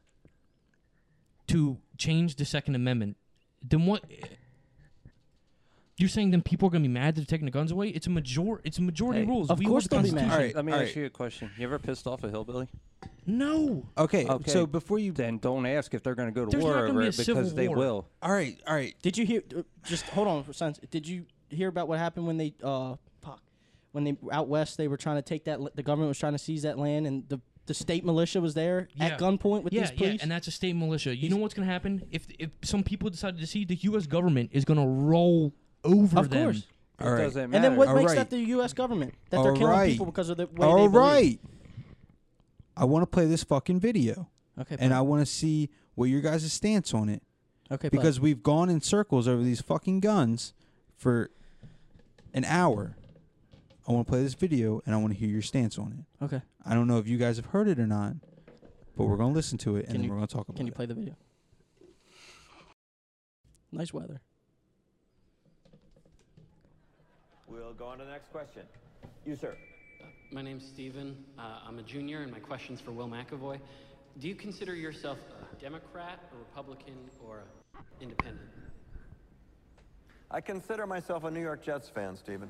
Speaker 9: to change the Second Amendment, then what? You're saying then people are gonna be mad that they're taking the guns away? It's a major. It's a majority rules. we hold the Constitution.
Speaker 2: Let me ask you a question. You ever pissed off a hillbilly?
Speaker 9: No.
Speaker 3: Okay, so before you
Speaker 2: then don't ask if they're going to go to
Speaker 1: There's
Speaker 2: war
Speaker 1: not gonna
Speaker 2: over
Speaker 1: be a
Speaker 2: it
Speaker 1: civil
Speaker 2: because they
Speaker 1: war.
Speaker 2: will.
Speaker 3: All right, all right.
Speaker 1: Did you hear? uh, Just hold on for a second. Did you hear about what happened when they uh fuck when they out west they were trying to take that l- the government was trying to seize that land and the the state militia was there
Speaker 9: Yeah.
Speaker 1: at gunpoint with
Speaker 9: yeah,
Speaker 1: these police.
Speaker 9: Yeah, and that's a state militia. You know what's going to happen if if some people decide to see the U.S. government is going to roll over
Speaker 1: Of
Speaker 9: them.
Speaker 1: course.
Speaker 3: It All right. doesn't
Speaker 1: And then what
Speaker 3: matter.
Speaker 1: makes
Speaker 3: Alright.
Speaker 1: that the U.S. government that they're killing
Speaker 3: Alright.
Speaker 1: people because of the way they
Speaker 3: All
Speaker 1: believe?
Speaker 3: right. I want to play this fucking video.
Speaker 1: Okay,
Speaker 3: And
Speaker 1: play.
Speaker 3: I want to see what your guys' stance on it.
Speaker 1: Okay, play.
Speaker 3: Because we've gone in circles over these fucking guns for an hour. I want to play this video and I want to hear your stance on it.
Speaker 1: Okay.
Speaker 3: I don't know if you guys have heard it or not, but we're going to listen to it and
Speaker 1: Can
Speaker 3: then
Speaker 1: you-
Speaker 3: we're going to talk about
Speaker 1: Can you
Speaker 3: it.
Speaker 1: play the video? Nice weather.
Speaker 11: We'll go on to the next question. You, sir.
Speaker 12: Uh, My name's Stephen. Uh, I'm a junior, and my question's for Will McAvoy. Do you consider yourself a Democrat, a Republican, or a independent?
Speaker 11: I consider myself a New York Jets fan, Stephen.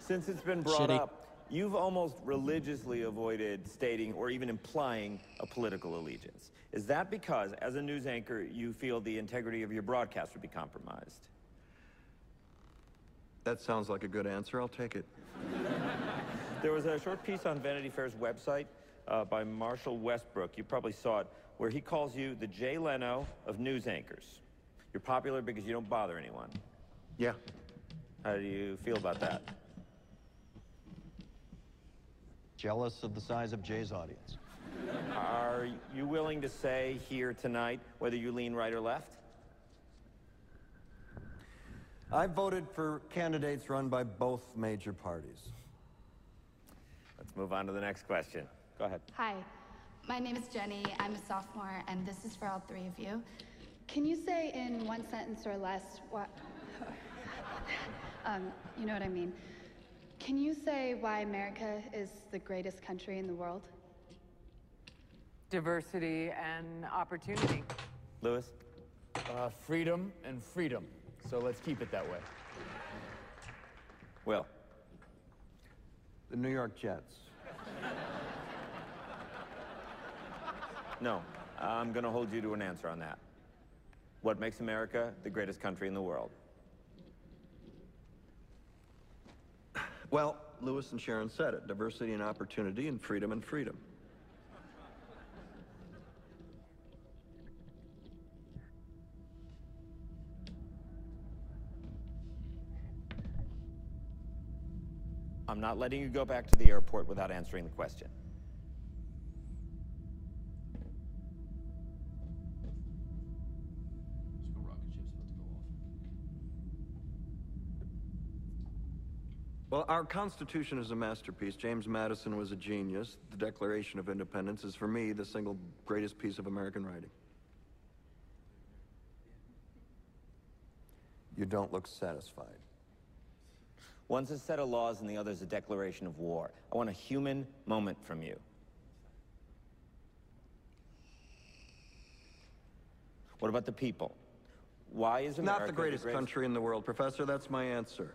Speaker 11: Since it's been brought
Speaker 12: Shitty.
Speaker 11: up, you've almost religiously avoided stating or even implying a political allegiance. Is that because, as a news anchor, you feel the integrity of your broadcast would be compromised?
Speaker 13: That sounds like a good answer. I'll take it.
Speaker 11: There was a short piece on Vanity Fair's website uh, by Marshall Westbrook. You probably saw it, where he calls you the Jay Leno of news anchors. You're popular because you don't bother anyone.
Speaker 13: Yeah.
Speaker 11: How do you feel about that?
Speaker 13: Jealous of the size of Jay's audience.
Speaker 11: Are you willing to say here tonight whether you lean right or left?
Speaker 13: I voted for candidates run by both major parties.
Speaker 11: Let's move on to the next question. Go ahead.
Speaker 14: Hi, my name is Jenny. I'm a sophomore, and this is for all three of you. Can you say in one sentence or less what? um, you know what I mean. Can you say why America is the greatest country in the world?
Speaker 15: Diversity and opportunity.
Speaker 11: Lewis?
Speaker 16: Uh, freedom and freedom. So let's keep it that way.
Speaker 11: Will?
Speaker 13: The New York Jets.
Speaker 11: No. I'm going to hold you to an answer on that. What makes America the greatest country in the world?
Speaker 13: Well, Lewis and Sharon said it diversity and opportunity, and freedom and freedom.
Speaker 11: I'm not letting you go back to the airport without answering the question.
Speaker 13: Well, our Constitution is a masterpiece. James Madison was a genius. The Declaration of Independence is, for me, the single greatest piece of American writing. You don't look satisfied.
Speaker 11: One's a set of laws and the other's a declaration of war. I want a human moment from you. What about the people? Why is America
Speaker 13: Not the greatest country in the world, Professor. That's my answer.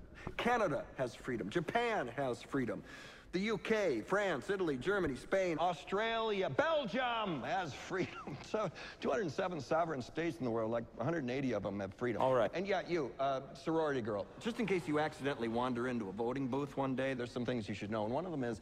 Speaker 13: Canada has freedom. Japan has freedom. The UK, France, Italy, Germany, Spain,
Speaker 17: Australia, Belgium has freedom. So 207 sovereign states in the world, like 180 of them have freedom. All right. And yeah, you, uh, sorority girl,
Speaker 13: Just in case you accidentally wander into a voting booth one day, there's some things you should know. And one of them is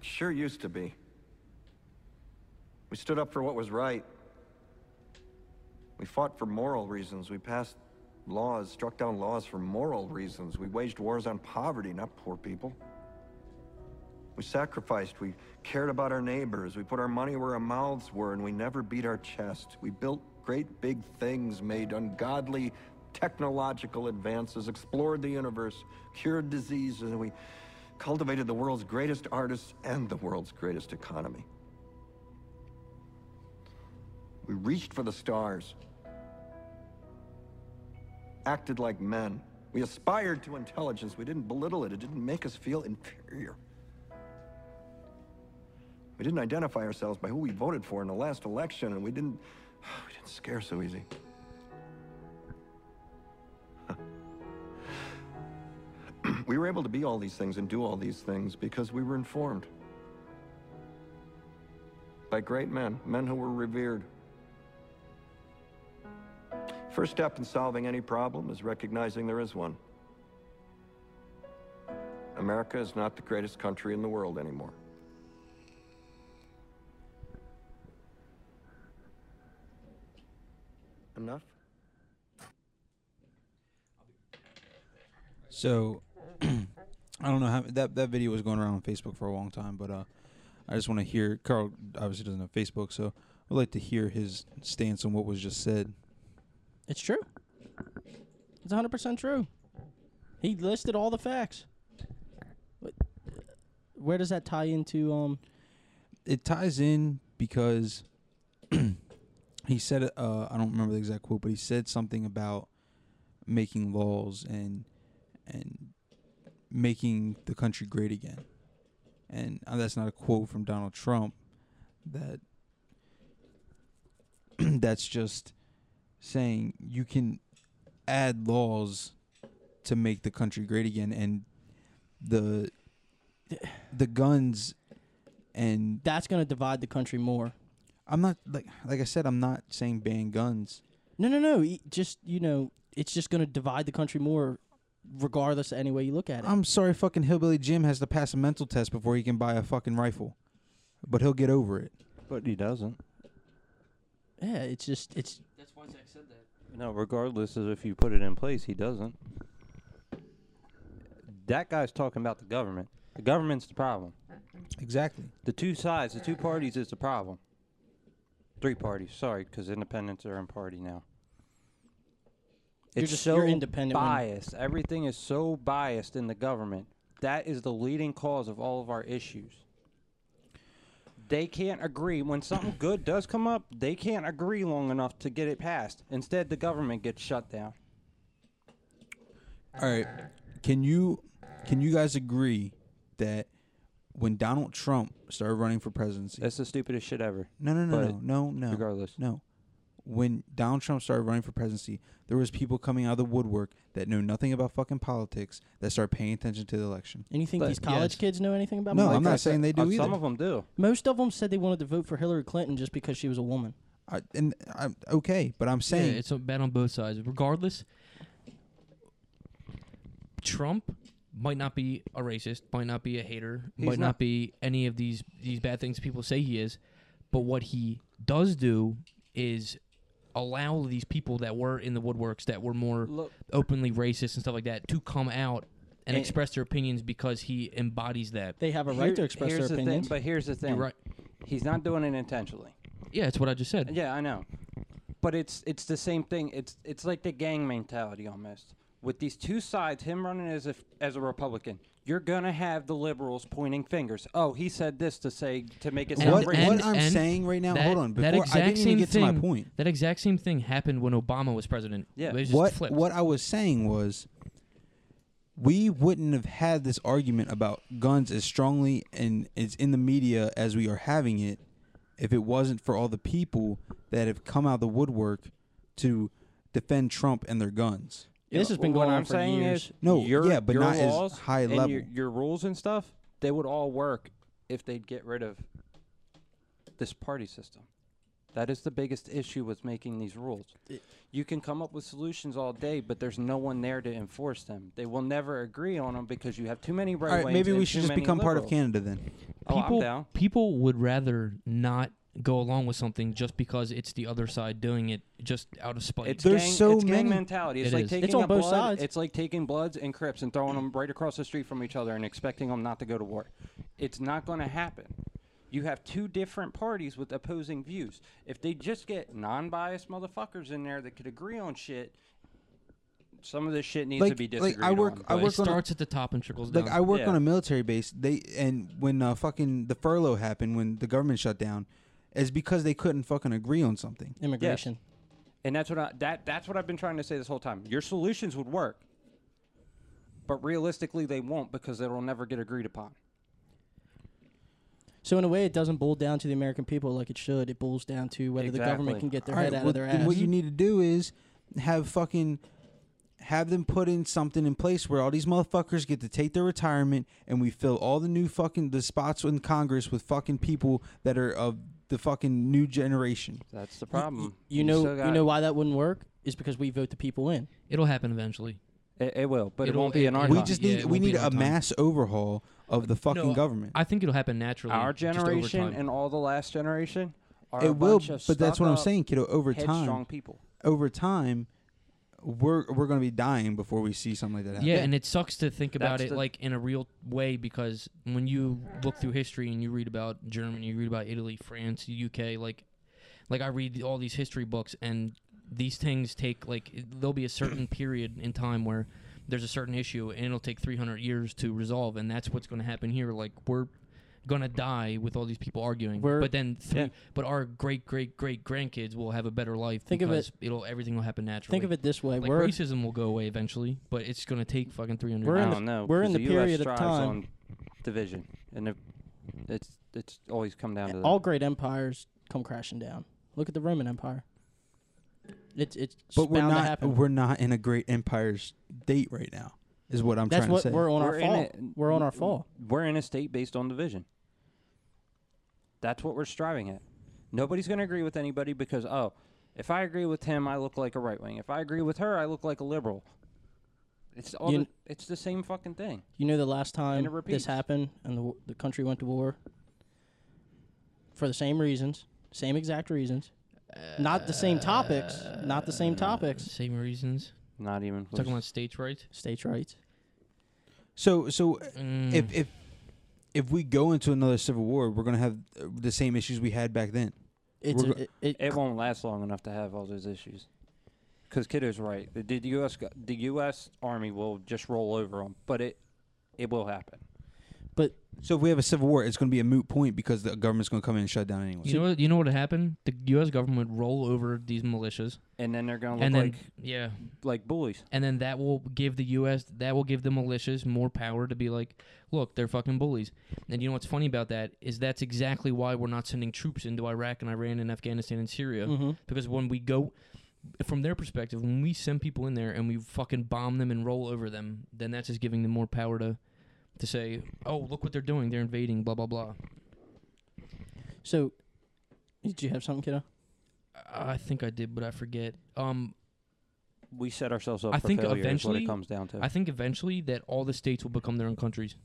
Speaker 13: Sure used to be. We stood up for what was right. We fought for moral reasons. We passed laws, struck down laws for moral reasons. We waged wars on poverty, not poor people. We sacrificed. We cared about our neighbors. We put our money where our mouths were, and we never beat our chest. We built great big things, made ungodly technological advances, explored the universe, cured diseases, and we cultivated the world's greatest artists and the world's greatest economy. We reached for the stars, acted like men. We aspired to intelligence. We didn't belittle it, it didn't make us feel inferior. We didn't identify ourselves by who we voted for in the last election, and we didn't. We didn't scare so easy. we were able to be all these things and do all these things because we were informed by great men, men who were revered. First step in solving any problem is recognizing there is one. America is not the greatest country in the world anymore. Enough?
Speaker 3: So I don't know how that that video was going around on Facebook for a long time, but uh, I just want to hear Carl. Obviously, doesn't have Facebook, so I'd like to hear his stance on what was just said.
Speaker 1: It's true. It's 100% true. He listed all the facts. But, uh, Where does that tie into um
Speaker 3: It ties in because he said uh, I don't remember the exact quote, but he said something about making laws and and making the country great again. And uh, that's not a quote from Donald Trump. That that's just saying you can add laws to make the country great again, and the the guns and
Speaker 1: that's going to divide the country more.
Speaker 3: I'm not like like I said, I'm not saying ban guns.
Speaker 1: No, no, no. e- Just you know, it's just going to divide the country more, regardless of any way you look
Speaker 2: Um,
Speaker 1: at it.
Speaker 3: I'm sorry, fucking hillbilly Jim has to pass a mental test before he can buy a fucking rifle, but he'll get over it.
Speaker 2: But he doesn't.
Speaker 1: Yeah, it's just it's
Speaker 12: That's why Zach said that.
Speaker 2: No, regardless of if you put it in place, he doesn't. That guy's talking about the government. The government's the problem.
Speaker 3: Exactly.
Speaker 2: The two sides, the two parties is the problem. Three parties, sorry, because independents are in party now.
Speaker 1: You're
Speaker 2: it's
Speaker 1: just-
Speaker 2: so
Speaker 1: you're independent when-
Speaker 2: biased. Everything is so biased in the government. That is the leading cause of all of our issues. They can't agree when something good does come up. They can't agree long enough to get it passed. Instead, the government gets shut down.
Speaker 3: All right. Can you can you guys agree that when Donald Trump started running for presidency,
Speaker 2: that's the stupidest shit ever.
Speaker 3: No, no, no,
Speaker 2: But
Speaker 3: no, no, no.
Speaker 2: Regardless,
Speaker 3: no. when Donald Trump started running for presidency, there was people coming out of the woodwork that know nothing about fucking politics that started paying attention to the election.
Speaker 1: And you think these college kids know anything about
Speaker 3: No,
Speaker 1: money?
Speaker 3: I'm not saying they
Speaker 2: Uh,
Speaker 3: do either.
Speaker 2: them do.
Speaker 1: Most of them said they wanted to vote for Hillary Clinton just because she was a woman.
Speaker 3: I, and I'm okay, but I'm saying
Speaker 9: yeah, it's a bad on both sides. Regardless, Trump might not be a racist, might not be a hater,
Speaker 2: He's
Speaker 9: might not,
Speaker 2: not.
Speaker 9: be any of these these bad things people say he is, but what he does do is allow these people that were in the woodworks that were more
Speaker 2: Look-
Speaker 9: openly racist and stuff like that to come out
Speaker 2: And-
Speaker 9: and, express their opinions because he embodies that.
Speaker 1: They have
Speaker 2: Here- here's the thing- but here's the thing.
Speaker 9: right.
Speaker 2: He's not doing it intentionally.
Speaker 9: Yeah, it's what I just said.
Speaker 2: Yeah, I know. But it's it's the same thing. It's it's like the gang mentality almost. With these two sides, him running as a as a Republican, you're gonna have the liberals pointing fingers. Oh, he said this to say to make it sound
Speaker 3: What-
Speaker 2: racist.
Speaker 3: what I'm saying right now-
Speaker 9: that,
Speaker 3: hold on,
Speaker 9: that
Speaker 3: before- I
Speaker 9: exact
Speaker 3: didn't even
Speaker 9: same
Speaker 3: get to
Speaker 9: thing,
Speaker 3: my point.
Speaker 9: That exact same thing happened when Obama was president. It was just
Speaker 3: what
Speaker 9: flipped.
Speaker 3: what I was saying was we wouldn't have had this argument about guns as strongly and as in the media as we are having it if it wasn't for all the people that have come out of the woodwork to defend Trump and their guns.
Speaker 2: Yeah,
Speaker 1: This has
Speaker 2: but
Speaker 1: been
Speaker 2: what
Speaker 1: going on
Speaker 2: I'm
Speaker 1: for
Speaker 2: saying
Speaker 1: years.
Speaker 2: Is
Speaker 3: No,
Speaker 2: your,
Speaker 3: yeah, but
Speaker 2: your
Speaker 3: not as
Speaker 2: laws
Speaker 3: high
Speaker 2: and
Speaker 3: level.
Speaker 2: Your, your rules and stuff, they would all work if they'd get rid of this party system. That is the biggest issue with making these rules. You can come up with solutions all day, but there's no one there to enforce them. They will never agree on them because you have too many right.
Speaker 3: All right, maybe we should just become part of Canada then.
Speaker 2: Oh, I'm
Speaker 9: people,
Speaker 2: down.
Speaker 9: people would rather not go along with something just because it's the other side doing it just out of spite.
Speaker 2: It's gang, it's gang mentality. It's
Speaker 9: It
Speaker 2: like
Speaker 9: is.
Speaker 2: taking a blood, It's like taking Bloods and Crips and throwing them right across the street from each other and expecting them not to go to war. It's not going to happen. You have two different parties with opposing views. If they just get non-biased motherfuckers in there that could agree on shit, some of this shit needs to
Speaker 3: Like-
Speaker 2: be
Speaker 3: like, I
Speaker 2: disagreed
Speaker 3: work-
Speaker 2: on.
Speaker 3: I
Speaker 2: but-
Speaker 3: work on a-
Speaker 9: starts at the top and trickles
Speaker 3: Like
Speaker 9: down.
Speaker 3: I work
Speaker 2: Yeah.
Speaker 3: on a military base. They and when uh, fucking the furlough happened, when the government shut down, is because they couldn't fucking agree on something.
Speaker 1: Immigration.
Speaker 2: And that's what I that that's what I've been trying to say this whole time. Your solutions would work, but realistically, they won't because they will never get agreed upon.
Speaker 1: So in a way, it doesn't boil down to the American people like it should. It boils down to whether the government
Speaker 2: Exactly.
Speaker 1: can get their
Speaker 3: All
Speaker 1: head
Speaker 3: right,
Speaker 1: out
Speaker 3: well,
Speaker 1: of their
Speaker 3: then
Speaker 1: ass.
Speaker 3: What you need to do is have fucking have them put in something in place where all these motherfuckers get to take their retirement and we fill all the new fucking the spots in Congress with fucking people that are of the fucking new generation.
Speaker 2: That's the problem.
Speaker 1: You know, you know why that wouldn't work is because we vote the people in.
Speaker 9: It'll happen eventually.
Speaker 2: It, it will, but it,
Speaker 9: It'll-
Speaker 2: won't be in our
Speaker 3: we
Speaker 2: time.
Speaker 3: just need we need a mass overhaul of the fucking government.
Speaker 9: I think it'll happen naturally.
Speaker 2: Our
Speaker 9: just over
Speaker 2: generation
Speaker 9: time.
Speaker 2: and all the last generation are a
Speaker 3: it will,
Speaker 2: bunch of
Speaker 3: but that's what I'm
Speaker 2: stuck-up,
Speaker 3: saying, kiddo. Over time,
Speaker 2: headstrong people.
Speaker 3: Over time, we're we're gonna be dying before we see something like that happen.
Speaker 9: Yeah, and it sucks to think about
Speaker 3: That's
Speaker 9: it
Speaker 3: the-
Speaker 9: like in a real way because when you look through history and you read about Germany, you read about Italy, France, UK, like like I read all these history books and these things take like it- there'll be a certain period in time where there's a certain issue and it'll take 300 years to resolve and that's what's going to happen here like we're going to die with all these people arguing
Speaker 1: We're-
Speaker 9: but then three,
Speaker 1: Yeah.
Speaker 9: but our great great great grandkids will have a better life
Speaker 1: Think of it-
Speaker 9: because it'll everything will happen naturally
Speaker 1: of it this way,
Speaker 9: like
Speaker 1: we're-
Speaker 9: racism will go away eventually but it's going to take fucking 300
Speaker 1: We're
Speaker 9: years.
Speaker 1: in the-
Speaker 2: I don't know.
Speaker 1: we're in
Speaker 2: 'cause
Speaker 1: the
Speaker 2: US
Speaker 1: period of
Speaker 2: thrives
Speaker 1: time-
Speaker 2: on division, and if it's it's always come down to that.
Speaker 1: All great empires come crashing down. Look at the Roman Empire. It's it's
Speaker 3: But we're
Speaker 1: bound to
Speaker 3: not
Speaker 1: happen.
Speaker 3: we're not in a great empire state right now. Is what I'm
Speaker 1: That's
Speaker 3: trying
Speaker 1: what
Speaker 3: to say.
Speaker 1: we're on our
Speaker 2: in
Speaker 1: fault.
Speaker 2: it-
Speaker 1: We're on our fault.
Speaker 2: We're in a state based on division. That's what we're striving at. Nobody's going to agree with anybody because oh, if I agree with him, I look like a right wing. If I agree with her, I look like a liberal. It's all
Speaker 1: You
Speaker 2: the,
Speaker 1: kn-
Speaker 2: it's the same fucking thing.
Speaker 1: You know the last
Speaker 2: And it
Speaker 1: time this
Speaker 2: repeats.
Speaker 1: happened and the, w- the country went to war? For the same reasons, same exact reasons. Not the same topics. Not the
Speaker 2: Uh,
Speaker 1: same topics.
Speaker 9: Same reasons.
Speaker 2: Not even
Speaker 9: Talking about states' rights.
Speaker 1: States' rights.
Speaker 3: So so uh,
Speaker 9: Mm.
Speaker 3: if if if we go into another civil war, we're gonna have uh, the same issues we had back then.
Speaker 1: It's
Speaker 3: We're
Speaker 1: a-
Speaker 3: go-
Speaker 1: it,
Speaker 2: It, won't last long enough to have all those issues. Because Kiddo's right. The, the U.S. go- the U.S. Army will just roll over them, but it it will happen.
Speaker 1: But
Speaker 3: so if we have a civil war, it's going to be a moot point because the government's going to come in and shut down anyway.
Speaker 9: You know, what, you know what happened? The U.S. government would roll over these militias,
Speaker 2: and then they're going to look
Speaker 9: and then
Speaker 2: like
Speaker 9: yeah,
Speaker 2: like bullies.
Speaker 9: and then that will give the U.S. that will give the militias more power to be like, look, they're fucking bullies. And you know what's funny about that is that's exactly why we're not sending troops into Iraq and Iran and Afghanistan and Syria
Speaker 1: Mhm.
Speaker 9: because when we go, from their perspective, when we send people in there and we fucking bomb them and roll over them, then that's just giving them more power to to say, oh, look what they're doing, they're invading, blah blah blah.
Speaker 1: So, did you have something, kiddo?
Speaker 9: I think I did, but I forget. Um,
Speaker 2: we set ourselves up
Speaker 9: I
Speaker 2: for
Speaker 9: think
Speaker 2: failure is what it
Speaker 9: eventually
Speaker 2: comes down to.
Speaker 9: I think eventually that all the states will become their own countries,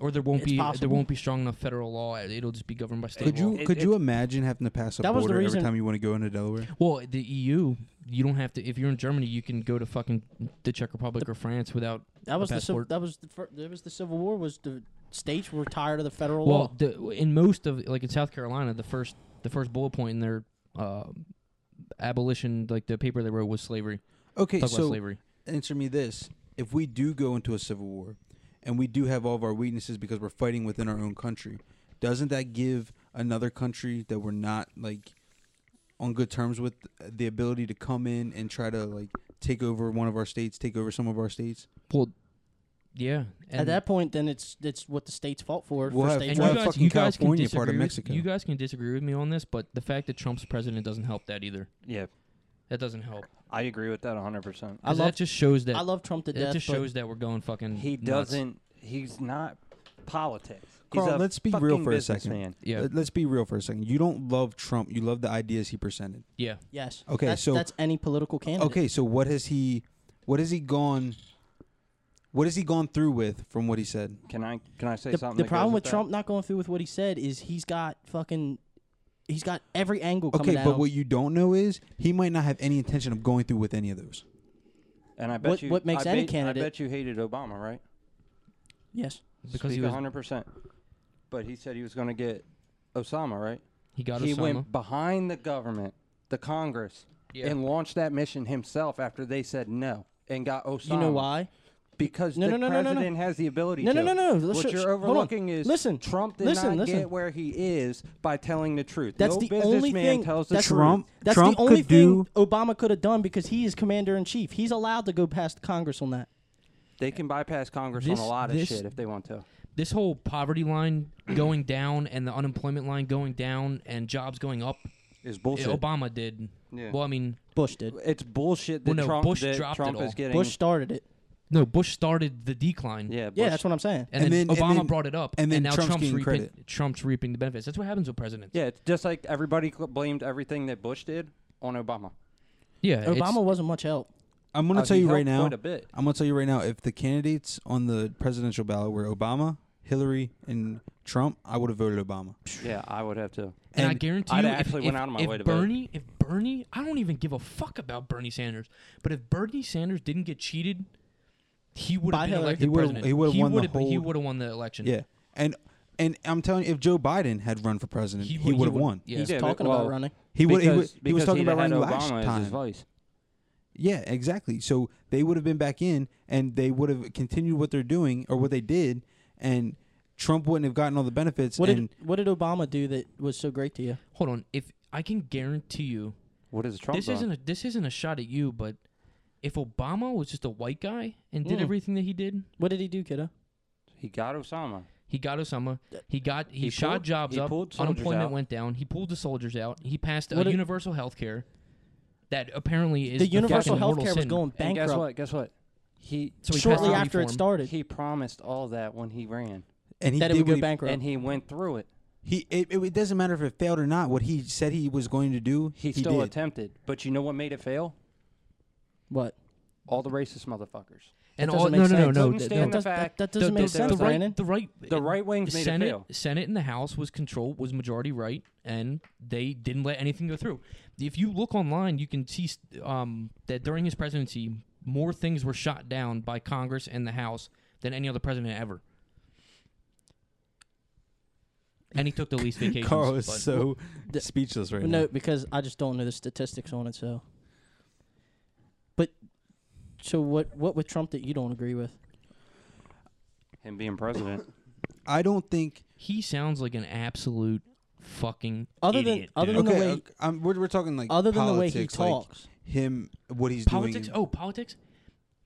Speaker 9: or there won't
Speaker 1: It's
Speaker 9: be there
Speaker 1: possible.
Speaker 9: won't be strong enough federal law. It'll just be governed by state
Speaker 3: Could
Speaker 9: law.
Speaker 3: you could you imagine having to pass a
Speaker 9: That was the
Speaker 3: border every
Speaker 9: reason-
Speaker 3: time you want to go into Delaware?
Speaker 9: Well, the EU, you don't have to. If you're in Germany, you can go to fucking the Czech Republic or France without a
Speaker 1: That was the civ-
Speaker 9: passport.
Speaker 1: that was the fir- that was the Civil War. Was the states were tired of the federal law?
Speaker 9: well, the, in most of like in South Carolina, the first the first bullet point in their uh, abolition, like the paper they wrote, was slavery.
Speaker 3: Okay,
Speaker 9: Talk
Speaker 3: so
Speaker 9: about slavery.
Speaker 3: answer me this: If we do go into a civil war, and we do have all of our weaknesses because we're fighting within our own country, doesn't that give another country that we're not like on good terms with the ability to come in and try to like take over one of our states, take over some of our states?
Speaker 9: Well, yeah.
Speaker 1: At that point, then it's it's what the states fought for.
Speaker 3: We'll
Speaker 1: for
Speaker 3: have-
Speaker 1: state
Speaker 3: we'll have
Speaker 1: rights.
Speaker 3: fucking California part of
Speaker 9: disagree with-
Speaker 3: Mexico.
Speaker 9: You guys can disagree with me on this, but the fact that Trump's president doesn't help that either.
Speaker 2: Yeah.
Speaker 9: That doesn't help.
Speaker 2: I agree with that 100%.
Speaker 9: I that just shows that
Speaker 1: I love Trump to
Speaker 9: that
Speaker 1: death,
Speaker 9: just
Speaker 1: but-
Speaker 9: shows that we're going fucking.
Speaker 2: He
Speaker 9: nuts.
Speaker 2: doesn't. He's not politics. He's
Speaker 3: Carl,
Speaker 2: a
Speaker 3: let's be real
Speaker 2: fucking
Speaker 3: for a
Speaker 2: business
Speaker 3: second.
Speaker 2: man.
Speaker 9: Yeah.
Speaker 3: Let- Let's be real for a second. You don't love Trump. You love the ideas he presented.
Speaker 9: Yeah.
Speaker 1: Yes.
Speaker 3: Okay.
Speaker 1: That's-
Speaker 3: so
Speaker 1: that's any political candidate.
Speaker 3: Okay. So what has he? What has he gone? What has he gone through with from what he said?
Speaker 2: Can I can I say
Speaker 1: the,
Speaker 2: something?
Speaker 1: the
Speaker 2: that goes
Speaker 1: problem with
Speaker 2: that?
Speaker 1: Trump not going through with what he said is he's got fucking he's got every angle coming
Speaker 3: Okay,
Speaker 1: at
Speaker 3: but
Speaker 1: him.
Speaker 3: what you don't know is he might not have any intention of going through with any of those.
Speaker 2: And I bet
Speaker 1: what-
Speaker 2: you
Speaker 1: what makes
Speaker 2: I
Speaker 1: any
Speaker 2: bet-
Speaker 1: candidate-
Speaker 2: I bet you hated Obama, right?
Speaker 1: yes,
Speaker 9: Because he
Speaker 2: Speak
Speaker 9: was-
Speaker 2: 100%. But he said he was going to get Osama, right?
Speaker 9: He got
Speaker 2: He
Speaker 9: Osama.
Speaker 2: went behind the government, the Congress,
Speaker 9: Yeah.
Speaker 2: and launched that mission himself after they said no and got Osama.
Speaker 1: You know why?
Speaker 2: Because
Speaker 1: No,
Speaker 2: the
Speaker 1: no, no, no, no, no.
Speaker 2: president has the ability
Speaker 1: No,
Speaker 2: to.
Speaker 1: no, no, no, no. Let's
Speaker 2: What
Speaker 1: sh- sh-
Speaker 2: you're
Speaker 1: hold on.
Speaker 2: overlooking is
Speaker 1: Listen.
Speaker 2: Trump did
Speaker 1: Listen,
Speaker 2: not
Speaker 1: listen.
Speaker 2: get where he is by telling the truth.
Speaker 1: That's
Speaker 2: no
Speaker 1: the
Speaker 2: businessman
Speaker 1: only thing.
Speaker 2: tells the
Speaker 1: that's
Speaker 2: truth.
Speaker 1: that's the only thing Obama could have done because he is commander in chief. He's allowed to go past Congress on that.
Speaker 2: They can bypass Congress
Speaker 9: This-
Speaker 2: on a lot of
Speaker 9: this-
Speaker 2: shit if they want to.
Speaker 9: This whole poverty line going down and the unemployment line going down and jobs going up eh,
Speaker 2: Is bullshit.
Speaker 9: Obama did.
Speaker 2: Yeah.
Speaker 9: Well, I mean,
Speaker 1: Bush did.
Speaker 2: It's bullshit that
Speaker 9: Well, no,
Speaker 2: Trump,
Speaker 9: Bush
Speaker 2: that
Speaker 9: dropped
Speaker 2: Trump
Speaker 9: it all.
Speaker 2: is getting.
Speaker 1: Bush started it.
Speaker 9: No, Bush started the decline.
Speaker 2: Yeah,
Speaker 1: Yeah, Bush- that's what I'm saying. And
Speaker 9: And, then,
Speaker 1: then- and
Speaker 9: Obama
Speaker 1: then-
Speaker 9: brought it up,
Speaker 1: and
Speaker 9: and,
Speaker 1: then
Speaker 9: now
Speaker 1: Trump's
Speaker 9: Trump's,
Speaker 1: getting
Speaker 9: reaping
Speaker 1: credit.
Speaker 9: Trump's reaping the benefits. That's what happens with presidents.
Speaker 2: Yeah, it's just like everybody cl- blamed everything that Bush did on Obama.
Speaker 9: Yeah,
Speaker 1: Obama wasn't much help.
Speaker 3: I'm gonna
Speaker 2: Uh,
Speaker 3: tell
Speaker 2: he
Speaker 3: you
Speaker 2: helped
Speaker 3: right now.
Speaker 2: quite a bit.
Speaker 3: I'm gonna tell you right now. If the candidates on the presidential ballot were Obama, Hillary, and Trump, I would have voted Obama.
Speaker 2: Yeah, I would have to.
Speaker 9: And, I guarantee
Speaker 2: I'd
Speaker 9: you, if,
Speaker 2: actually
Speaker 9: if,
Speaker 2: went out of my
Speaker 9: if
Speaker 2: way to vote.
Speaker 9: Bernie, if Bernie, I don't even give a fuck about Bernie Sanders, but if Bernie Sanders didn't get cheated, he would
Speaker 3: By
Speaker 9: have been
Speaker 3: Hillary.
Speaker 9: elected
Speaker 3: He would've-
Speaker 9: president.
Speaker 3: he would've won the
Speaker 9: would've been- He
Speaker 3: whole-
Speaker 9: would have won the election.
Speaker 3: Yeah, and and I'm telling you, if Joe Biden had run for president, he,
Speaker 9: would- he
Speaker 3: would have
Speaker 9: would-
Speaker 3: won.
Speaker 9: yeah. He's Yeah, but- talking
Speaker 2: about well, running.
Speaker 3: He would. He, would,
Speaker 2: because-
Speaker 3: he was
Speaker 2: because
Speaker 3: talking
Speaker 2: he'd
Speaker 3: about
Speaker 2: have
Speaker 3: running
Speaker 2: had
Speaker 3: last
Speaker 2: Obama as
Speaker 3: time.
Speaker 2: his vice.
Speaker 3: Yeah, exactly. So they would have been back in, and they would have continued what they're doing or what they did, and Trump wouldn't have gotten all the benefits.
Speaker 1: What
Speaker 3: and
Speaker 1: did what did Obama do that was so great to you?
Speaker 9: Hold on, if I can guarantee you,
Speaker 2: What is Trump
Speaker 9: this
Speaker 2: done?
Speaker 9: isn't a, this isn't a shot at you, but if Obama was just a white guy and did
Speaker 2: Mm.
Speaker 9: everything that he did,
Speaker 1: what did he do, kiddo?
Speaker 2: He got Osama.
Speaker 9: He got Osama. He got he,
Speaker 2: He
Speaker 9: shot
Speaker 2: pulled-
Speaker 9: jobs
Speaker 2: he
Speaker 9: up.
Speaker 2: pulled soldiers
Speaker 9: Unemployment
Speaker 2: out.
Speaker 9: went down. He pulled the soldiers out. He passed
Speaker 2: What
Speaker 9: a
Speaker 2: did-
Speaker 9: universal health care that apparently is
Speaker 1: The
Speaker 9: the
Speaker 1: universal
Speaker 9: fucking mortal
Speaker 1: healthcare was
Speaker 9: sin.
Speaker 1: going
Speaker 2: And guess
Speaker 1: Bankrupt.
Speaker 2: what? Guess what? He
Speaker 1: So he Shortly passed it after it reform. started.
Speaker 2: he promised all that when he ran,
Speaker 3: And he That it did would what go he- bankrupt.
Speaker 2: and he went through it.
Speaker 3: He it, it, it doesn't matter if it failed or not. What he said he was going to do,
Speaker 2: He,
Speaker 3: he,
Speaker 2: still
Speaker 3: did.
Speaker 2: attempted, but you know what made it fail?
Speaker 1: What?
Speaker 2: All the racist motherfuckers.
Speaker 9: And
Speaker 2: That
Speaker 9: all
Speaker 2: doesn't
Speaker 9: no,
Speaker 2: make sense.
Speaker 9: no, no, no,
Speaker 2: Couldn't
Speaker 9: th-
Speaker 2: stand
Speaker 9: no.
Speaker 2: the fact
Speaker 1: that doesn't
Speaker 2: that
Speaker 1: make
Speaker 2: the
Speaker 1: sense,
Speaker 2: right-
Speaker 1: Brandon.
Speaker 9: The right,
Speaker 2: The right wing's made it
Speaker 9: Senate,
Speaker 2: fail.
Speaker 9: Senate and the House was controlled was majority right, and they didn't let anything go through. If you look online, you can see um, that during his presidency, more things were shot down by Congress and the House than any other president ever. And he took the least vacations.
Speaker 3: Carl is
Speaker 9: but-
Speaker 3: so speechless right
Speaker 1: no,
Speaker 3: now.
Speaker 1: because I just don't know the statistics on it. So, but so what? What with Trump that you don't agree with?
Speaker 2: him being president.
Speaker 3: I don't think
Speaker 9: he sounds like an absolute fucking
Speaker 1: Other than-
Speaker 9: idiot,
Speaker 1: other than
Speaker 9: dude.
Speaker 1: the way-
Speaker 3: okay, um, we're, we're talking like
Speaker 1: Other than the way he
Speaker 3: politics, like,
Speaker 1: talks.
Speaker 3: him what he's
Speaker 9: politics.
Speaker 3: doing.
Speaker 9: Oh, politics.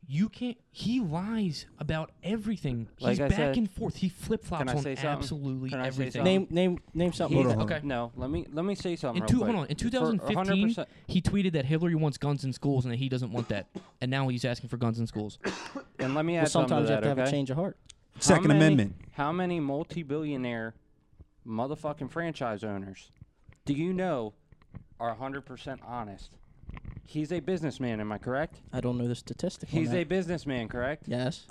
Speaker 9: You can't. He lies about everything. He's
Speaker 2: Like I
Speaker 9: back
Speaker 2: said-
Speaker 9: and forth. He flip flops
Speaker 2: Can I
Speaker 9: on
Speaker 2: say something?
Speaker 9: absolutely
Speaker 2: Can I say
Speaker 9: everything.
Speaker 2: something?
Speaker 1: Name- name- name something.
Speaker 9: He's-
Speaker 1: Hold on, hold
Speaker 9: okay.
Speaker 2: No, let me let me say something.
Speaker 9: In
Speaker 2: real
Speaker 9: two,
Speaker 2: quick.
Speaker 9: hold on. In
Speaker 2: For
Speaker 9: 2015,
Speaker 2: 100%,
Speaker 9: he tweeted that Hillary wants guns in schools and that he doesn't want that, and now he's asking for guns in schools.
Speaker 2: and let me
Speaker 1: Well,
Speaker 2: add something
Speaker 1: sometimes you
Speaker 2: to
Speaker 1: have
Speaker 2: that,
Speaker 1: to have a
Speaker 2: okay?
Speaker 1: change of heart.
Speaker 2: How
Speaker 3: Second
Speaker 2: many-
Speaker 3: Amendment.
Speaker 2: How many multi-billionaire motherfucking franchise owners do you know are 100% honest? He's a businessman, am I correct?
Speaker 1: I don't know the statistic. on
Speaker 2: He's
Speaker 1: that.
Speaker 2: a businessman, correct?
Speaker 1: Yes.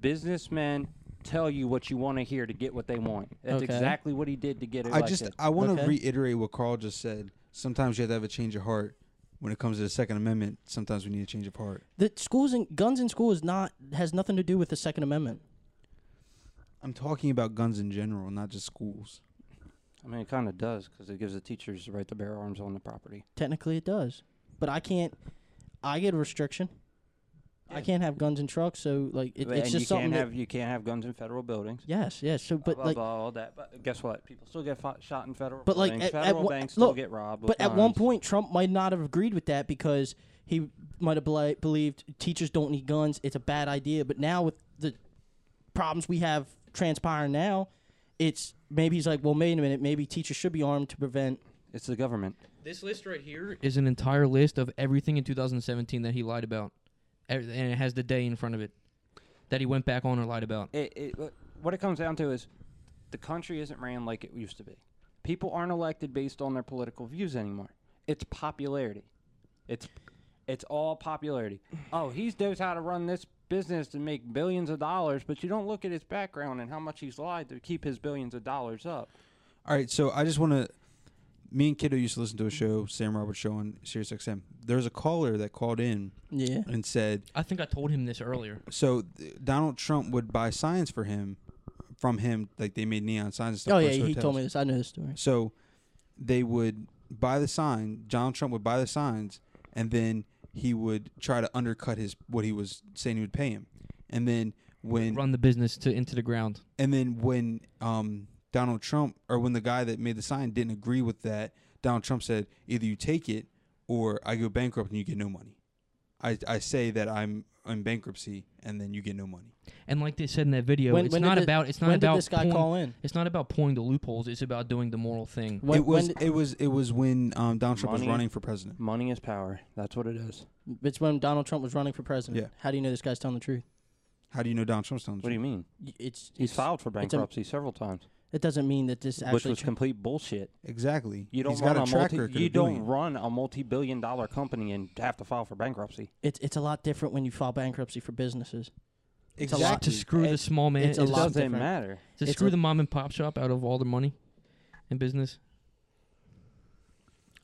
Speaker 2: Businessmen tell you what you want to hear to get what they want. That's
Speaker 1: Okay.
Speaker 2: exactly what he did to get
Speaker 3: I
Speaker 2: elected.
Speaker 3: just I want to reiterate what Carl just said. Sometimes you have to have a change of heart when it comes to the Second Amendment. Sometimes we need a change of heart.
Speaker 1: The schools and guns in school is not has nothing to do with the Second Amendment.
Speaker 3: I'm talking about guns in general, not just schools.
Speaker 2: I mean, it kind of does because it gives the teachers the right to bear arms on the property.
Speaker 1: Technically, it does, but I can't. I get a restriction. I can't have guns in trucks, so like it,
Speaker 2: But-
Speaker 1: it's
Speaker 2: and
Speaker 1: just
Speaker 2: you
Speaker 1: something.
Speaker 2: can't
Speaker 1: that-
Speaker 2: have you can't have guns in federal buildings.
Speaker 1: yes, yes. So,
Speaker 2: Blah,
Speaker 1: but
Speaker 2: blah,
Speaker 1: like,
Speaker 2: blah, all that. But guess what? People still get fought, shot in federal
Speaker 1: but like,
Speaker 2: buildings.
Speaker 1: at, at
Speaker 2: federal
Speaker 1: one-
Speaker 2: banks
Speaker 1: look,
Speaker 2: still get robbed.
Speaker 1: But at one point, Trump might not have agreed with that because he might have beli- believed teachers don't need guns. It's a bad idea. But now with the problems we have transpiring now, it's maybe he's like, well, wait a minute, maybe teachers should be armed to prevent.
Speaker 2: It's the government.
Speaker 9: This list right here is an entire list of everything in 2017 that he lied about, Ev- and it has the day in front of it that he went back on or lied about.
Speaker 2: it, it, what- what it comes down to is the country isn't ran like it used to be. People aren't elected based on their political views anymore. It's popularity. It's it's all popularity. Oh, he knows how to run this business to make billions of dollars, but you don't look at his background and how much he's lied to keep his billions of dollars up.
Speaker 3: All right, so I just want to. Me and Kiddo used to listen to a show, Sam Roberts show on Sirius XM. There was a caller that called in,
Speaker 1: Yeah.
Speaker 3: and said,
Speaker 9: I think I told him this earlier.
Speaker 3: so th- Donald Trump would buy signs for him, from him, like they made neon signs and stuff.
Speaker 1: Oh
Speaker 3: for
Speaker 1: yeah,
Speaker 3: his
Speaker 1: he
Speaker 3: hotels.
Speaker 1: told me this. I know this story.
Speaker 3: So they would buy the sign. Donald Trump would buy the signs, and then he would try to undercut his what he was saying he would pay him. And then when
Speaker 9: Run the business to into the ground.
Speaker 3: and then when um, Donald Trump or when the guy that made the sign didn't agree with that, Donald Trump said either you take it or I go bankrupt and you get no money. I, I say that I'm in bankruptcy and then you get no money.
Speaker 9: And like they said in that video,
Speaker 3: When-
Speaker 9: it's
Speaker 3: when
Speaker 9: not
Speaker 3: did it-
Speaker 9: about it's not
Speaker 3: when did
Speaker 9: about
Speaker 3: this guy
Speaker 9: pulling-
Speaker 3: call in?
Speaker 9: It's not about pulling the loopholes. It's about doing the moral thing.
Speaker 3: it was it was it was when um, Donald Trump was running for president.
Speaker 2: Money is power. That's what it is.
Speaker 1: It's when Donald Trump was running for president.
Speaker 3: Yeah.
Speaker 1: How do you know this guy's telling the truth?
Speaker 3: How do you know Donald Trump's telling the
Speaker 2: What do you mean?
Speaker 1: Y- It's
Speaker 2: He's
Speaker 1: it's-
Speaker 2: filed for
Speaker 1: it's a-
Speaker 2: bankruptcy several times,
Speaker 1: It doesn't mean that this
Speaker 2: which
Speaker 1: actually.
Speaker 2: was complete bullshit.
Speaker 3: Exactly.
Speaker 2: You don't
Speaker 3: He's
Speaker 2: run
Speaker 3: got a
Speaker 2: a
Speaker 3: track
Speaker 2: multi,
Speaker 3: record
Speaker 2: you
Speaker 3: of doing
Speaker 2: don't
Speaker 3: it.
Speaker 2: run a multi-billion dollar company and have to file for bankruptcy.
Speaker 1: it's it's a lot different when you file bankruptcy for businesses. It's a lot
Speaker 9: to screw the small man.
Speaker 1: It's a
Speaker 9: it
Speaker 1: lot
Speaker 9: doesn't
Speaker 1: different.
Speaker 2: matter.
Speaker 9: To
Speaker 1: It's
Speaker 9: screw
Speaker 1: a-
Speaker 9: the mom and pop shop out of all their money and business.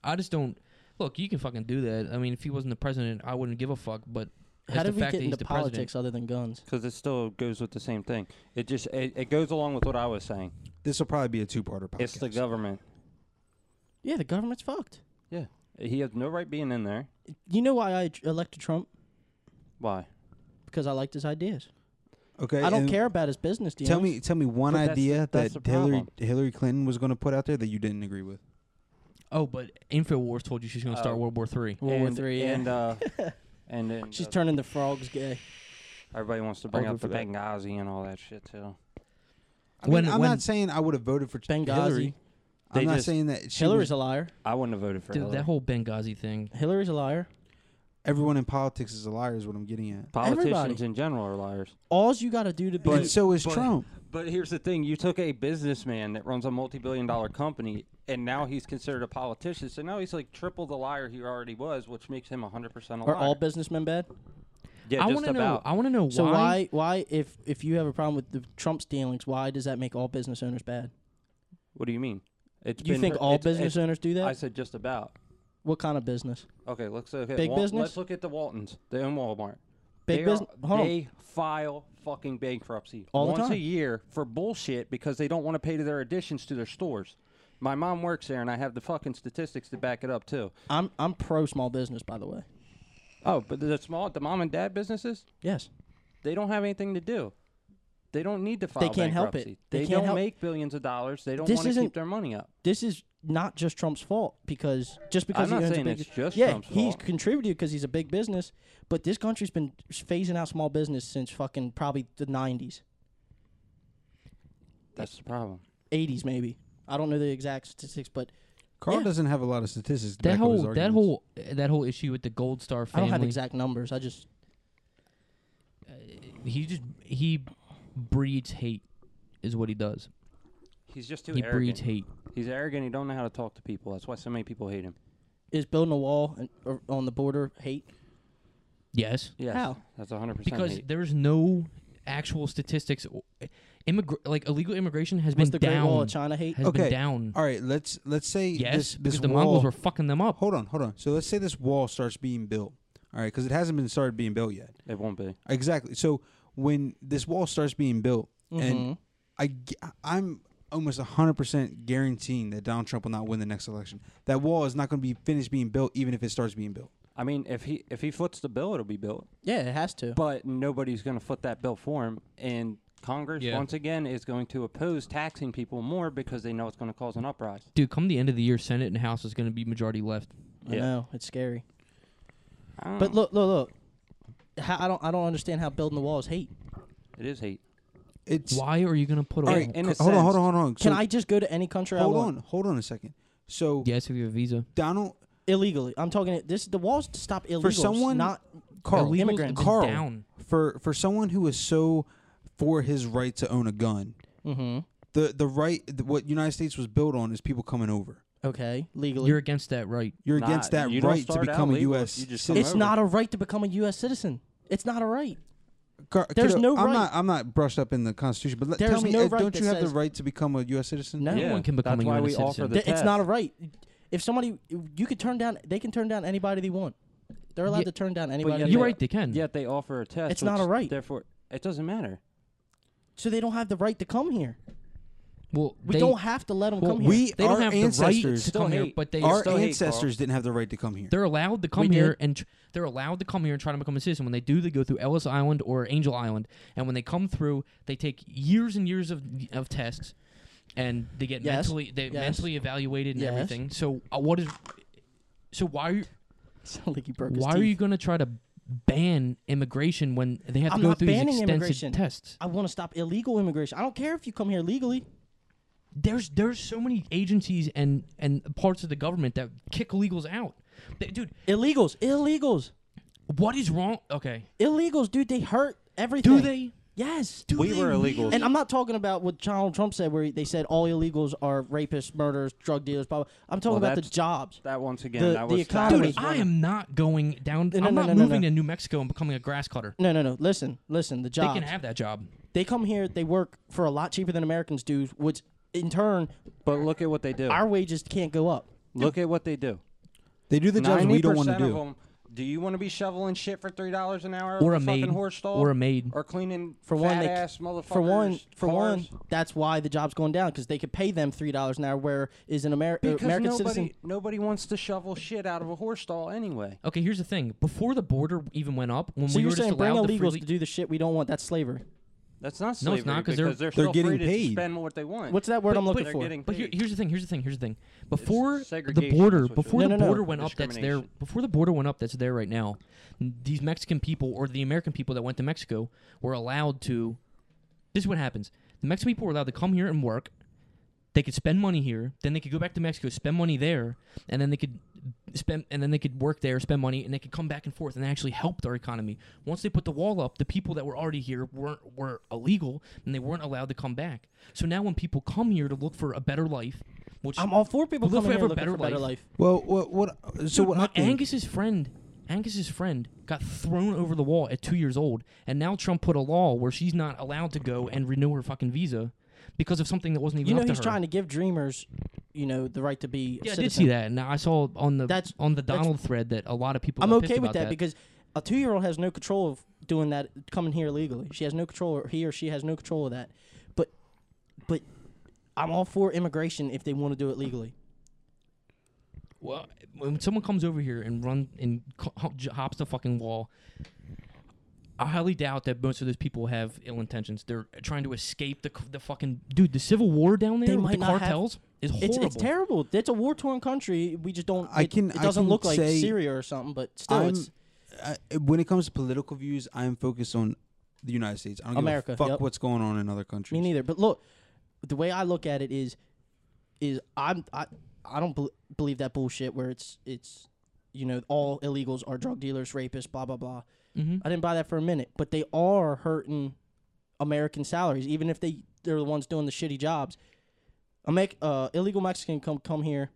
Speaker 9: I just don't. Look, you can fucking do that. I mean, if he wasn't the president, I wouldn't give a fuck. But
Speaker 1: How
Speaker 9: it's
Speaker 1: did
Speaker 9: the
Speaker 1: we
Speaker 9: fact
Speaker 1: get
Speaker 9: that he's
Speaker 1: into
Speaker 9: the
Speaker 1: politics other than guns?
Speaker 2: because it still goes with the same thing. It just it, it goes along with what I was saying.
Speaker 3: This will probably be a two-parter podcast.
Speaker 2: It's the government.
Speaker 1: Yeah, the government's fucked.
Speaker 2: Yeah, he has no right being in there.
Speaker 1: You know why I elected Trump?
Speaker 2: Why?
Speaker 1: Because I liked his ideas.
Speaker 3: Okay,
Speaker 1: I don't
Speaker 3: and
Speaker 1: care about his business dealings.
Speaker 3: Tell me, tell me one
Speaker 1: But that's
Speaker 3: idea
Speaker 1: the- that's
Speaker 3: that
Speaker 1: the
Speaker 3: Hillary
Speaker 1: problem.
Speaker 3: Hillary Clinton was going to put out there that you didn't agree with.
Speaker 9: Oh, but Infowars told you she's going to start
Speaker 2: Oh.
Speaker 9: World War Three.
Speaker 1: World War
Speaker 2: And-
Speaker 1: Three, yeah.
Speaker 2: and, uh, and then
Speaker 1: She's
Speaker 2: uh,
Speaker 1: turning the frogs gay.
Speaker 2: Everybody wants to bring
Speaker 1: I'll
Speaker 2: up
Speaker 1: vote for
Speaker 2: the
Speaker 1: that.
Speaker 2: Benghazi and all that shit too.
Speaker 3: I mean, I'm not saying I would have voted for
Speaker 1: Benghazi.
Speaker 3: Hillary. I'm
Speaker 2: They
Speaker 3: not
Speaker 2: just-
Speaker 3: saying that she
Speaker 1: Hillary's
Speaker 3: was-
Speaker 1: a liar.
Speaker 2: I wouldn't have voted for
Speaker 9: Dude,
Speaker 2: Hillary.
Speaker 9: that whole Benghazi thing.
Speaker 1: Hillary's a liar.
Speaker 3: Everyone in politics is a liar. Is what I'm getting at.
Speaker 2: Politicians
Speaker 1: everybody.
Speaker 2: in general are liars.
Speaker 1: All's you got to do to be.
Speaker 3: and so is Trump.
Speaker 2: But here's the thing: you took a businessman that runs a multi-billion-dollar company, and now he's considered a politician. So now he's like triple the liar he already was, which makes him 100 percent a
Speaker 1: Are
Speaker 2: liar.
Speaker 1: all businessmen bad?
Speaker 2: yeah, just about.
Speaker 9: want to know
Speaker 1: So
Speaker 9: why-
Speaker 1: why why if if you have a problem with the Trump's dealings, why does that make all business owners bad?
Speaker 2: What do you mean? It's
Speaker 1: You
Speaker 2: been
Speaker 1: think
Speaker 2: per-
Speaker 1: all
Speaker 2: it's-
Speaker 1: business
Speaker 2: it's-
Speaker 1: owners do that?
Speaker 2: I said just about.
Speaker 1: What kind of business?
Speaker 2: Okay, let's look at
Speaker 1: Big
Speaker 2: Wal-
Speaker 1: business?
Speaker 2: Let's look at the Waltons. They own Walmart.
Speaker 1: Big
Speaker 2: They are-
Speaker 1: business- hold on.
Speaker 2: They file fucking bankruptcy
Speaker 1: All the
Speaker 2: once a
Speaker 1: time.
Speaker 2: year for bullshit because they don't want to pay to their additions to their stores. My mom works there, and I have the fucking statistics to back it up too.
Speaker 1: I'm I'm pro small business, by the way.
Speaker 2: Oh, but the small, the mom and dad businesses,
Speaker 1: Yes.
Speaker 2: they don't have anything to do. They don't need to file
Speaker 1: They can't help it.
Speaker 2: bankruptcy.
Speaker 1: They
Speaker 2: They,
Speaker 1: can't
Speaker 2: don't
Speaker 1: help-
Speaker 2: make billions of dollars. They don't
Speaker 1: This
Speaker 2: want to
Speaker 1: isn't-
Speaker 2: keep their money up.
Speaker 1: This is not just Trump's fault because just because
Speaker 2: I'm not
Speaker 1: he owns
Speaker 2: saying
Speaker 1: a big,
Speaker 2: it's just
Speaker 1: yeah,
Speaker 2: Trump's
Speaker 1: he's
Speaker 2: fault.
Speaker 1: contributed because he's a big business. But this country's been phasing out small business since fucking probably the '90s,
Speaker 2: That's the problem.
Speaker 1: '80s maybe. I don't know the exact statistics, but
Speaker 3: Carl
Speaker 1: yeah.
Speaker 3: doesn't have a lot of statistics. To
Speaker 9: That
Speaker 3: back up his
Speaker 9: whole that
Speaker 3: arguments.
Speaker 9: whole that whole issue with the Gold Star
Speaker 1: I
Speaker 9: family.
Speaker 1: don't have exact numbers. I just
Speaker 9: He just he breeds hate, is what he does.
Speaker 2: He's just too
Speaker 9: He
Speaker 2: arrogant.
Speaker 9: breeds hate.
Speaker 2: He's arrogant. He don't know how to talk to people. That's why so many people hate him.
Speaker 1: is building a wall and, or on the border hate.
Speaker 9: Yes.
Speaker 2: Yes.
Speaker 1: How?
Speaker 2: That's 100%
Speaker 9: Because
Speaker 2: hate.
Speaker 9: there's no actual statistics. Immigra- like illegal immigration has
Speaker 1: What's
Speaker 9: been
Speaker 1: the Great
Speaker 9: down.
Speaker 1: Wall of China hate?
Speaker 9: Has been down.
Speaker 3: All right, let's let's say
Speaker 9: Yes,
Speaker 3: this,
Speaker 9: because
Speaker 3: this
Speaker 9: the
Speaker 3: wall,
Speaker 9: Mongols were fucking them up.
Speaker 3: Hold on, hold on. So let's say this wall starts being built. All right, because it hasn't been started being built yet.
Speaker 2: It won't be.
Speaker 3: Exactly. So when this wall starts being built, and
Speaker 9: Mm-hmm.
Speaker 2: Mhm.
Speaker 3: I gu- I'm almost 100% guaranteeing that Donald Trump will not win the next election. That wall is not going to be finished being built, even if it starts being built.
Speaker 2: I mean, if he if he foots the bill, it'll be built.
Speaker 1: Yeah, it has to.
Speaker 2: But nobody's going to foot that bill for him. And Congress,
Speaker 9: Yeah.
Speaker 2: once again, is going to oppose taxing people more because they know it's going to cause an uprising.
Speaker 9: Dude, come the end of the year, Senate and House is going to be majority left.
Speaker 1: I know it's
Speaker 2: Mm.
Speaker 1: scary.
Speaker 2: I
Speaker 1: But look, look, look. How, I don't, I don't understand how building the wall is hate.
Speaker 2: It is hate.
Speaker 3: It's
Speaker 9: why are you going to put a
Speaker 3: All right, c- hold on, hold on, hold on.
Speaker 1: Can
Speaker 3: So-
Speaker 1: I just go to any country I
Speaker 3: Hold
Speaker 1: want?
Speaker 3: on, hold on a second. So
Speaker 9: yes, if you have a visa,
Speaker 3: Donald
Speaker 1: illegally. I'm talking this. The walls to stop illegals,
Speaker 3: for someone
Speaker 1: not
Speaker 3: Carl,
Speaker 1: immigrants.
Speaker 3: Carl, for for someone who is so for his right to own a gun.
Speaker 1: Mhm.
Speaker 3: The the right th- what the United States was built on is people coming over.
Speaker 1: Okay, legally.
Speaker 9: You're against that right.
Speaker 3: You're against that right to become a U.S. citizen.
Speaker 1: It's not a right to become a U.S. citizen. It's not a right.
Speaker 3: Car-
Speaker 1: There's
Speaker 3: kiddo,
Speaker 1: no
Speaker 3: I'm
Speaker 1: right.
Speaker 3: Not, I'm not brushed up in the Constitution, but let,
Speaker 1: There's
Speaker 3: tell me,
Speaker 1: no
Speaker 3: uh,
Speaker 1: right
Speaker 3: don't
Speaker 1: that
Speaker 3: you have the
Speaker 1: says-
Speaker 3: right to become a U.S. citizen?
Speaker 1: No. Anyone can become
Speaker 2: that's a why we offer the
Speaker 1: Th- it's not a
Speaker 2: test.
Speaker 1: right. If somebody, you could turn down. They can turn down anybody they want. They're allowed
Speaker 2: Yeah,
Speaker 1: to turn down
Speaker 2: but
Speaker 1: anybody.
Speaker 2: yet
Speaker 1: they want.
Speaker 2: Yet they offer a test.
Speaker 1: It's not
Speaker 2: which
Speaker 1: a right.
Speaker 2: Therefore, it doesn't matter.
Speaker 1: So they don't have the right to come here.
Speaker 9: Well,
Speaker 1: We don't have to let them
Speaker 3: Well,
Speaker 1: come here.
Speaker 3: We,
Speaker 1: They don't
Speaker 3: our
Speaker 1: have the right
Speaker 3: ancestors,
Speaker 1: to come here, Still but they-
Speaker 3: our
Speaker 1: still hate, Carl.
Speaker 3: ancestors didn't have the right to come here.
Speaker 9: They're allowed to come
Speaker 3: We
Speaker 9: here
Speaker 3: did.
Speaker 9: and tr- they're allowed to come here and try to become a citizen. When they do, they go through Ellis Island or Angel Island, and when they come through, they take years and years of of tests, and they get
Speaker 1: Yes.
Speaker 9: mentally they
Speaker 1: Yes.
Speaker 9: mentally evaluated and
Speaker 1: Yes.
Speaker 9: everything. So uh, what is so why are you
Speaker 1: Sound like you broke his
Speaker 9: why are you going to try to ban immigration when they have to
Speaker 1: I'm
Speaker 9: go
Speaker 1: not
Speaker 9: through
Speaker 1: banning
Speaker 9: these
Speaker 1: immigration.
Speaker 9: extensive tests?
Speaker 1: I want to stop illegal immigration. I don't care if you come here legally.
Speaker 9: There's there's so many agencies and and parts of the government that kick illegals out. They- dude,
Speaker 1: illegals, illegals.
Speaker 9: What is wrong? Okay,
Speaker 1: Illegals, dude, they hurt everything.
Speaker 9: Do they?
Speaker 1: Yes.
Speaker 9: Do We they were really? illegals.
Speaker 1: And I'm not talking about what Donald Trump said, where he- they said all illegals are rapists, murderers, drug dealers, blah, blah. I'm talking
Speaker 2: Well,
Speaker 1: about the
Speaker 2: that's-
Speaker 1: jobs.
Speaker 2: That once again,
Speaker 1: The-
Speaker 2: that
Speaker 1: the
Speaker 2: was
Speaker 1: economy.
Speaker 9: Dude, I am not going down.
Speaker 1: No, no,
Speaker 9: I'm
Speaker 1: no,
Speaker 9: not
Speaker 1: no, no,
Speaker 9: moving
Speaker 1: no.
Speaker 9: to New Mexico and becoming a grass cutter.
Speaker 1: No, no, no. Listen, listen. The jobs.
Speaker 9: They can have that job.
Speaker 1: They come here, they work for a lot cheaper than Americans do, which in turn.
Speaker 2: But look at what they do.
Speaker 1: Our wages can't go up.
Speaker 2: Look at what they do.
Speaker 3: They do the jobs we don't want to
Speaker 2: 90% of
Speaker 3: do.
Speaker 2: 'em, do you want to be shoveling shit for three dollars an hour,
Speaker 1: Or
Speaker 2: at
Speaker 1: a
Speaker 2: fucking
Speaker 1: maid.
Speaker 2: horse stall,
Speaker 1: Or a maid.
Speaker 2: or cleaning
Speaker 1: For one,
Speaker 2: fat
Speaker 1: they,
Speaker 2: ass motherfuckers?
Speaker 1: for one, for
Speaker 2: cars?
Speaker 1: one, that's why the job's going down because they could pay them three dollars an hour, where is an Ameri-
Speaker 2: because
Speaker 1: American
Speaker 2: nobody
Speaker 1: citizen
Speaker 2: nobody wants to shovel shit out of a horse stall anyway.
Speaker 9: Okay, here's the thing. Before the border even went up, when
Speaker 1: so
Speaker 9: we
Speaker 1: you're
Speaker 9: were just
Speaker 1: saying bring
Speaker 9: allowed to
Speaker 1: illegals
Speaker 9: freely,
Speaker 1: to do the shit we don't want? That's slavery.
Speaker 2: That's not
Speaker 9: No,
Speaker 2: slavery
Speaker 9: it's not
Speaker 2: because
Speaker 9: because they're
Speaker 2: they're, still free to spend what they want.
Speaker 1: What's that word
Speaker 9: But-
Speaker 1: I'm looking
Speaker 9: but-
Speaker 1: for?
Speaker 2: getting
Speaker 9: But here- here's the thing. Here's the thing. Here's the thing. Before the
Speaker 2: segregation,
Speaker 9: border,
Speaker 2: that's what it
Speaker 9: before
Speaker 2: is.
Speaker 9: the
Speaker 2: No, no, no.
Speaker 9: border went up, that's there.
Speaker 2: Discrimination.
Speaker 9: Before the border went up, that's there right now. n- These Mexican people or the American people that went to Mexico were allowed to. This is what happens. The Mexican people were allowed to come here and work. They could spend money here, then they could go back to Mexico, spend money there, and then they could spend and then they could work there, spend money, and they could come back and forth and they actually helped our economy. Once they put the wall up, the people that were already here weren't were illegal and they weren't allowed to come back. So now when people come here to look for a better life, which
Speaker 1: I'm all for people
Speaker 9: look
Speaker 1: coming here
Speaker 9: forever
Speaker 1: looking for better life.
Speaker 3: Well, what what? So
Speaker 9: Dude,
Speaker 3: what?
Speaker 9: my
Speaker 3: I think,
Speaker 9: Angus's friend, Angus's friend got thrown over the wall at 2 years old, and now Trump put a law where she's not allowed to go and renew her fucking visa because of something that wasn't even
Speaker 1: You know
Speaker 9: up to
Speaker 1: he's
Speaker 9: her.
Speaker 1: trying to give dreamers, you know, the right to be. a
Speaker 9: yeah, I did
Speaker 1: citizen.
Speaker 9: see that. and I saw on the
Speaker 1: That's-
Speaker 9: on the
Speaker 1: that's-
Speaker 9: Donald thread that a lot of people.
Speaker 1: I'm
Speaker 9: got pissed
Speaker 1: okay with
Speaker 9: about
Speaker 1: that, because a two year old has no control of doing that, coming here illegally. She has no control. He or she has no control of that. But, but, I'm all for immigration if they want to do it legally.
Speaker 9: well, when someone comes over here and run and co- hop- j- hops the fucking wall, I highly doubt that most of those people have ill intentions. They're trying to escape the c- the fucking dude. The civil war down there
Speaker 1: They
Speaker 9: with
Speaker 1: might
Speaker 9: the
Speaker 1: not have-
Speaker 9: cartels is horrible.
Speaker 1: It's, it's terrible. It's a war torn country. We just don't.
Speaker 10: I
Speaker 1: it-
Speaker 10: can.
Speaker 1: It
Speaker 10: I
Speaker 1: doesn't
Speaker 10: can
Speaker 1: look like
Speaker 10: say
Speaker 1: Syria or something, but still,
Speaker 10: I'm-
Speaker 1: it's
Speaker 10: I, when it comes to political views, I am focused on the United States. I don't
Speaker 1: America,
Speaker 10: give a fuck
Speaker 1: yep.
Speaker 10: what's going on in other countries.
Speaker 1: me neither. But look, the way I look at it is, is I'm I I don't bel believe that bullshit where it's it's, you know, all illegals are drug dealers, rapists, blah blah blah.
Speaker 9: Mhm.
Speaker 1: I didn't buy that for a minute, but they are hurting American salaries, even if they they're the ones doing the shitty jobs. A Mex- uh, illegal Mexican come come here,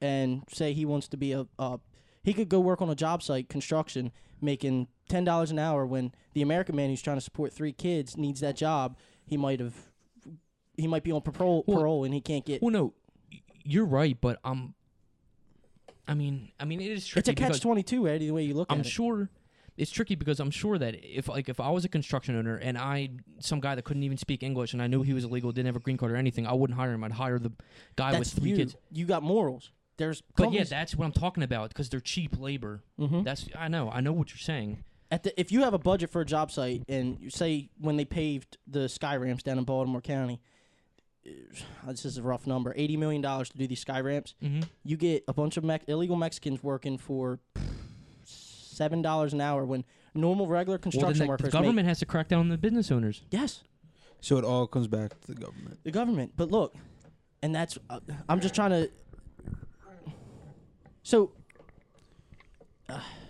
Speaker 1: and say he wants to be a, a he could go work on a job site construction making ten dollars an hour when the American man who's trying to support three kids needs that job. He might have he might be on parole parole and he can't get.
Speaker 9: Well, no, y- you're right, but um, I mean, I mean, it is tricky.
Speaker 1: It's a catch
Speaker 9: because
Speaker 1: twenty two, Eddie. The way you look
Speaker 9: I'm
Speaker 1: at it.
Speaker 9: sure it's tricky because I'm sure that if like if I was a construction owner and I some guy that couldn't even speak English and I knew he was illegal, didn't have a green card or anything, I wouldn't hire him. I'd hire the guy
Speaker 1: That's
Speaker 9: with three
Speaker 1: you.
Speaker 9: kids.
Speaker 1: You got morals. There's
Speaker 9: But yeah,
Speaker 1: companies-
Speaker 9: that's what I'm talking about because they're cheap labor.
Speaker 1: Mhm.
Speaker 9: That's I know, I know what you're saying.
Speaker 1: at the if you have a budget for a job site and you say when they paved the sky ramps down in Baltimore County, uh, this is a rough number, eighty million dollars to do these sky ramps.
Speaker 9: Mhm.
Speaker 1: You get a bunch of Mex- illegal Mexicans working for seven dollars an hour when normal regular
Speaker 9: Well, then
Speaker 1: construction
Speaker 9: the, the
Speaker 1: workers
Speaker 9: government
Speaker 1: make,
Speaker 9: has to crack down on the business owners.
Speaker 1: yes
Speaker 10: So it all comes back to the government.
Speaker 1: the government. But look, and that's uh, I'm just trying to. So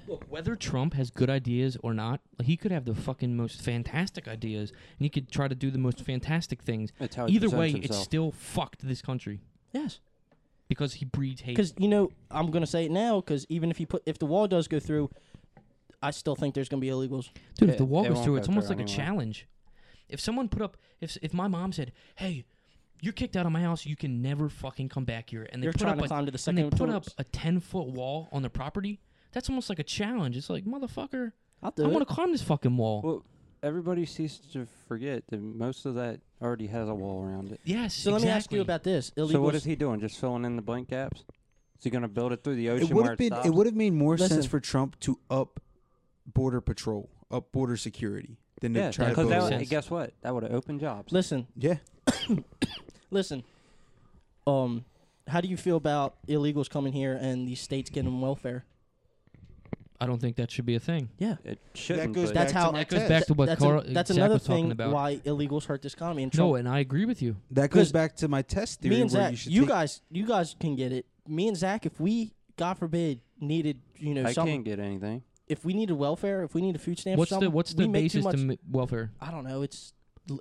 Speaker 9: Look, whether Trump has good ideas or not, he could have the fucking most fantastic ideas, and he could try to do the most fantastic things.
Speaker 2: That's how he
Speaker 9: Either
Speaker 2: presents
Speaker 9: way, it's
Speaker 2: himself.
Speaker 9: still fucked this country.
Speaker 1: Yes.
Speaker 9: Because he breeds hate.
Speaker 1: Because you know, I'm gonna say it now. Because even if you put, if the wall does go through, I still think there's gonna be illegals.
Speaker 9: Dude, if the wall goes through, it's almost like a challenge. If someone put up, if if my mom said, "Hey, you're kicked out of my house. You can never fucking come back here," and they
Speaker 1: You're
Speaker 9: put
Speaker 1: trying
Speaker 9: up
Speaker 1: to
Speaker 9: a,
Speaker 1: climb to the
Speaker 9: and they
Speaker 1: second
Speaker 9: put up
Speaker 1: doors.
Speaker 9: a ten foot wall on the property. That's almost like a challenge. It's like motherfucker,
Speaker 1: I'll
Speaker 9: I want to climb this fucking wall.
Speaker 2: Well, everybody seems to forget that most of that already has a wall around it.
Speaker 9: Yes,
Speaker 1: So let me ask you exactly. about this.
Speaker 2: So what
Speaker 1: Illegals-
Speaker 2: is he doing? Just filling in the blank gaps? Is he going to build it through the ocean
Speaker 10: It would
Speaker 2: where
Speaker 10: have
Speaker 2: it
Speaker 10: been.
Speaker 2: stops?
Speaker 10: It would have made more sense
Speaker 2: Listen.
Speaker 10: for Trump to up border patrol, up border security, than to
Speaker 2: yeah,
Speaker 10: try to
Speaker 2: because
Speaker 10: build
Speaker 2: that
Speaker 10: a
Speaker 2: would- guess what? That would have opened jobs.
Speaker 1: Listen.
Speaker 10: Yeah.
Speaker 1: Listen. Um, how do you feel about illegals coming here and these states getting them welfare?
Speaker 9: I don't think that should be a thing.
Speaker 1: Yeah,
Speaker 2: it
Speaker 9: shouldn't,
Speaker 1: That's,
Speaker 9: but-
Speaker 1: that's
Speaker 9: That
Speaker 1: how.
Speaker 9: goes back to my That's- what
Speaker 1: that's
Speaker 9: Carl-
Speaker 1: a, that's
Speaker 9: Zach
Speaker 1: another
Speaker 9: was talking
Speaker 1: thing
Speaker 9: about.
Speaker 1: why illegals hurt this economy. And Trump,
Speaker 9: No, and I agree with you.
Speaker 10: That goes back to my test theory
Speaker 1: me and
Speaker 10: where
Speaker 1: Zach,
Speaker 10: you should
Speaker 1: you,
Speaker 10: take-
Speaker 1: guys, you guys can get it. Me and Zach, if we, God forbid, needed, you know,
Speaker 2: I
Speaker 1: some-
Speaker 2: can't get anything.
Speaker 1: If we needed welfare, if we needed food stamps,
Speaker 9: What's
Speaker 1: or
Speaker 9: the-
Speaker 1: something,
Speaker 9: what's
Speaker 1: we
Speaker 9: the
Speaker 1: make too
Speaker 9: basis to
Speaker 1: much-
Speaker 9: m- welfare?
Speaker 1: I don't know. It's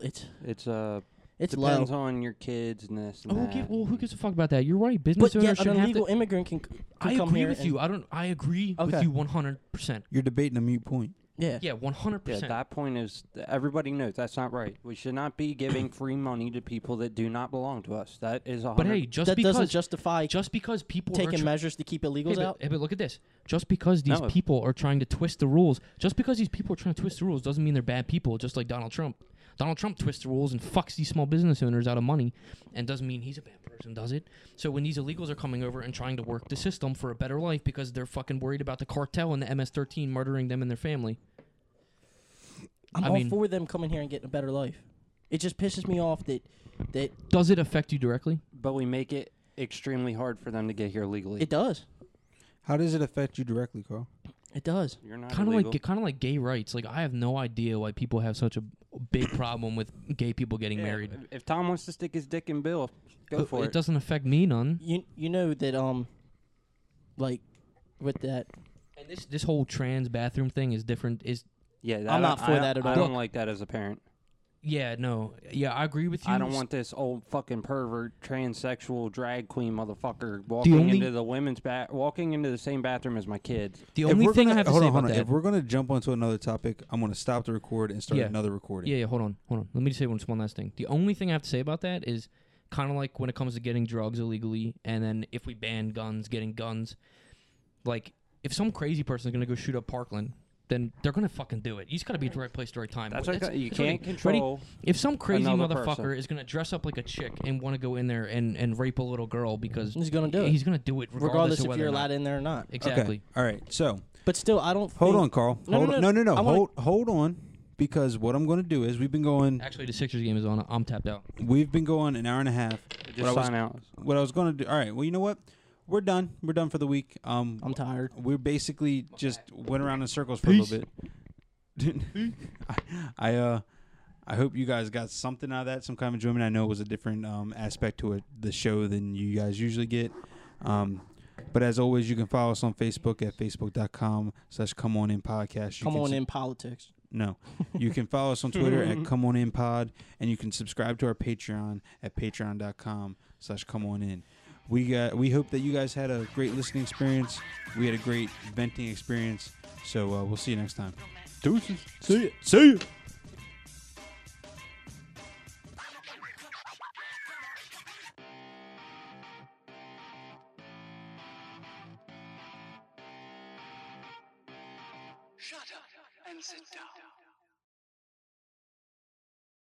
Speaker 1: it's
Speaker 2: It's uh,
Speaker 1: It's low.
Speaker 2: depends on your kids and this and
Speaker 9: Oh, who
Speaker 2: that.
Speaker 9: give, well, who gives a fuck about that? You're right. Business
Speaker 1: but
Speaker 9: owners
Speaker 1: yet
Speaker 9: should
Speaker 1: an
Speaker 9: have
Speaker 1: illegal
Speaker 9: to.
Speaker 1: immigrant can, can
Speaker 9: I
Speaker 1: come
Speaker 9: agree
Speaker 1: here
Speaker 9: with
Speaker 1: and-
Speaker 9: you. I don't. I agree
Speaker 1: Okay.
Speaker 9: with you 100. percent
Speaker 10: You're debating a mute point.
Speaker 1: Yeah.
Speaker 9: Yeah, 100%.
Speaker 2: Yeah, that point is everybody knows that's not right. We should not be giving free money to people that do not belong to us. That is a
Speaker 9: But hey, just
Speaker 1: that
Speaker 9: because
Speaker 1: doesn't justify
Speaker 9: just because people
Speaker 1: taking
Speaker 9: are tr-
Speaker 1: measures to keep illegals
Speaker 9: hey, but,
Speaker 1: out.
Speaker 9: Hey, but look at this. Just because these
Speaker 1: No.
Speaker 9: people are trying to twist the rules, just because these people are trying to twist the rules, doesn't mean they're bad people. Just like Donald Trump. Donald Trump twists the rules and fucks these small business owners out of money, and doesn't mean he's a bad person, does it? So when these illegals are coming over and trying to work the system for a better life because they're fucking worried about the cartel and the MS-13 murdering them and their family.
Speaker 1: I'm
Speaker 9: I
Speaker 1: all
Speaker 9: mean-
Speaker 1: for them coming here and getting a better life. It just pisses me off that that
Speaker 9: Does it affect you directly?
Speaker 2: But we make it extremely hard for them to get here legally.
Speaker 1: it does.
Speaker 10: How does it affect you directly, Carl?
Speaker 1: It does.
Speaker 2: You're not
Speaker 9: kind of
Speaker 2: illegal.
Speaker 9: like kind of like gay rights. Like I have no idea why people have such a big problem with gay people getting
Speaker 2: Yeah,
Speaker 9: married.
Speaker 2: if- If Tom wants to stick his dick in Bill, go
Speaker 9: Uh,
Speaker 2: for it.
Speaker 9: doesn't affect me none.
Speaker 1: You you know that um, like with that,
Speaker 9: And this this whole trans bathroom thing is different. Is
Speaker 2: Yeah, that
Speaker 1: I'm
Speaker 2: I-
Speaker 1: not for
Speaker 2: I don't-
Speaker 1: that at
Speaker 2: I
Speaker 1: all.
Speaker 2: don't
Speaker 1: Look.
Speaker 2: like that as a parent.
Speaker 9: yeah no yeah I agree with you.
Speaker 2: I don't
Speaker 9: S-
Speaker 2: want this old fucking pervert, transsexual drag queen motherfucker walking
Speaker 9: only-
Speaker 2: into the women's bath, walking into the same bathroom as my kids.
Speaker 9: The
Speaker 10: If
Speaker 9: only
Speaker 10: we're
Speaker 9: thing
Speaker 10: gonna-
Speaker 9: I have to
Speaker 10: hold
Speaker 9: say
Speaker 10: on, hold
Speaker 9: about
Speaker 10: on.
Speaker 9: that-
Speaker 10: If we're gonna jump onto another topic, I'm gonna stop the record and start another recording.
Speaker 9: Yeah, yeah, hold on, hold on. Let me just say one, one last thing. The only thing I have to say about that is kind of like when it comes to getting drugs illegally, and then if we ban guns, getting guns, like if some crazy person is gonna go shoot up Parkland. Then they're gonna fucking do it. You just gotta be at the right place, at the right time.
Speaker 2: That's
Speaker 9: Well,
Speaker 2: what I got- you
Speaker 9: what I
Speaker 2: can't
Speaker 9: mean.
Speaker 2: control
Speaker 9: Ready? If some crazy
Speaker 2: another
Speaker 9: motherfucker
Speaker 2: person.
Speaker 9: is gonna dress up like a chick and want to go in there and, and rape a little girl because
Speaker 1: he's gonna do it.
Speaker 9: He's gonna do it regardless,
Speaker 1: regardless
Speaker 9: of
Speaker 1: if
Speaker 9: whether
Speaker 1: you're
Speaker 9: or not.
Speaker 1: allowed in there or not.
Speaker 9: Exactly.
Speaker 10: All right. So
Speaker 1: But still, I don't.
Speaker 10: hold
Speaker 1: think-
Speaker 10: on, Carl.
Speaker 1: No,
Speaker 10: hold
Speaker 1: no,
Speaker 10: on.
Speaker 1: no.
Speaker 10: no, no, no.
Speaker 1: I wanna-
Speaker 10: Hold, hold on.
Speaker 3: because what I'm going to do is we've been going.
Speaker 9: Actually, the Sixers game is on. I'm tapped out.
Speaker 3: We've been going an hour and a half.
Speaker 9: Just
Speaker 3: What I was-
Speaker 9: sign out.
Speaker 3: What I was going to do. All right. Well, you know what? We're done. We're done for the week. Um, I'm tired. We basically just went around in circles for a little bit. I, I uh, I hope you guys got something out of that, some kind of enjoyment. I know it was a different um, aspect to it, the show than you guys usually get. Um, but as always, you can follow us on Facebook at facebook.com slash come on in podcast. You
Speaker 1: Come
Speaker 3: can
Speaker 1: on
Speaker 3: su-
Speaker 1: in politics.
Speaker 3: no. You can follow us on Twitter at Come On In Pod, and you can subscribe to our Patreon at patreon.com slash come on in. We got we hope that you guys had a great listening experience. We had a great venting experience. So uh, we'll see you next time. Deuces. See ya. See ya.
Speaker 5: Shut up and sit down.